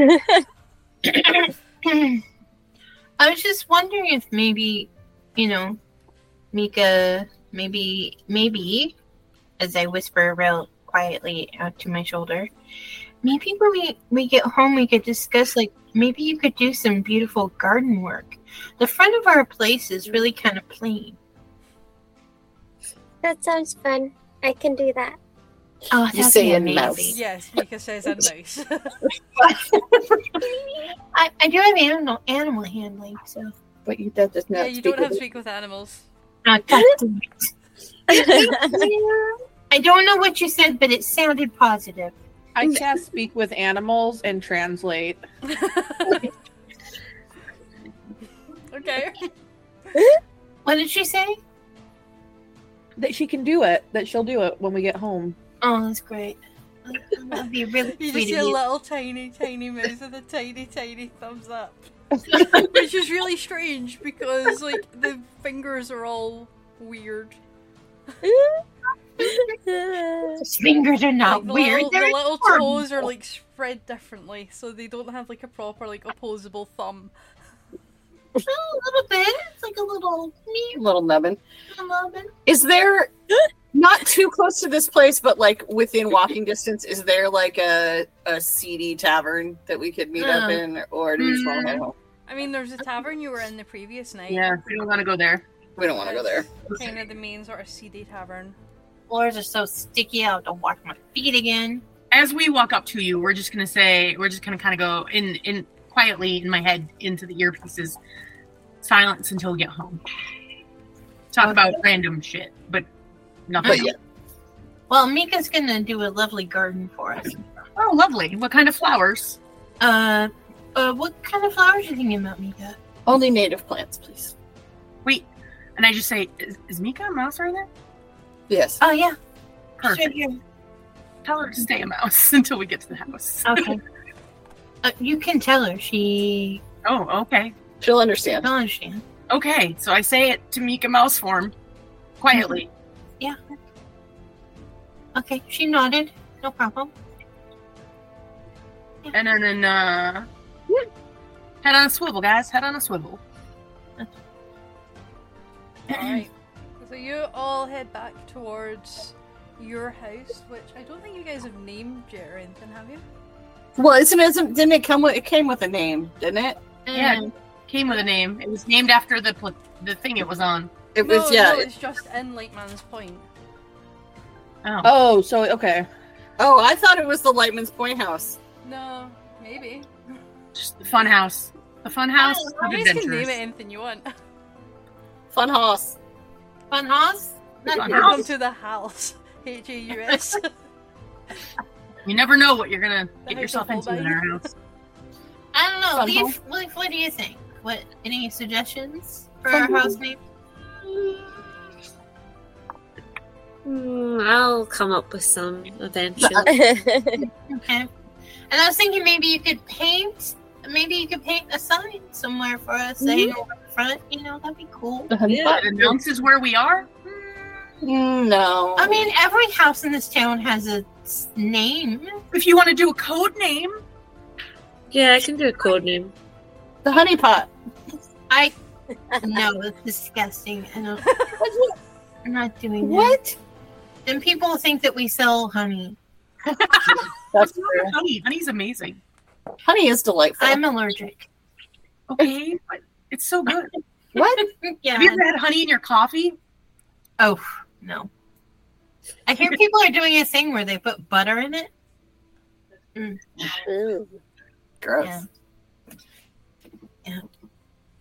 Speaker 2: I was just wondering if maybe, you know, Mika, maybe, maybe, as I whisper real quietly out to my shoulder, maybe when we, we get home, we could discuss, like, maybe you could do some beautiful garden work. The front of our place is really kind of plain.
Speaker 7: That sounds fun. I can do that.
Speaker 2: Oh,
Speaker 3: You
Speaker 2: that'd
Speaker 3: say
Speaker 2: be
Speaker 3: in mouse.
Speaker 2: amazing.
Speaker 1: Yes, Mika says I'm nice.
Speaker 2: I, I do have animal animal handling, so.
Speaker 3: But you don't just know.
Speaker 1: yeah, you don't have to speak with animals.
Speaker 2: Oh, God damn it. I don't know what you said, but it sounded positive.
Speaker 6: I cast speak with animals and translate.
Speaker 1: Okay.
Speaker 2: What did she say?
Speaker 6: That she can do it, that she'll do it when we get home.
Speaker 2: Oh, that's great. That'd be really
Speaker 1: You
Speaker 2: sweet
Speaker 1: just see
Speaker 2: of
Speaker 1: a
Speaker 2: you.
Speaker 1: little tiny, tiny mouse with a tiny, tiny thumbs up. Which is really strange because, like, the fingers are all weird.
Speaker 2: His fingers are not
Speaker 1: Like, the
Speaker 2: weird.
Speaker 1: Little, the
Speaker 2: They're
Speaker 1: little
Speaker 2: adorable.
Speaker 1: toes are like spread differently, so they don't have like a proper like opposable thumb.
Speaker 2: Oh, a little bit. It's like a little me.
Speaker 3: Little nubbin.
Speaker 2: A little bit.
Speaker 3: Is there not too close to this place, but like within walking distance? Is there like a a seedy tavern that we could meet up
Speaker 2: Uh.
Speaker 3: in, or do we just want to go home?
Speaker 1: I mean, there's a tavern you were in the previous night.
Speaker 4: Yeah, we don't want to go there.
Speaker 3: We don't want to go there.
Speaker 1: Kind of the main sort of seedy tavern.
Speaker 2: Floors are so sticky. I have to wash my feet again.
Speaker 4: As we walk up to you, we're just gonna say we're just gonna kind of go in in quietly in my head into the earpieces, silence until we get home. Talk about random shit, but nothing.
Speaker 3: But yeah,
Speaker 2: Well, Mika's gonna do a lovely garden for us.
Speaker 4: Oh, lovely! What kind of flowers?
Speaker 2: Uh, uh, what kind of flowers are you thinking about, Mika?
Speaker 3: only native plants, please.
Speaker 4: Wait, and I just say, is, is Mika a mouse right there?
Speaker 3: Yes.
Speaker 2: Oh yeah, sure,
Speaker 4: Perfect.
Speaker 2: yeah.
Speaker 4: Tell her to stay a mouse until we get to the house.
Speaker 2: Okay. uh, you can tell her. She
Speaker 4: Oh, okay.
Speaker 3: She'll understand.
Speaker 2: don't understand.
Speaker 4: Okay, so I say it to Mika mouse form, quietly.
Speaker 2: Okay, she nodded. No problem.
Speaker 4: And then, then uh, head on a swivel, guys. Head on a swivel.
Speaker 1: Alright. So you all head back towards your house, which I don't think you guys have named yet or anything, have you?
Speaker 3: Well, isn't it? Didn't it come with? It came with a name, didn't it?
Speaker 4: Yeah, it came with a name. It was named after the pl- the thing it was on.
Speaker 3: It
Speaker 1: no,
Speaker 3: was yeah.
Speaker 1: no,
Speaker 3: it-
Speaker 1: it's just in Lake Man's Point.
Speaker 4: Oh,
Speaker 6: Oh, so okay.
Speaker 3: oh, I thought it was the Lightman's Point House.
Speaker 1: No, maybe.
Speaker 4: just the fun house. The
Speaker 3: Oh,
Speaker 4: fun house
Speaker 1: You
Speaker 4: of
Speaker 1: guys can name
Speaker 4: adventures.
Speaker 1: it anything you want.
Speaker 3: Fun house.
Speaker 2: Fun house.
Speaker 4: Fun
Speaker 1: Welcome
Speaker 4: house.
Speaker 1: to the house. H A U S.
Speaker 4: You never know what you're gonna
Speaker 1: The
Speaker 4: get
Speaker 1: house
Speaker 4: yourself
Speaker 1: of
Speaker 4: into in
Speaker 1: Holbein.
Speaker 4: our house.
Speaker 2: I don't know.
Speaker 3: Fun
Speaker 2: Leaf, Leaf, what do you think? What any suggestions for
Speaker 3: Fun
Speaker 2: our
Speaker 3: house.
Speaker 2: house name?
Speaker 5: Hmm, I'll come up with some eventually.
Speaker 7: Ooh,
Speaker 2: Okay. And I was thinking maybe you could paint. Maybe you could paint a sign somewhere for us to hang over the front. You know, that'd be cool.
Speaker 3: The honey
Speaker 4: It announces where we are.
Speaker 3: Mm, No.
Speaker 2: I mean, every house in this town has a s- name.
Speaker 4: If you want to do a code name,
Speaker 5: yeah, I can do a code name.
Speaker 3: the honey pot.
Speaker 2: I
Speaker 4: no, it's disgusting. I don't, I'm not doing that.
Speaker 3: What?
Speaker 4: And people think that we sell honey.
Speaker 3: That's
Speaker 4: What's wrong
Speaker 3: true.
Speaker 4: with honey? Honey's amazing.
Speaker 3: Honey is delightful.
Speaker 4: I'm allergic. Okay, but it's so good.
Speaker 3: what?
Speaker 4: Have you ever had honey in your coffee? Oh no.
Speaker 2: I hear people are doing a thing where they put butter in it.
Speaker 7: Ooh.
Speaker 3: Gross.
Speaker 2: Yeah.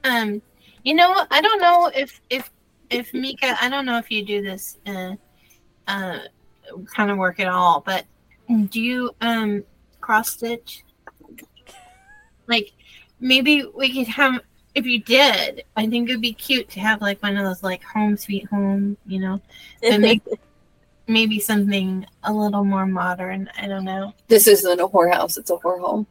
Speaker 2: Um, you know, I don't know if if if Mika, I don't know if you do this uh, uh, kind of work at all, but do you um cross stitch? Like, maybe we could have. If you did, I think it'd be cute to have like one of those like home sweet home, you know, but maybe, maybe something a little more modern. I don't know.
Speaker 3: This isn't a whorehouse, it's a whorehome.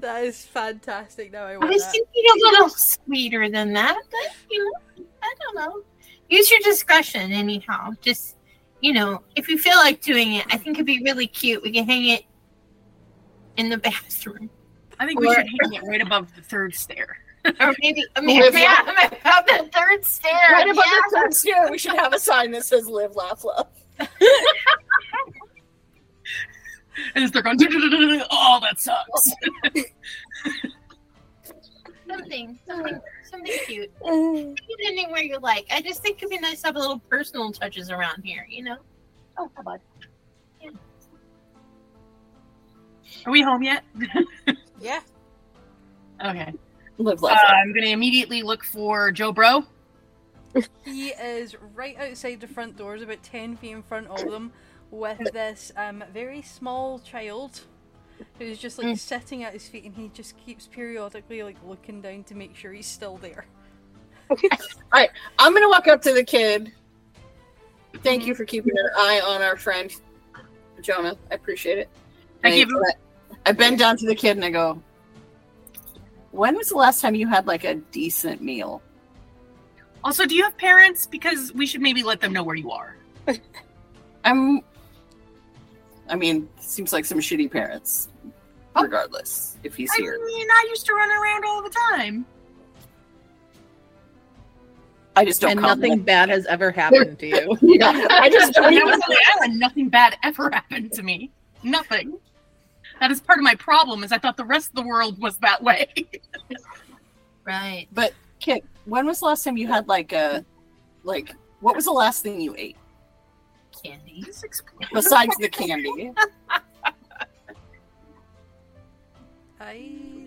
Speaker 1: that is fantastic. Now I
Speaker 2: I
Speaker 1: want
Speaker 2: was
Speaker 1: that.
Speaker 2: thinking a little sweeter than that, but you know, I don't know. Use your discretion anyhow. Just you know, if you feel like doing it, I think it'd be really cute. We can hang it in the bathroom,
Speaker 4: I think we
Speaker 2: Or-
Speaker 4: should hang it right above the third stair.
Speaker 2: or maybe I mean,
Speaker 3: Live
Speaker 2: yeah, I'm about the third stair.
Speaker 3: Right above
Speaker 2: yeah.
Speaker 3: the third stair, we should have a sign that says live, laugh, love.
Speaker 4: And it's they're going, oh, that sucks.
Speaker 2: something, something, something cute. Put it anywhere you like. I just think it'd be nice to have a little personal touches around here. You know.
Speaker 4: Oh, come on. Are we home yet?
Speaker 5: Yeah.
Speaker 4: Okay.
Speaker 3: Live,
Speaker 4: Uh,
Speaker 3: laugh, love.
Speaker 4: I'm going to immediately look for Joe Bro.
Speaker 1: He is right outside the front doors, about 10 feet in front of them, with this um, very small child who's just
Speaker 3: Mm.
Speaker 1: like sitting at his feet and he just keeps periodically like looking down to make sure he's still there.
Speaker 3: I'm gonna walk up to the kid. Thank you for keeping an eye on our friend Jonah. I appreciate it.
Speaker 4: I
Speaker 3: And
Speaker 4: give him-
Speaker 3: I bend down to the kid and I go, "When was the last time you had like a decent meal?"
Speaker 4: Also, do you have parents? Because we should maybe let them know where you are.
Speaker 3: I'm. I mean, seems like some shitty parents. Regardless, if he's
Speaker 4: I
Speaker 3: here,
Speaker 4: mean, I used to run around all the time.
Speaker 3: I just don't.
Speaker 6: and
Speaker 3: comment.
Speaker 6: nothing bad has ever happened to you.
Speaker 3: Yeah, I just.
Speaker 4: When I was on the island, nothing bad ever happened to me. Nothing. That is part of my problem. Is I thought the rest of the world was that way.
Speaker 2: Right.
Speaker 3: but kid, when was the last time you had like a, like, what was the last thing you ate
Speaker 2: Candy.
Speaker 4: Just explain.
Speaker 3: besides the candy?
Speaker 1: I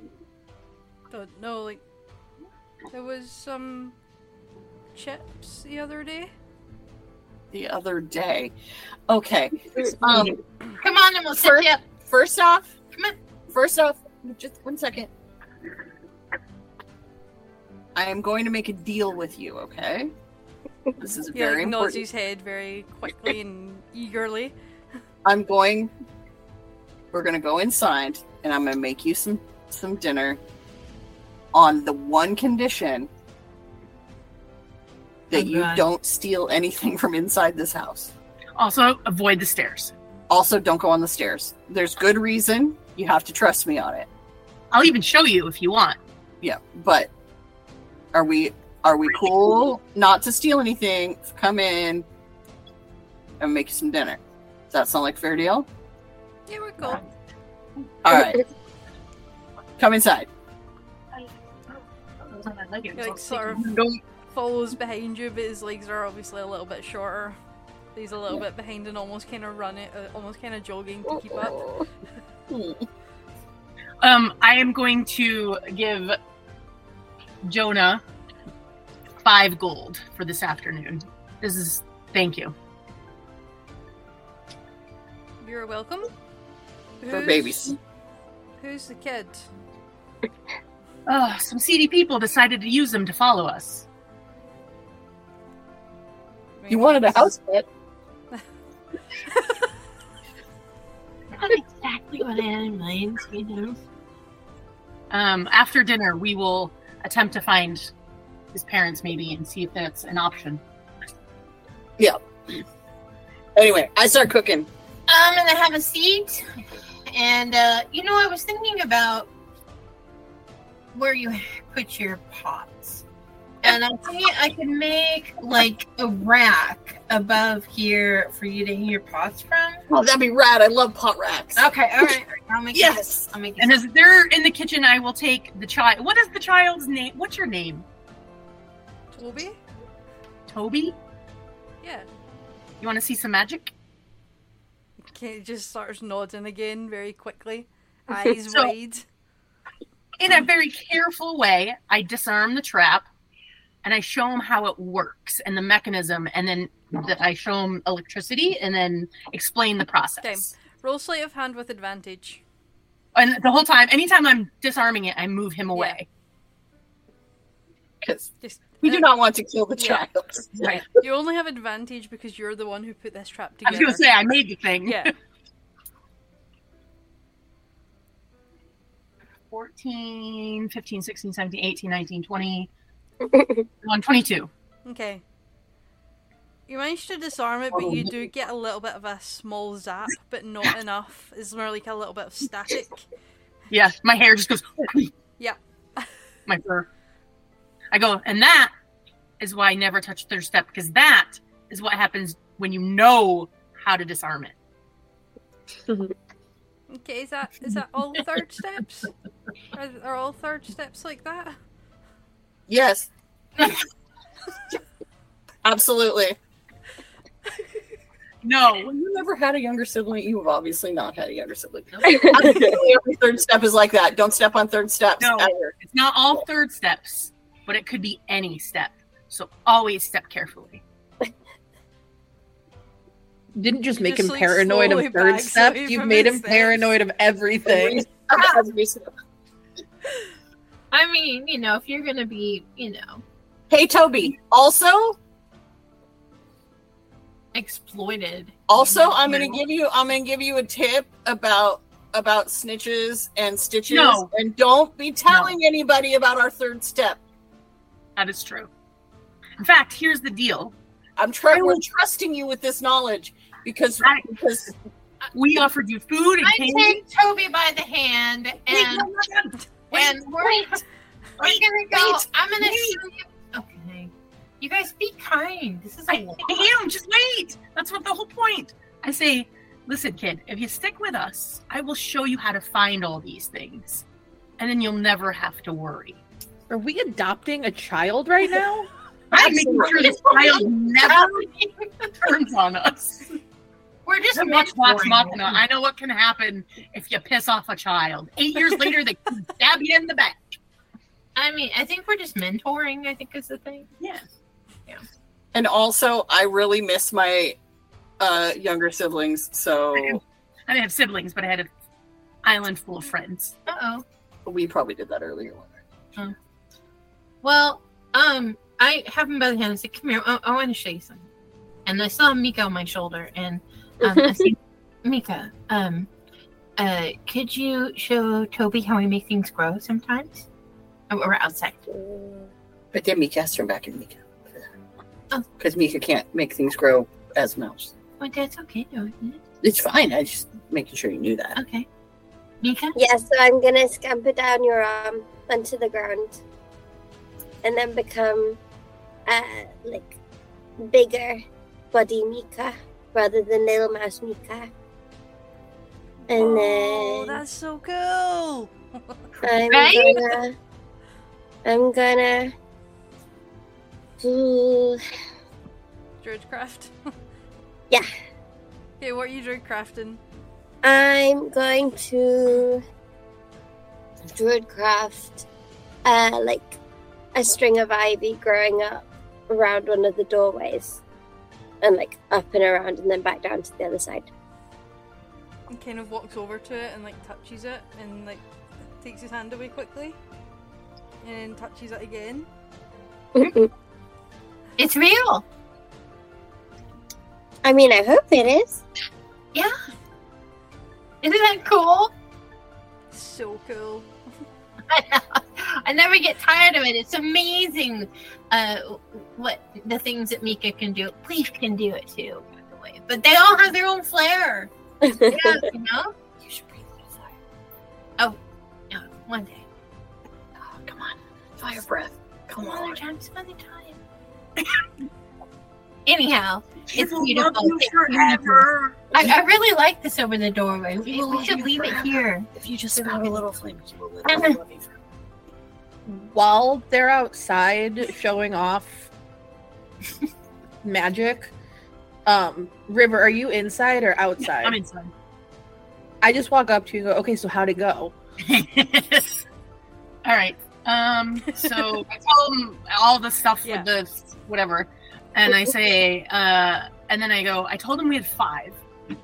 Speaker 1: don't know, like, there was some chips the other day.
Speaker 3: the other day. Okay. Um,
Speaker 2: Come on, and we'll set
Speaker 3: First-
Speaker 2: you up.
Speaker 3: first off,
Speaker 2: Come on.
Speaker 3: First off, just one second. I am going to make a deal with you, okay? This is
Speaker 1: He like nods
Speaker 3: very important.
Speaker 1: his head very quickly and eagerly.
Speaker 3: I'm going. We're gonna go inside, and I'm gonna make you some some dinner. On the one condition that
Speaker 2: Oh,
Speaker 3: you
Speaker 2: God.
Speaker 3: don't steal anything from inside this house.
Speaker 4: Also, avoid the stairs.
Speaker 3: Also, don't go on the stairs. There's good reason. You have to trust me on it.
Speaker 4: I'll even show you if you want.
Speaker 3: Yeah, but are we are we cool not to steal anything? Come in and make you some dinner. Does that sound like a fair deal?
Speaker 1: Yeah, we're cool.
Speaker 3: All right, come inside.
Speaker 1: Like, sort of
Speaker 4: Don't-
Speaker 1: follows behind you, but his legs are obviously a little bit shorter. He's a little bit behind and almost kind of running, uh, almost kind of jogging to keep up.
Speaker 4: Um, I am going to give Jonah five gold for this afternoon. This is thank you.
Speaker 1: You're welcome.
Speaker 3: Oh. For babies.
Speaker 1: Who's the kid?
Speaker 4: Oh, some seedy people decided to use them to follow us.
Speaker 3: You wanted a house pet.
Speaker 2: Not exactly what I had in mind, you know.
Speaker 4: Um, after dinner, we will attempt to find his parents, maybe, and see if that's an option.
Speaker 3: Anyway, I start cooking.
Speaker 2: I'm gonna have a seat, and uh, you know, I was thinking about where you put your pots. And I think I can make like a rack above here for you to hang your pots from.
Speaker 3: Oh, that'd be rad. I love pot racks.
Speaker 2: Okay, all right. I'll make
Speaker 3: Yes.
Speaker 2: it. I'll make it.
Speaker 4: And as they're in the kitchen, I will take the child. What is the child's name? What's your name?
Speaker 1: Toby?
Speaker 4: Toby?
Speaker 1: Yeah.
Speaker 4: You want to see some magic?
Speaker 1: Okay, just starts nodding again very quickly. Eyes
Speaker 4: So-
Speaker 1: wide.
Speaker 4: In a very careful way, I disarm the trap and I show him how it works and the mechanism, and then that I show him electricity and then explain the process.
Speaker 1: Roll sleight of hand with advantage.
Speaker 4: And the whole time, anytime I'm disarming it, I move him away.
Speaker 3: Because
Speaker 1: Just
Speaker 3: we do not want to kill the
Speaker 1: Yeah.
Speaker 3: child.
Speaker 4: Right.
Speaker 1: you only have advantage because you're the one who put this trap
Speaker 4: I
Speaker 1: together.
Speaker 4: was going to say, I made the thing.
Speaker 1: yeah.
Speaker 4: 14, 15, 16, 17, 18, 19, 20, 21, 22.
Speaker 1: Okay. You manage to disarm it, but you
Speaker 4: Oh.
Speaker 1: do get a little bit of a small zap, but not enough. It's more like a little bit of static.
Speaker 4: Yeah, my hair just goes.
Speaker 1: Yeah.
Speaker 4: my fur. I go, and that is why I never touch third step because that is what happens when you know how to disarm it.
Speaker 1: Okay, is that is that all third steps? Are, are all third steps like that?
Speaker 3: Yes. Absolutely.
Speaker 4: No,
Speaker 3: When you never had a younger sibling, you have obviously not had a younger sibling. Absolutely, every third step is like that. Don't step on third steps
Speaker 4: No.
Speaker 3: ever.
Speaker 4: it's not all third steps, but it could be any step. So always step carefully.
Speaker 6: Didn't just
Speaker 1: You
Speaker 6: make
Speaker 1: just,
Speaker 6: him
Speaker 1: like,
Speaker 6: paranoid
Speaker 1: slowly
Speaker 6: of third
Speaker 1: back
Speaker 6: step.
Speaker 1: away
Speaker 6: You've
Speaker 1: from
Speaker 6: made
Speaker 1: his
Speaker 6: him
Speaker 1: steps.
Speaker 6: paranoid of everything.
Speaker 3: Every step.
Speaker 2: I mean, you know, if you're gonna be, you know,
Speaker 3: Hey, Toby. Also,
Speaker 2: exploited.
Speaker 3: also, I'm gonna give you. I'm gonna give you a tip about about snitches and stitches.
Speaker 4: No.
Speaker 3: And don't be telling anybody about our third step.
Speaker 4: That is true. In fact, here's the deal.
Speaker 3: I'm trying. We're trusting you with this knowledge because
Speaker 4: I-
Speaker 3: because
Speaker 4: We offered you food and
Speaker 2: I
Speaker 4: candy.
Speaker 2: take Toby by the hand and and we're, we're gonna go.
Speaker 3: wait,
Speaker 2: I'm gonna
Speaker 3: wait.
Speaker 2: show you. Okay, you guys be kind. This is a
Speaker 4: I
Speaker 2: lot.
Speaker 4: am. Just wait. That's what the whole point. I say, listen, kid, if you stick with us, I will show you how to find all these things. And then you'll never have to worry.
Speaker 6: Are we adopting a child right now?
Speaker 4: I'm making sure this child never turns on us.
Speaker 2: We're just
Speaker 4: Watch Vox
Speaker 2: mentoring.
Speaker 4: Machina. I know what can happen if you piss off a child. Eight years later, they can stab you in the back.
Speaker 2: I mean, I think we're just mentoring. I think is the thing.
Speaker 4: Yeah.
Speaker 3: and also, I really miss my uh younger siblings. So
Speaker 4: I didn't have siblings, but I had an island full of friends.
Speaker 2: Uh oh.
Speaker 3: we probably did that earlier.
Speaker 2: Well, um, I have him by the hand and said, "Come here. I, I want to show you something." And I saw Mika on my shoulder, and um, I said, "Mika, um, uh, could you show Toby how we make things grow sometimes?" Oh, we're outside.
Speaker 3: But then Mika has to turn back in Mika.
Speaker 2: Oh.
Speaker 3: Because Mika can't make things grow as mouse.
Speaker 2: Well, "Oh, that's okay, no,
Speaker 3: It's fine. I just making sure you knew that.
Speaker 2: Okay, Mika.
Speaker 7: Yeah, so I'm gonna scamper down your arm onto the ground, and then become, uh, like, bigger body Mika rather than little mouse Mika. And
Speaker 1: Oh,
Speaker 7: then
Speaker 1: that's so cool.
Speaker 7: I'm
Speaker 4: Right?
Speaker 7: gonna, I'm gonna, Ooh,
Speaker 1: Druidcraft.
Speaker 7: Yeah.
Speaker 1: Okay, what are you druid crafting?
Speaker 7: I'm going to druidcraft, uh, like a string of ivy growing up around one of the doorways, and like up and around, and then back down to the other side.
Speaker 1: And kind of walks over to it and like touches it and like takes his hand away quickly and touches it again.
Speaker 2: It's real.
Speaker 7: I mean, I hope it is.
Speaker 2: Isn't that cool?
Speaker 1: So cool.
Speaker 2: I know. I never get tired of it. It's amazing uh, what the things that Mika can do. Leaf can do it too, by the way. But they all have their own flair. Yeah, you know? You should bring Leaf Oh, no, one day. Oh, come
Speaker 3: breath. Come
Speaker 4: Another
Speaker 3: on.
Speaker 4: time, some other time. Anyhow,
Speaker 3: She
Speaker 4: It's
Speaker 3: will
Speaker 4: beautiful.
Speaker 3: love you forever.
Speaker 4: I, I really like this over the doorway.
Speaker 3: We
Speaker 4: We,
Speaker 3: will
Speaker 4: we
Speaker 3: love
Speaker 4: should
Speaker 3: you
Speaker 4: leave it
Speaker 3: forever.
Speaker 4: here.
Speaker 3: If you just have a little flame, you will literally love you forever.
Speaker 6: While they're outside showing off magic, um, River, are you inside or outside?
Speaker 8: I'm inside.
Speaker 6: I just walk up to you and go, okay, so how'd it go?
Speaker 4: All right. Um. So I tell him all the stuff
Speaker 1: Yeah.
Speaker 4: with the whatever, and I say, uh, and then I go. I told him we had five.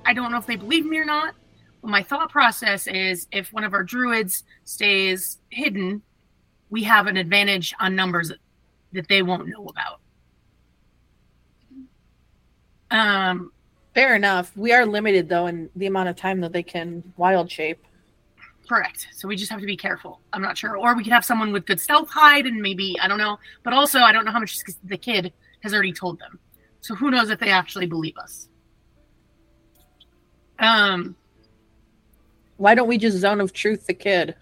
Speaker 4: I don't know if they believe me or not. But my thought process is, if one of our druids stays hidden, we have an advantage on numbers that they won't know about. Um.
Speaker 6: Fair enough. We are limited though in the amount of time that they can wild shape.
Speaker 4: Correct. So we just have to be careful. I'm not sure. Or we could have someone with good stealth hide and maybe, I don't know. But also, I don't know how much the kid has already told them. So who knows if they actually believe us. Um,
Speaker 6: Why don't we just zone of truth the kid?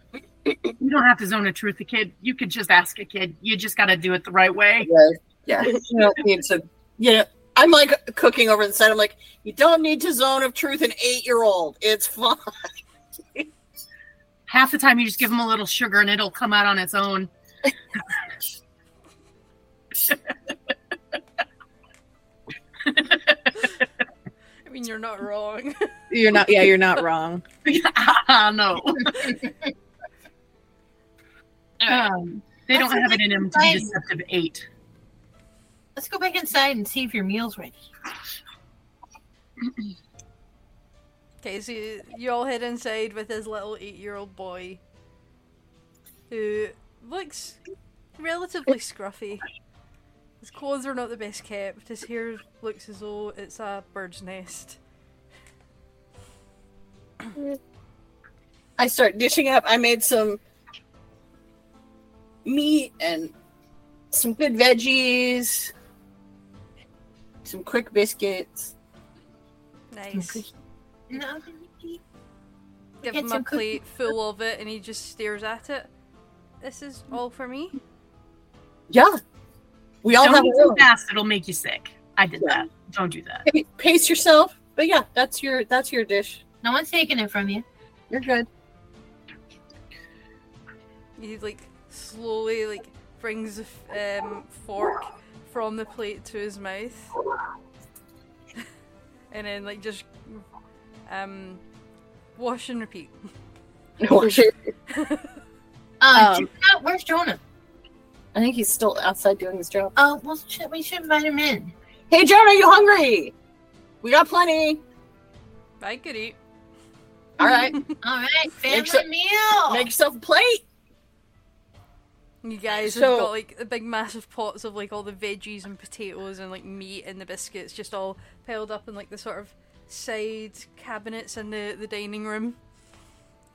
Speaker 4: you don't have to zone a truth the kid. You could just ask a kid. You just got to do it the right way.
Speaker 3: Yeah, you don't need to. Yeah, I'm like cooking over the side. I'm like, you don't need to zone of truth an eight year old. It's fine.
Speaker 4: Half the time, you just give them a little sugar and it'll come out on its own.
Speaker 1: I mean, you're not wrong.
Speaker 6: You're not yeah, you're not wrong.
Speaker 4: Ah, no. um, they don't have it in them to be deceptive eight.
Speaker 2: Let's go back inside and see if your meal's ready.
Speaker 1: Okay, so you, you all head inside with his little eight-year-old boy, who looks relatively scruffy. His clothes are not the best kept. His hair looks as though it's a bird's nest.
Speaker 3: I start dishing up. I made some meat and some good veggies, some quick biscuits.
Speaker 1: Nice.
Speaker 2: No,
Speaker 1: Give
Speaker 2: Get
Speaker 1: him a
Speaker 2: some
Speaker 1: plate full of it, and he just stares at it. This is all for me.
Speaker 3: Yeah, we all have
Speaker 4: Don't eat
Speaker 3: our
Speaker 4: too
Speaker 3: own.
Speaker 4: fast; it'll make you sick. I did
Speaker 3: Yeah.
Speaker 4: that. Don't do that.
Speaker 3: Maybe Pace yourself, but yeah, that's your that's your dish.
Speaker 2: no one's taking it from you.
Speaker 3: You're good.
Speaker 1: He like slowly like brings the f- um, fork from the plate to his mouth, and then like just um wash and repeat.
Speaker 2: Uh,
Speaker 6: Um,
Speaker 2: Jonah, where's Jonah?
Speaker 3: I think he's still outside doing his job.
Speaker 2: Uh, well, should, we should invite him in.
Speaker 3: Hey, Joan, are you hungry? We got plenty.
Speaker 1: I could eat.
Speaker 3: All right,
Speaker 2: All right, family
Speaker 3: Make sure-
Speaker 2: meal.
Speaker 3: make yourself a plate.
Speaker 1: You guys
Speaker 6: So-
Speaker 1: have got like the big massive pots of like all the veggies and potatoes and like meat and the biscuits just all piled up in like the sort of side cabinets in the the dining room.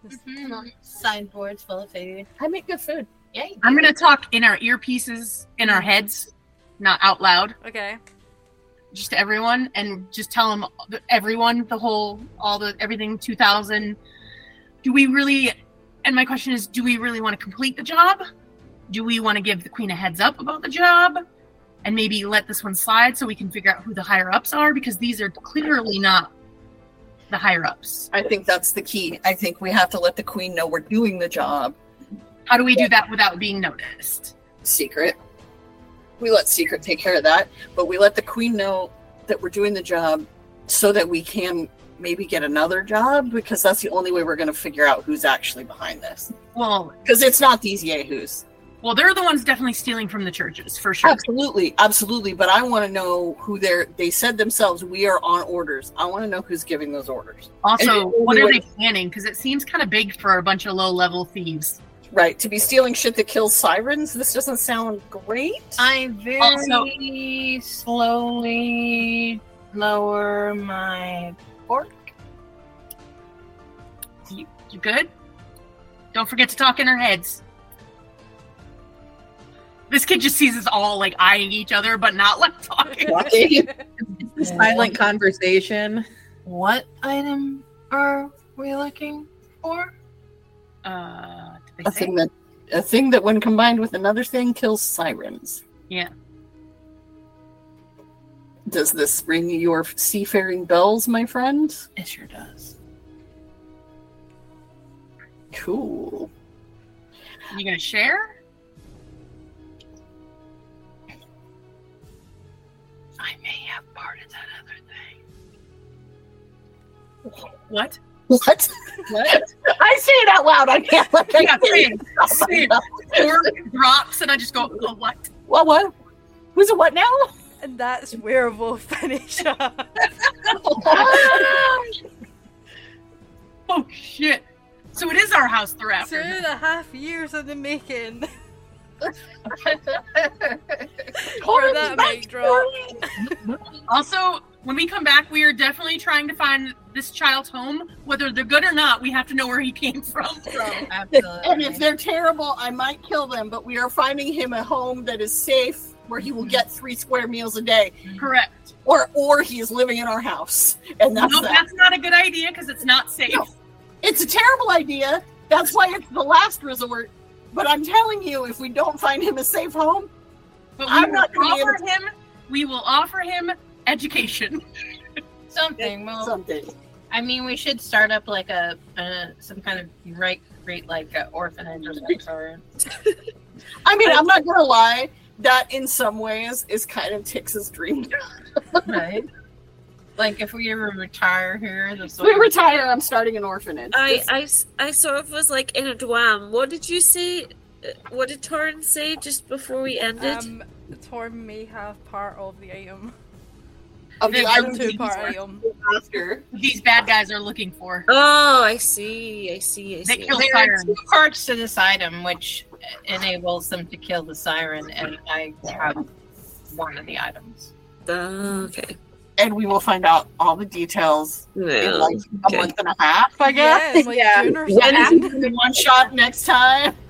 Speaker 2: Mhm. Sideboards full of food.
Speaker 3: I make good food.
Speaker 2: Yeah, you
Speaker 4: I'm
Speaker 2: do.
Speaker 4: gonna talk in our earpieces, in our heads, not out loud,
Speaker 1: Okay.
Speaker 4: just to everyone, and just tell them everyone, the whole, all the everything, two thousand. Do we really? And my question is, do we really want to complete the job? Do we want to give the queen a heads up about the job, and maybe let this one slide so we can figure out who the higher ups are? Because these are clearly not the higher ups.
Speaker 3: I think that's the key. I think we have to let the queen know we're doing the job.
Speaker 4: How do we do that without being noticed?
Speaker 3: Secret. We let Secret take care of that, but we let the queen know that we're doing the job so that we can maybe get another job because that's the only way we're going to figure out who's actually behind this.
Speaker 4: Well,
Speaker 3: Because it's not these yahoos.
Speaker 4: well, they're the ones definitely stealing from the churches for sure.
Speaker 3: Absolutely, absolutely. But I want to know who they're. They said themselves, "We are on orders." I want to know who's giving those orders.
Speaker 4: Also,
Speaker 3: And-
Speaker 4: what are they planning? Because it seems kind of big for a bunch of low-level thieves.
Speaker 3: Right to be stealing shit that kills sirens. This doesn't sound great.
Speaker 2: I very
Speaker 3: Oh,
Speaker 4: Also-
Speaker 2: slowly lower my fork.
Speaker 4: You, you good? Don't forget to talk in our heads. This kid just sees us all like eyeing each other, but not like talking.
Speaker 6: Silent conversation.
Speaker 2: What item are we looking for?
Speaker 4: Uh, did they
Speaker 3: A
Speaker 4: say?
Speaker 3: thing that a thing that, when combined with another thing, kills sirens.
Speaker 4: Yeah.
Speaker 3: Does this ring your seafaring bells, my friend?
Speaker 2: It sure does.
Speaker 3: Cool.
Speaker 4: You gonna share?
Speaker 2: I may have part of that other thing.
Speaker 4: What?
Speaker 3: What?
Speaker 4: What?
Speaker 6: I say it out loud. I can't. Like, I
Speaker 4: yeah,
Speaker 6: can't-
Speaker 4: same, same. Four drops, and I just go, oh, what?
Speaker 6: What? What? Who's it? What now?
Speaker 1: And that's where we'll finish up.
Speaker 6: Ah,
Speaker 4: Oh shit! So it is our house they're
Speaker 1: Two
Speaker 4: after.
Speaker 1: and a half years in the making for
Speaker 6: Hold
Speaker 1: that
Speaker 6: on.
Speaker 1: mic drop.
Speaker 4: Also, when we come back, we are definitely trying to find this child's home, whether they're good or not. We have to know where he came from.
Speaker 3: And if they're terrible, I might kill them, but we are finding him a home that is safe where he will get three square meals a day.
Speaker 4: Correct.
Speaker 3: Or or he is living in our house. And that's
Speaker 4: nope,
Speaker 3: that.
Speaker 4: that's not a good idea because it's not safe.
Speaker 3: No. It's a terrible idea. That's why it's the last resort. But I'm telling you, if we don't find him a safe home,
Speaker 4: But we
Speaker 3: I'm
Speaker 4: will
Speaker 3: not gonna be
Speaker 4: offer him. We will offer him education.
Speaker 2: Something. Well,
Speaker 3: something.
Speaker 2: I mean, we should start up like a uh, some kind of right, great like uh, orphanage or something. or-
Speaker 3: I mean, I'm not gonna lie. That in some ways is kind of Tix's dream.
Speaker 2: right? Like if we ever retire here, this
Speaker 3: we retire. I'm starting an orphanage.
Speaker 5: I,
Speaker 3: Just-
Speaker 5: I, s- I sort of was like in a dwam. What did you say? Uh, What did Torrin say just before we ended?
Speaker 1: Um, Torm may have part of the item.
Speaker 3: of the
Speaker 4: Yeah,
Speaker 3: item
Speaker 4: I'm
Speaker 1: Two
Speaker 3: to
Speaker 1: part item.
Speaker 3: after.
Speaker 4: These bad guys are looking for.
Speaker 5: oh, I see. I see. I
Speaker 4: They
Speaker 5: see.
Speaker 4: kill
Speaker 2: there are
Speaker 4: sirens.
Speaker 2: two parts to this item, which enables them to kill the siren, and I have one of the items.
Speaker 5: Oh, okay.
Speaker 3: And we will find out all the details in
Speaker 5: Well,
Speaker 3: like a
Speaker 5: okay.
Speaker 3: month and a half, I guess.
Speaker 1: Yeah, in like
Speaker 6: Yeah.
Speaker 1: June or
Speaker 3: When
Speaker 1: something.
Speaker 3: is it gonna be one shot next time?